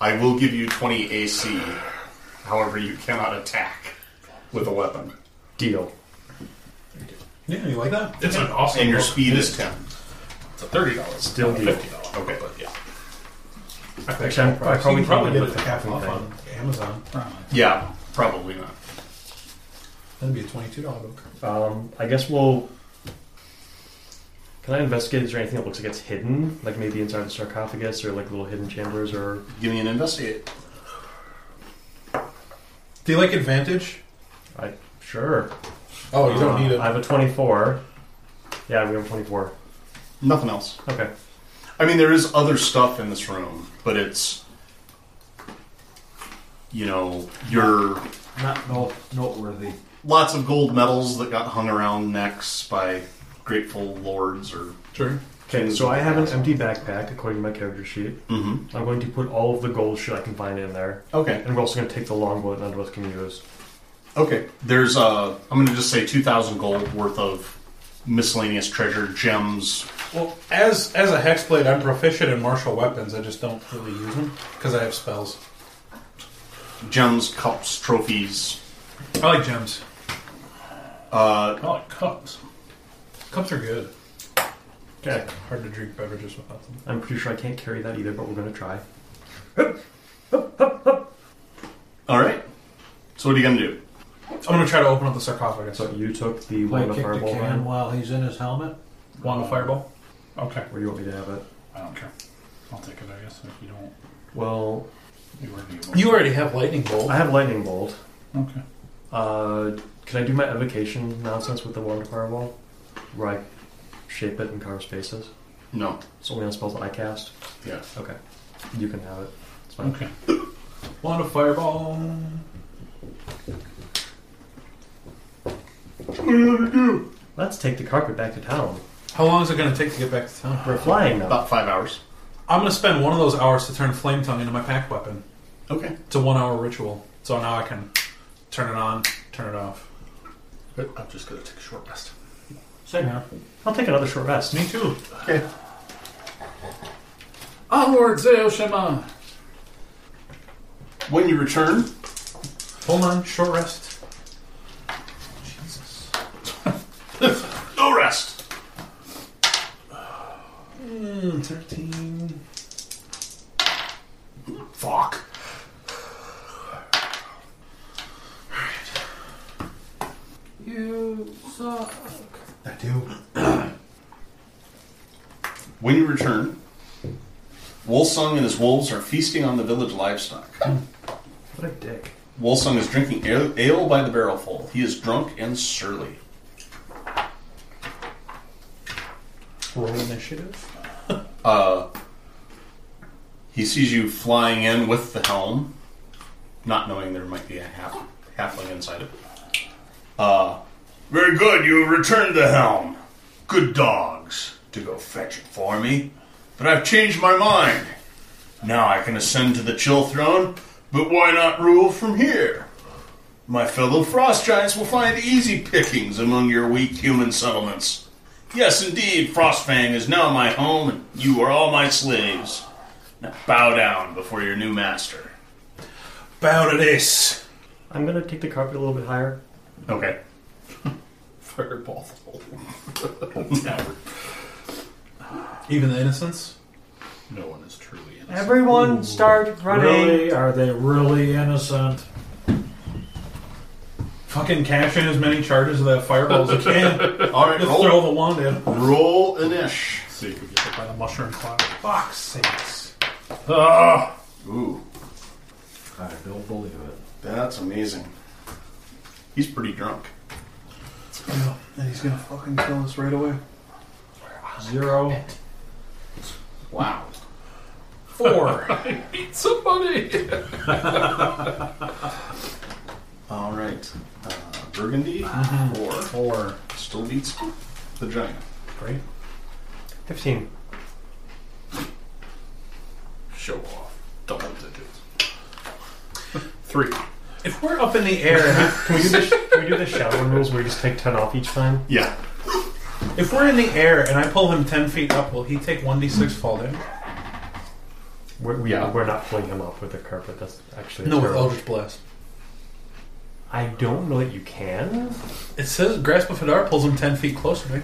Speaker 2: I will give you 20 AC. However, you cannot attack with a weapon,
Speaker 3: Deal.
Speaker 6: Yeah, you like that?
Speaker 1: It's an awesome.
Speaker 2: and your
Speaker 1: book.
Speaker 2: speed is 10.
Speaker 1: It's a thirty dollars.
Speaker 3: Still deal.
Speaker 1: fifty dollars.
Speaker 2: Okay.
Speaker 1: but yeah.
Speaker 3: Actually, I'm, I
Speaker 6: So
Speaker 3: probably
Speaker 6: you can
Speaker 3: can't
Speaker 6: probably get
Speaker 3: get
Speaker 6: it for half off
Speaker 3: thing.
Speaker 6: on Amazon.
Speaker 2: Yeah, probably not.
Speaker 6: That'd be a twenty-two dollar book.
Speaker 3: Um, I guess we'll. Can I investigate? Is there anything that looks like it's hidden, like maybe inside the sarcophagus, or like little hidden chambers, or
Speaker 2: Give me an investigate.
Speaker 6: Do you like advantage?
Speaker 3: I sure.
Speaker 6: Oh, you don't need
Speaker 3: I
Speaker 6: it.
Speaker 3: have a twenty-four. Yeah, we have a twenty-four.
Speaker 2: Nothing else.
Speaker 3: Okay.
Speaker 2: I mean, there is other stuff in this room, but it's. You know, your
Speaker 4: Not no, noteworthy.
Speaker 2: lots of gold medals that got hung around necks by grateful lords or
Speaker 6: Sure.
Speaker 3: Okay. So I have an empty backpack according to my character sheet.
Speaker 2: Mm-hmm.
Speaker 3: I'm going to put all of the gold shit I can find in there,
Speaker 2: Okay.
Speaker 3: and we're also going to take the longbow that none of us can use.
Speaker 2: Okay. There's uh, I'm gonna just say two thousand gold worth of miscellaneous treasure, gems.
Speaker 6: Well, as as a hexblade, I'm proficient in martial weapons. I just don't really use them because I have spells.
Speaker 2: gems, cups, trophies.
Speaker 6: I like gems.
Speaker 2: Uh,
Speaker 1: I like cups.
Speaker 6: Cups are good.
Speaker 3: Okay.
Speaker 6: Hard to drink beverages without them.
Speaker 3: I'm pretty sure I can't carry that either, but we're going to try.
Speaker 2: all right. So what are you gonna do?
Speaker 6: I'm gonna try to open up the sarcophagus.
Speaker 3: So you took the
Speaker 4: Play
Speaker 3: one of
Speaker 4: kick the
Speaker 3: fireball
Speaker 4: can
Speaker 3: hand,
Speaker 4: while he's in his helmet.
Speaker 6: Wand of fireball.
Speaker 1: Okay.
Speaker 3: or you want me to have it?
Speaker 1: I don't care. I'll take it. I guess if you don't.
Speaker 3: Well,
Speaker 1: You already have
Speaker 11: You already have lightning bolt.
Speaker 3: I have lightning bolt.
Speaker 1: Okay.
Speaker 3: Uh, can I do my evocation nonsense with the water firewall, where I shape it and carve spaces?
Speaker 2: No.
Speaker 3: It's only on spells that I cast.
Speaker 2: Yeah.
Speaker 3: Okay. You can have it. It's fine.
Speaker 1: Okay. Want a fireball?
Speaker 3: Let's take the carpet back to town.
Speaker 6: How long is it going to take to get back to town?
Speaker 3: We're flying now.
Speaker 2: About five hours.
Speaker 6: I'm going to spend one of those hours to turn flame tongue into my pack weapon.
Speaker 2: Okay.
Speaker 6: It's a one hour ritual, so now I can turn it on, turn it off.
Speaker 1: But I'm just gonna take a short rest.
Speaker 3: Same here. I'll take another short rest.
Speaker 6: Me too.
Speaker 11: Onward, Zeoshima!
Speaker 2: When you return,
Speaker 6: Hold on, short rest.
Speaker 2: no rest.
Speaker 11: Hmm,
Speaker 6: Mm, Thirteen.
Speaker 2: Fuck.
Speaker 11: You suck.
Speaker 2: I do. when you return, Wolsung and his wolves are feasting on the village livestock.
Speaker 3: What a dick.
Speaker 2: Wolsung is drinking ale, ale by the barrelful. He is drunk and surly.
Speaker 6: Roll initiative.
Speaker 2: Uh, he sees you flying in with the helm, not knowing there might be a half halfling inside it. Uh, very good. You have returned the helm. Good dogs to go fetch it for me, but I've changed my mind. Now I can ascend to the chill throne, but why not rule from here? My fellow frost giants will find easy pickings among your weak human settlements. Yes, indeed, Frostfang is now my home, and you are all my slaves. Now bow down before your new master.
Speaker 6: Bow to this.
Speaker 3: I'm gonna take the carpet a little bit higher.
Speaker 2: Okay.
Speaker 1: Fireball.
Speaker 6: Even the innocents.
Speaker 1: No one is truly innocent.
Speaker 3: Everyone, start
Speaker 13: Really? Are they really innocent?
Speaker 6: Fucking cash in as many charges of that fireball as I can.
Speaker 2: All right,
Speaker 6: Just
Speaker 2: roll,
Speaker 6: throw the wand in.
Speaker 2: roll Anish.
Speaker 1: So you could get hit by the mushroom cloud.
Speaker 6: Fuck's sakes.
Speaker 2: Ooh,
Speaker 4: I don't believe it.
Speaker 2: that's amazing. He's pretty drunk.
Speaker 6: And he's gonna fucking kill us right away.
Speaker 4: Oh,
Speaker 13: Zero.
Speaker 2: Wow.
Speaker 6: Four.
Speaker 1: Beat somebody!
Speaker 2: All right. Uh, Burgundy,
Speaker 6: Uh-huh.
Speaker 2: four.
Speaker 13: Four.
Speaker 2: Still beats the giant.
Speaker 13: Great.
Speaker 3: Fifteen.
Speaker 1: Show off. Double digits.
Speaker 2: Three.
Speaker 6: if we're up in the air,
Speaker 3: Can we do the can we do the shadow rules where you just take ten off each time?
Speaker 2: Yeah.
Speaker 6: if we're in the air and I pull him ten feet up, will he take one d six fall damage?
Speaker 3: We're, we,
Speaker 2: Yeah.
Speaker 3: we're not pulling him up with the carpet. That's actually
Speaker 6: No, with
Speaker 3: terrible.
Speaker 6: Eldritch Blast.
Speaker 3: I don't know that you can.
Speaker 6: It says Grasp of Hadar pulls him ten feet closer to me.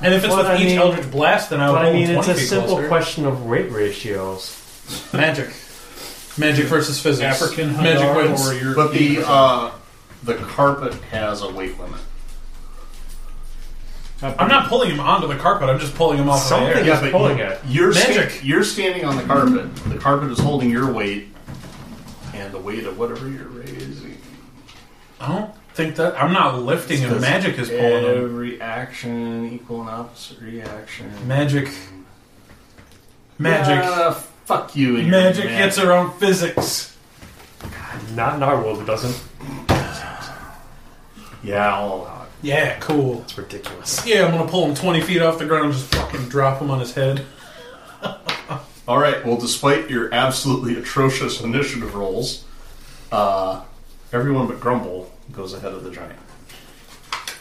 Speaker 6: And if it's
Speaker 3: But
Speaker 6: with
Speaker 3: I
Speaker 6: each
Speaker 3: mean-
Speaker 6: Eldritch Blast, then I would
Speaker 3: But
Speaker 6: pull
Speaker 3: I mean,
Speaker 6: him
Speaker 3: it's
Speaker 6: twenty
Speaker 3: a
Speaker 6: feet
Speaker 3: simple
Speaker 6: closer.
Speaker 3: question of weight ratios.
Speaker 6: Magic. Magic versus physics.
Speaker 1: African
Speaker 6: Magic
Speaker 1: Hadar
Speaker 6: wins.
Speaker 1: or your
Speaker 2: But the uh, the carpet has a weight limit.
Speaker 6: I'm not pulling him onto the carpet. I'm just pulling him off of the
Speaker 3: Something
Speaker 6: air.
Speaker 2: Yeah,
Speaker 3: is
Speaker 2: but
Speaker 3: pulling it.
Speaker 2: You're sta-
Speaker 6: Magic.
Speaker 2: you're standing on the carpet. The carpet is holding your weight, and the weight of whatever you're raising.
Speaker 6: I don't think that I'm not lifting him. Magic is pulling him.
Speaker 2: Every action equal and opposite reaction.
Speaker 6: Magic. Magic.
Speaker 2: Ah, fuck you. And your
Speaker 6: magic gets around physics.
Speaker 3: Not in our world, it doesn't.
Speaker 2: Yeah, I'll allow it.
Speaker 6: Yeah, cool.
Speaker 3: It's ridiculous.
Speaker 6: Yeah, I'm gonna pull him 20 feet off the ground and just fucking drop him on his head.
Speaker 2: All right. Well, despite your absolutely atrocious initiative rolls, uh, everyone but Grumble goes ahead of the giant.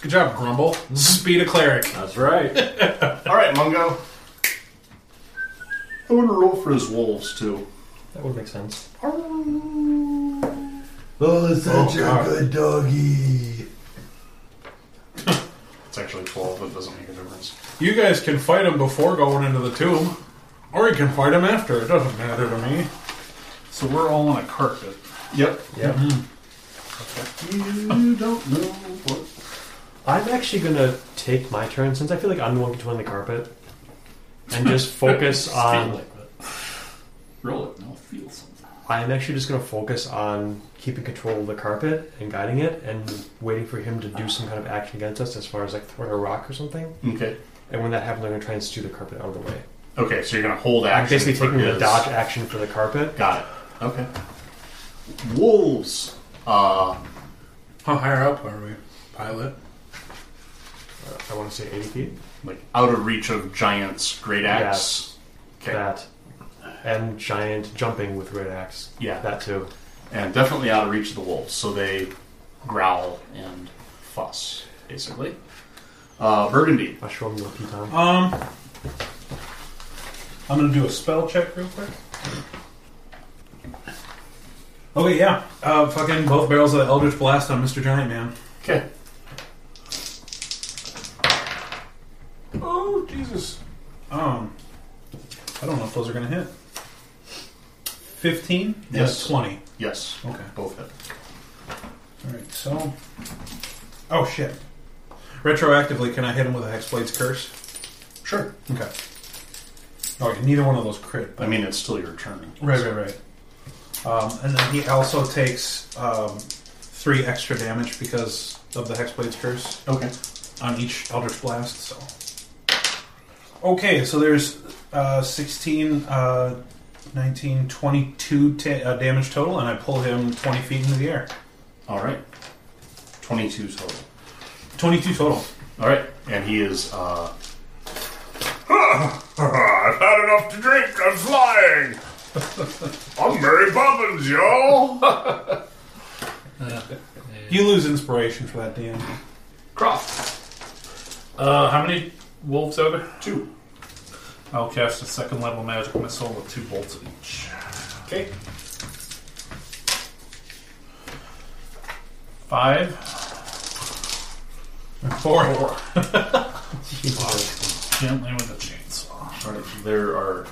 Speaker 6: Good job, Grumble. Speed a cleric.
Speaker 4: That's right.
Speaker 2: All right, Mungo. I want to roll for his wolves too.
Speaker 3: That would make sense.
Speaker 4: oh, it's such a good doggy.
Speaker 2: It's actually twelve, but it doesn't make a difference.
Speaker 6: You guys can fight him before going into the tomb, or you can fight him after. It doesn't matter to me.
Speaker 1: So we're all on a carpet.
Speaker 2: Yep.
Speaker 3: Yeah.
Speaker 2: You don't know what.
Speaker 3: I'm actually gonna take my turn since I feel like I'm the one controlling the carpet, and just focus on.
Speaker 1: Roll it and I'll feel something.
Speaker 3: I'm actually just going to focus on keeping control of the carpet and guiding it and waiting for him to do some kind of action against us as far as like throwing a rock or something.
Speaker 2: Okay.
Speaker 3: And when that happens, I'm going to try and stew the carpet out of the way.
Speaker 2: Okay, so you're going to hold
Speaker 3: I'm
Speaker 2: action.
Speaker 3: basically
Speaker 2: for
Speaker 3: taking the
Speaker 2: his-
Speaker 3: dodge action for the carpet.
Speaker 2: Got it. Okay. Wolves. Uh,
Speaker 1: How higher up are we? Pilot?
Speaker 3: I want to say 80 feet.
Speaker 2: like out of reach of giants, great axe. Okay.
Speaker 3: That. And giant jumping with red axe.
Speaker 2: Yeah.
Speaker 3: That too.
Speaker 2: And definitely out of reach of the wolves, so they growl and fuss, basically. Uh, Burgundy.
Speaker 3: I'll show him the
Speaker 1: Oh.
Speaker 3: piton.
Speaker 6: Um, I'm gonna do a spell check real quick. Okay, yeah. Uh, fucking both barrels of the Eldritch Blast on Mr. Giant Man.
Speaker 2: Okay.
Speaker 6: Oh Jesus. Um, I don't know if those are gonna hit. Fifteen. and a
Speaker 2: Yes.
Speaker 6: Twenty.
Speaker 2: Yes.
Speaker 6: Okay.
Speaker 2: Both hit.
Speaker 6: All right. So. Oh shit. Retroactively, can I hit him with a Hexblade's Curse?
Speaker 2: Sure.
Speaker 6: Okay. Okay. Neither one of those crit.
Speaker 2: I mean, it's still your turn.
Speaker 6: Right, right, right. Um, and then he also takes um, three extra damage because of the Hexblade's curse
Speaker 2: Okay.
Speaker 6: on each Eldritch Blast. So, okay, so there's uh, 16, uh, 19, 22 ta- uh, damage total, and I pull him 20 feet into the air.
Speaker 2: All right. 22 total.
Speaker 6: 22 total.
Speaker 2: All right. And he is, uh... I've had enough to drink. I'm flying. I'm Mary Poppins, y'all.
Speaker 6: You lose inspiration for that, Dan.
Speaker 1: Croft. Uh, how many wolves are there?
Speaker 2: Two.
Speaker 1: I'll cast a second level magic missile with two bolts in each.
Speaker 2: Okay.
Speaker 1: Five. Four. Gently with a chainsaw.
Speaker 2: All right. There are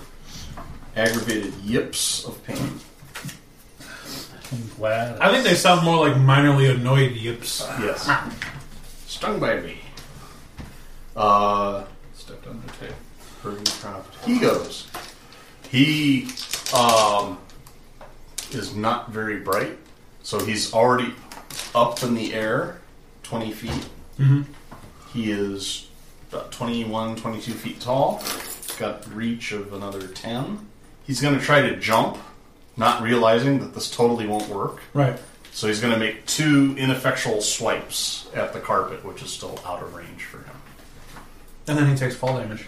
Speaker 2: aggravated yips of pain.
Speaker 1: I'm glad.
Speaker 6: I think they sound more like minorly annoyed yips.
Speaker 2: Yes. Stung by me. Uh...
Speaker 1: stepped on the tail.
Speaker 2: He goes. He um, is not very bright, so he's already up in the air 20 feet. He is about 21, 22 feet tall. Got reach of another 10. He's going to try to jump, not realizing that this totally won't work.
Speaker 6: Right.
Speaker 2: So he's going to make two ineffectual swipes at the carpet, which is still out of range for him.
Speaker 6: And then he takes fall damage.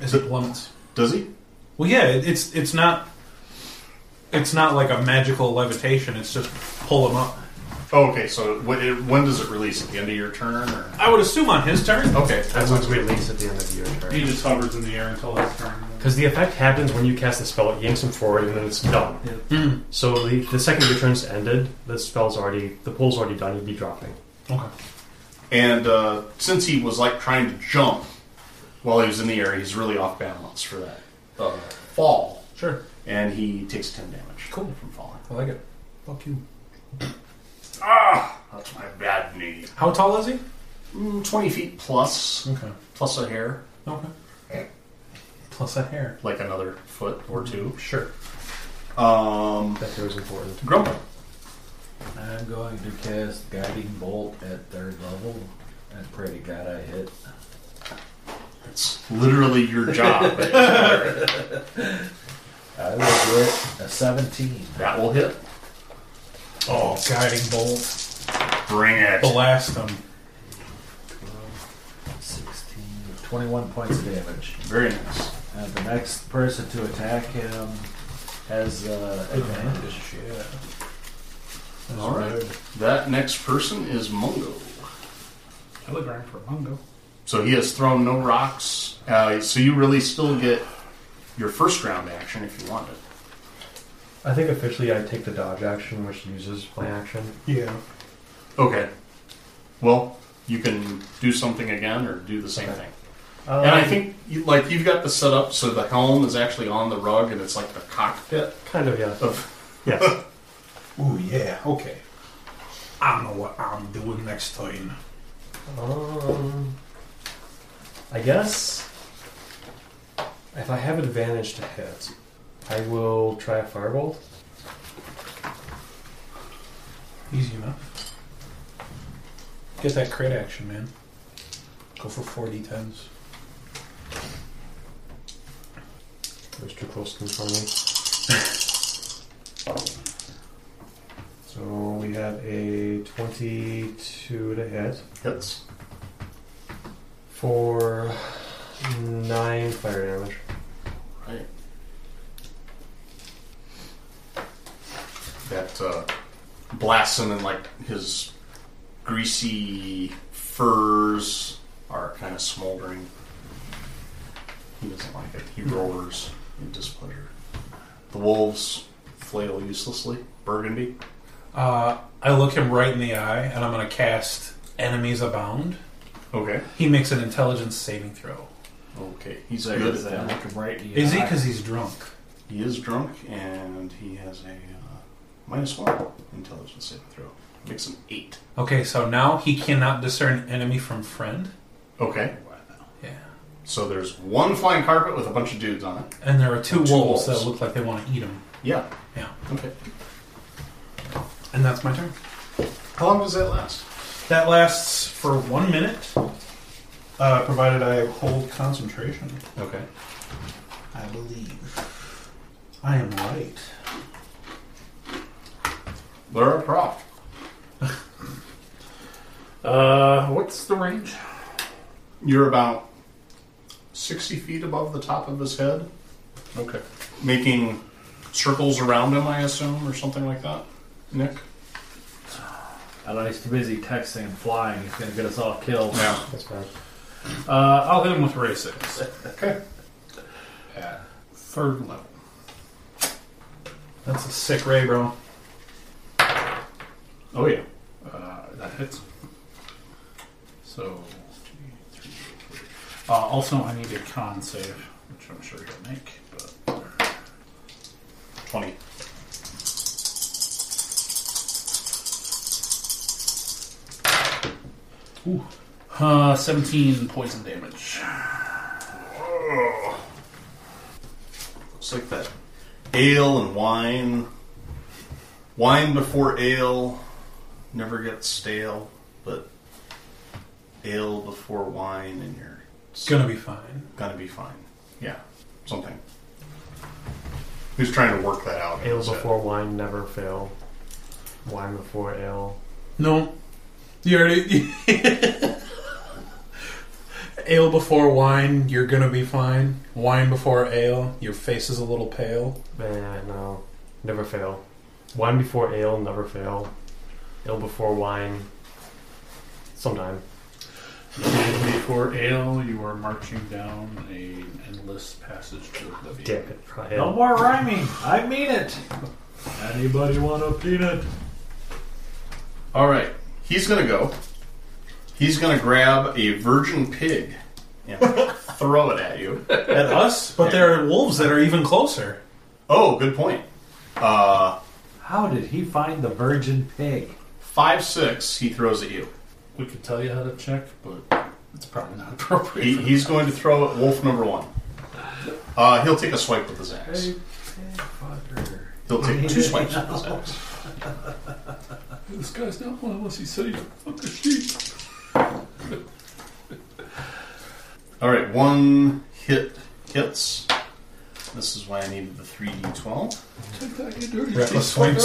Speaker 6: Is it plummets?
Speaker 2: Does he?
Speaker 6: Well, yeah, it, it's it's not it's not like a magical levitation. It's just pull him up.
Speaker 2: Oh, okay, so when, it, when does it release? At the end of your turn? Or?
Speaker 6: I would assume on his turn.
Speaker 2: Okay,
Speaker 3: That's when we release at the end of your turn.
Speaker 1: He just hovers in the air until his turn.
Speaker 3: Because the effect happens when you cast the spell, it yanks him forward, and then it's done. So the, the second your turn's ended, the spell's already, the pull's already done, you'd be dropping.
Speaker 6: Okay.
Speaker 2: And uh, since he was like trying to jump while he was in the air, he's really off balance for that uh, fall,
Speaker 6: Sure.
Speaker 2: and he takes ten damage.
Speaker 6: Cool.
Speaker 2: from falling.
Speaker 6: I like it. Fuck you.
Speaker 2: That's my bad knee.
Speaker 6: How tall is he?
Speaker 2: Mm, Twenty feet plus,
Speaker 6: Okay.
Speaker 2: plus a hair,
Speaker 6: Okay. Plus a hair.
Speaker 2: like another foot or two.
Speaker 6: Sure.
Speaker 2: Um,
Speaker 3: That here is important.
Speaker 2: Grumble.
Speaker 4: I'm going to cast Guiding Bolt at third level. And pray to God I hit.
Speaker 2: It's literally your job. that
Speaker 4: I will get a 17.
Speaker 2: will hit.
Speaker 6: Oh, guiding bolt.
Speaker 2: Bring it.
Speaker 6: Blast him.
Speaker 4: 16. 21 points of damage.
Speaker 2: Very nice.
Speaker 4: And the next person to attack him has uh, advantage.
Speaker 2: All right. That next person is Mungo.
Speaker 1: Telegram for Mungo.
Speaker 2: So he has thrown no rocks. Uh, so you really still get your first round action if you want it.
Speaker 3: I think officially I take the dodge action, which uses my action.
Speaker 6: Yeah.
Speaker 2: Okay. Well, you can do something again or do the same
Speaker 3: Okay.
Speaker 2: thing.
Speaker 3: Um,
Speaker 2: and I think you, like you've got the setup so the helm is actually on the rug and it's like the cockpit
Speaker 3: Kind of, yeah.
Speaker 2: of
Speaker 3: Yes.
Speaker 6: Ooh, yeah. Okay. I know what I'm doing next time.
Speaker 3: um, I guess if I have advantage to hit, I will try a firebolt.
Speaker 6: Easy enough. Get that crit action, man. Go for four d10s.
Speaker 3: It was too close in front of me. so we have a 22 to hit
Speaker 2: Hits.
Speaker 3: for 9 fire damage.
Speaker 2: Right. That uh, blasts him, and like his greasy furs are kind of smoldering. He doesn't like it. He roars in displeasure. The wolves flail uselessly. Burgundy.
Speaker 6: Uh, I look him right in the eye, and I'm going to cast Enemies Abound.
Speaker 2: Okay.
Speaker 6: He makes an intelligence saving throw.
Speaker 2: Okay. He's
Speaker 13: So
Speaker 2: good
Speaker 13: is
Speaker 2: at
Speaker 4: uh,
Speaker 13: that
Speaker 2: that.
Speaker 13: look him right in the
Speaker 6: Is he?
Speaker 13: eye.
Speaker 6: Because he's drunk.
Speaker 2: He is drunk, and he has a uh, minus one intelligence saving throw. Makes him eight.
Speaker 6: Okay, so now he cannot discern enemy from friend.
Speaker 2: Okay.
Speaker 6: Yeah.
Speaker 2: So there's one flying carpet with a bunch of dudes on it.
Speaker 6: And there are two,
Speaker 2: Two wolves.
Speaker 6: wolves, that look like they want to eat him.
Speaker 2: Yeah.
Speaker 6: Yeah.
Speaker 2: Okay.
Speaker 6: And that's my turn.
Speaker 2: How long does that last?
Speaker 6: That lasts for one minute, uh, provided I hold concentration.
Speaker 2: Okay.
Speaker 6: I believe. I am right.
Speaker 2: Laura Croft.
Speaker 1: Uh, what's the range?
Speaker 2: You're about 60 feet above the top of his head,
Speaker 1: Okay.
Speaker 2: making circles around him, I assume, or something like that. Nick?
Speaker 4: I don't know, he's too busy texting and flying. He's going to get us all killed.
Speaker 2: Yeah.
Speaker 3: That's bad.
Speaker 1: Uh, I'll hit him with ray six
Speaker 2: Okay.
Speaker 1: at third level.
Speaker 6: That's a sick ray, bro.
Speaker 1: Oh yeah, uh, that hits. So, uh, also I need a con save, which I'm sure he'll make. But
Speaker 2: 20.
Speaker 1: Ooh. Uh, 17 poison damage.
Speaker 2: Looks like that ale and wine. Wine before ale never gets stale, but ale before wine, and you're
Speaker 6: It's gonna be fine.
Speaker 2: gonna be fine. Yeah, something. Who's trying to work that out? in
Speaker 3: Ale
Speaker 2: his head.
Speaker 3: before wine never fail. Wine before ale.
Speaker 6: No. You already. ale before wine, you're gonna be fine. Wine before ale, your face is a little pale.
Speaker 3: Eh, no. Never fail. Wine before ale, never fail. Ale before wine, sometime.
Speaker 1: Before ale, you are marching down an endless passage to oblivion.
Speaker 3: Damn it. Try
Speaker 4: No
Speaker 3: ale.
Speaker 4: more rhyming. I mean it. Anybody want a peanut?
Speaker 2: All right, he's gonna go. He's gonna grab a virgin pig and throw it at you.
Speaker 6: At us? But there are wolves that are even closer.
Speaker 2: Oh, good point. Uh,
Speaker 4: How did he find the virgin pig?
Speaker 2: five six. He throws at you.
Speaker 1: We could tell you how to check, but it's probably not appropriate.
Speaker 2: He, he's going to throw at wolf number one. Uh, he'll take a swipe with his axe.
Speaker 4: Hey, pig fucker.
Speaker 2: He'll take two swipes with his axe.
Speaker 1: This guy's not one unless he said he fuck a sheep.
Speaker 2: All right, one hit hits. This is why I needed the three d twelve.
Speaker 1: Take that, you dirty
Speaker 6: Reckless swings.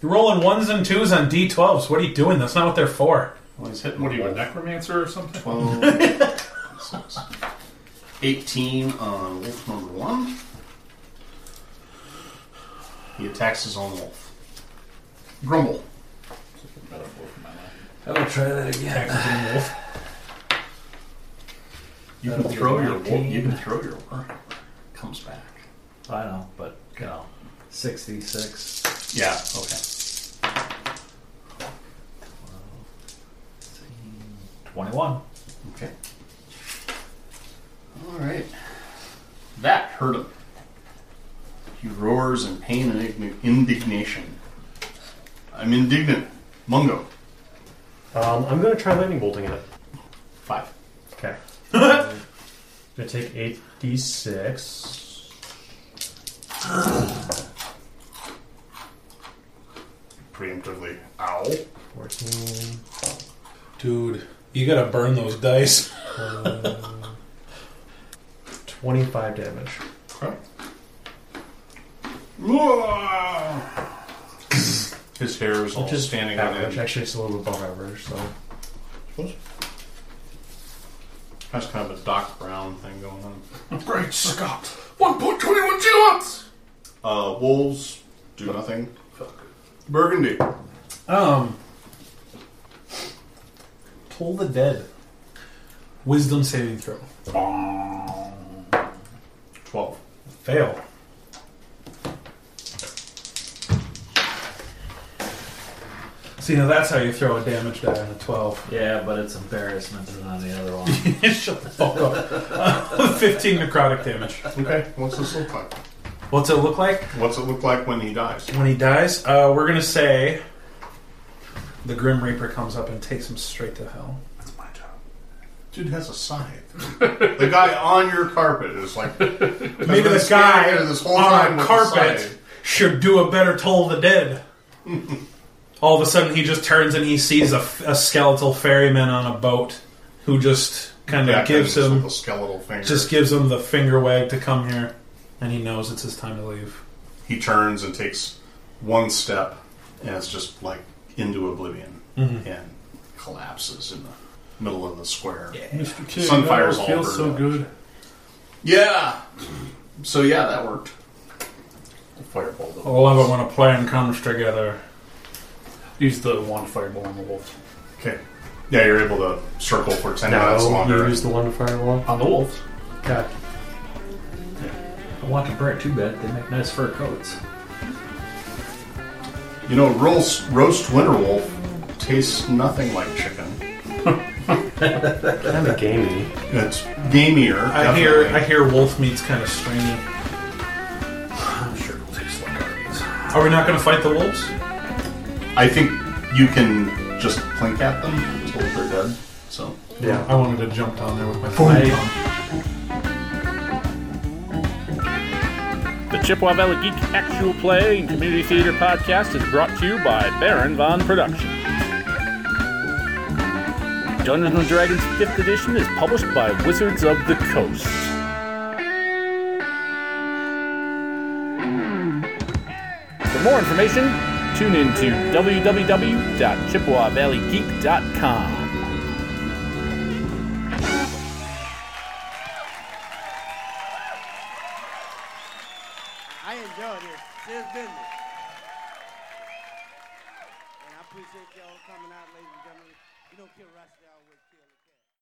Speaker 6: You're rolling ones and twos on d12s. What are you doing? That's not what they're for.
Speaker 2: Well, he's hitting
Speaker 1: What are you, a
Speaker 2: one.
Speaker 1: necromancer or something?
Speaker 2: 12, six. 18 on wolf number one. He attacks his own wolf. Grumble.
Speaker 4: I will try that again.
Speaker 2: You
Speaker 4: That'll
Speaker 2: can
Speaker 4: be
Speaker 2: throw your wolf.
Speaker 4: 19.
Speaker 2: You can throw your wolf. Comes back.
Speaker 4: I know, but you know, sixty-six.
Speaker 2: Yeah, okay.
Speaker 4: 21.
Speaker 2: Okay. Alright. That hurt him. He roars in pain and ign- indignation. I'm indignant. Mungo.
Speaker 3: Um, I'm going to try lightning bolting at it.
Speaker 2: Five.
Speaker 3: Okay. Gonna take eight d six.
Speaker 2: Preemptively. Ow.
Speaker 3: Fourteen.
Speaker 6: Dude, you gotta burn those dice.
Speaker 3: uh, Twenty-five damage.
Speaker 2: His hair is all
Speaker 3: Which is
Speaker 2: standing on
Speaker 3: average.
Speaker 2: end.
Speaker 3: Actually, it's a little above average. So
Speaker 2: That's kind of a Doc Brown thing going on.
Speaker 1: Great Scott! 1.21 gigawatts!
Speaker 2: Uh, wolves do nothing. Burgundy.
Speaker 6: Um,
Speaker 13: Pull the dead.
Speaker 6: wisdom saving throw.
Speaker 2: 12.
Speaker 6: Fail. See, now that's how you throw a damage die on a 12.
Speaker 4: Yeah, but it's embarrassment and not the other one.
Speaker 6: Shut the fuck up. 15 necrotic damage.
Speaker 2: Okay, what's this look like?
Speaker 6: What's it look like?
Speaker 2: What's it look like when he dies?
Speaker 6: When he dies, uh, we're gonna say the Grim Reaper comes up and takes him straight to hell.
Speaker 2: That's my job. Dude has a scythe. the guy on your carpet is like.
Speaker 6: Maybe the guy on a carpet
Speaker 2: carpet.
Speaker 6: should do a better toll of the dead. All of a sudden, he just turns and he sees a, a skeletal ferryman on a boat who just kind of gives him
Speaker 2: the skeletal finger.
Speaker 6: just gives him the finger wag to come here, and he knows it's his time to leave.
Speaker 2: he turns and takes one step, and it's just like into oblivion
Speaker 6: Mm-hmm.
Speaker 2: and collapses in the middle of the square.
Speaker 1: Mr. King,
Speaker 2: Sunfire's
Speaker 1: that always
Speaker 2: all
Speaker 1: feels so
Speaker 2: burned up.
Speaker 1: good.
Speaker 2: Yeah. So yeah, that worked. Fireball.
Speaker 6: I love it when a plan comes together.
Speaker 1: Use the one fireball on the wolves.
Speaker 2: Okay. Yeah, you're able to circle for ten minutes
Speaker 3: now you
Speaker 2: longer.
Speaker 3: use the one firewall.
Speaker 1: On the wolves?
Speaker 3: Okay.
Speaker 4: I want to burn it too bad. They make nice fur coats.
Speaker 2: You know, roast, roast winter wolf tastes nothing like chicken.
Speaker 3: Kind of gamey.
Speaker 2: It's gamier.
Speaker 6: I hear I hear wolf meat's kind of stringy.
Speaker 2: I'm sure it'll taste like garbage.
Speaker 6: Are we not going to fight the wolves?
Speaker 2: I think you can just plink at them until they're dead. So
Speaker 3: Yeah.
Speaker 6: I wanted to jump down there with my
Speaker 4: I,
Speaker 15: The Chippewa Valley Geek Actual Play and Community Theater Podcast is brought to you by Baron Von Productions. Dungeons and Dragons 5th Edition is published by Wizards of the Coast. For more information, tune in to www.chippewavalleygeek.com.
Speaker 16: I enjoy this. This business. And I appreciate y'all coming out, ladies and gentlemen. You don't get rushed out.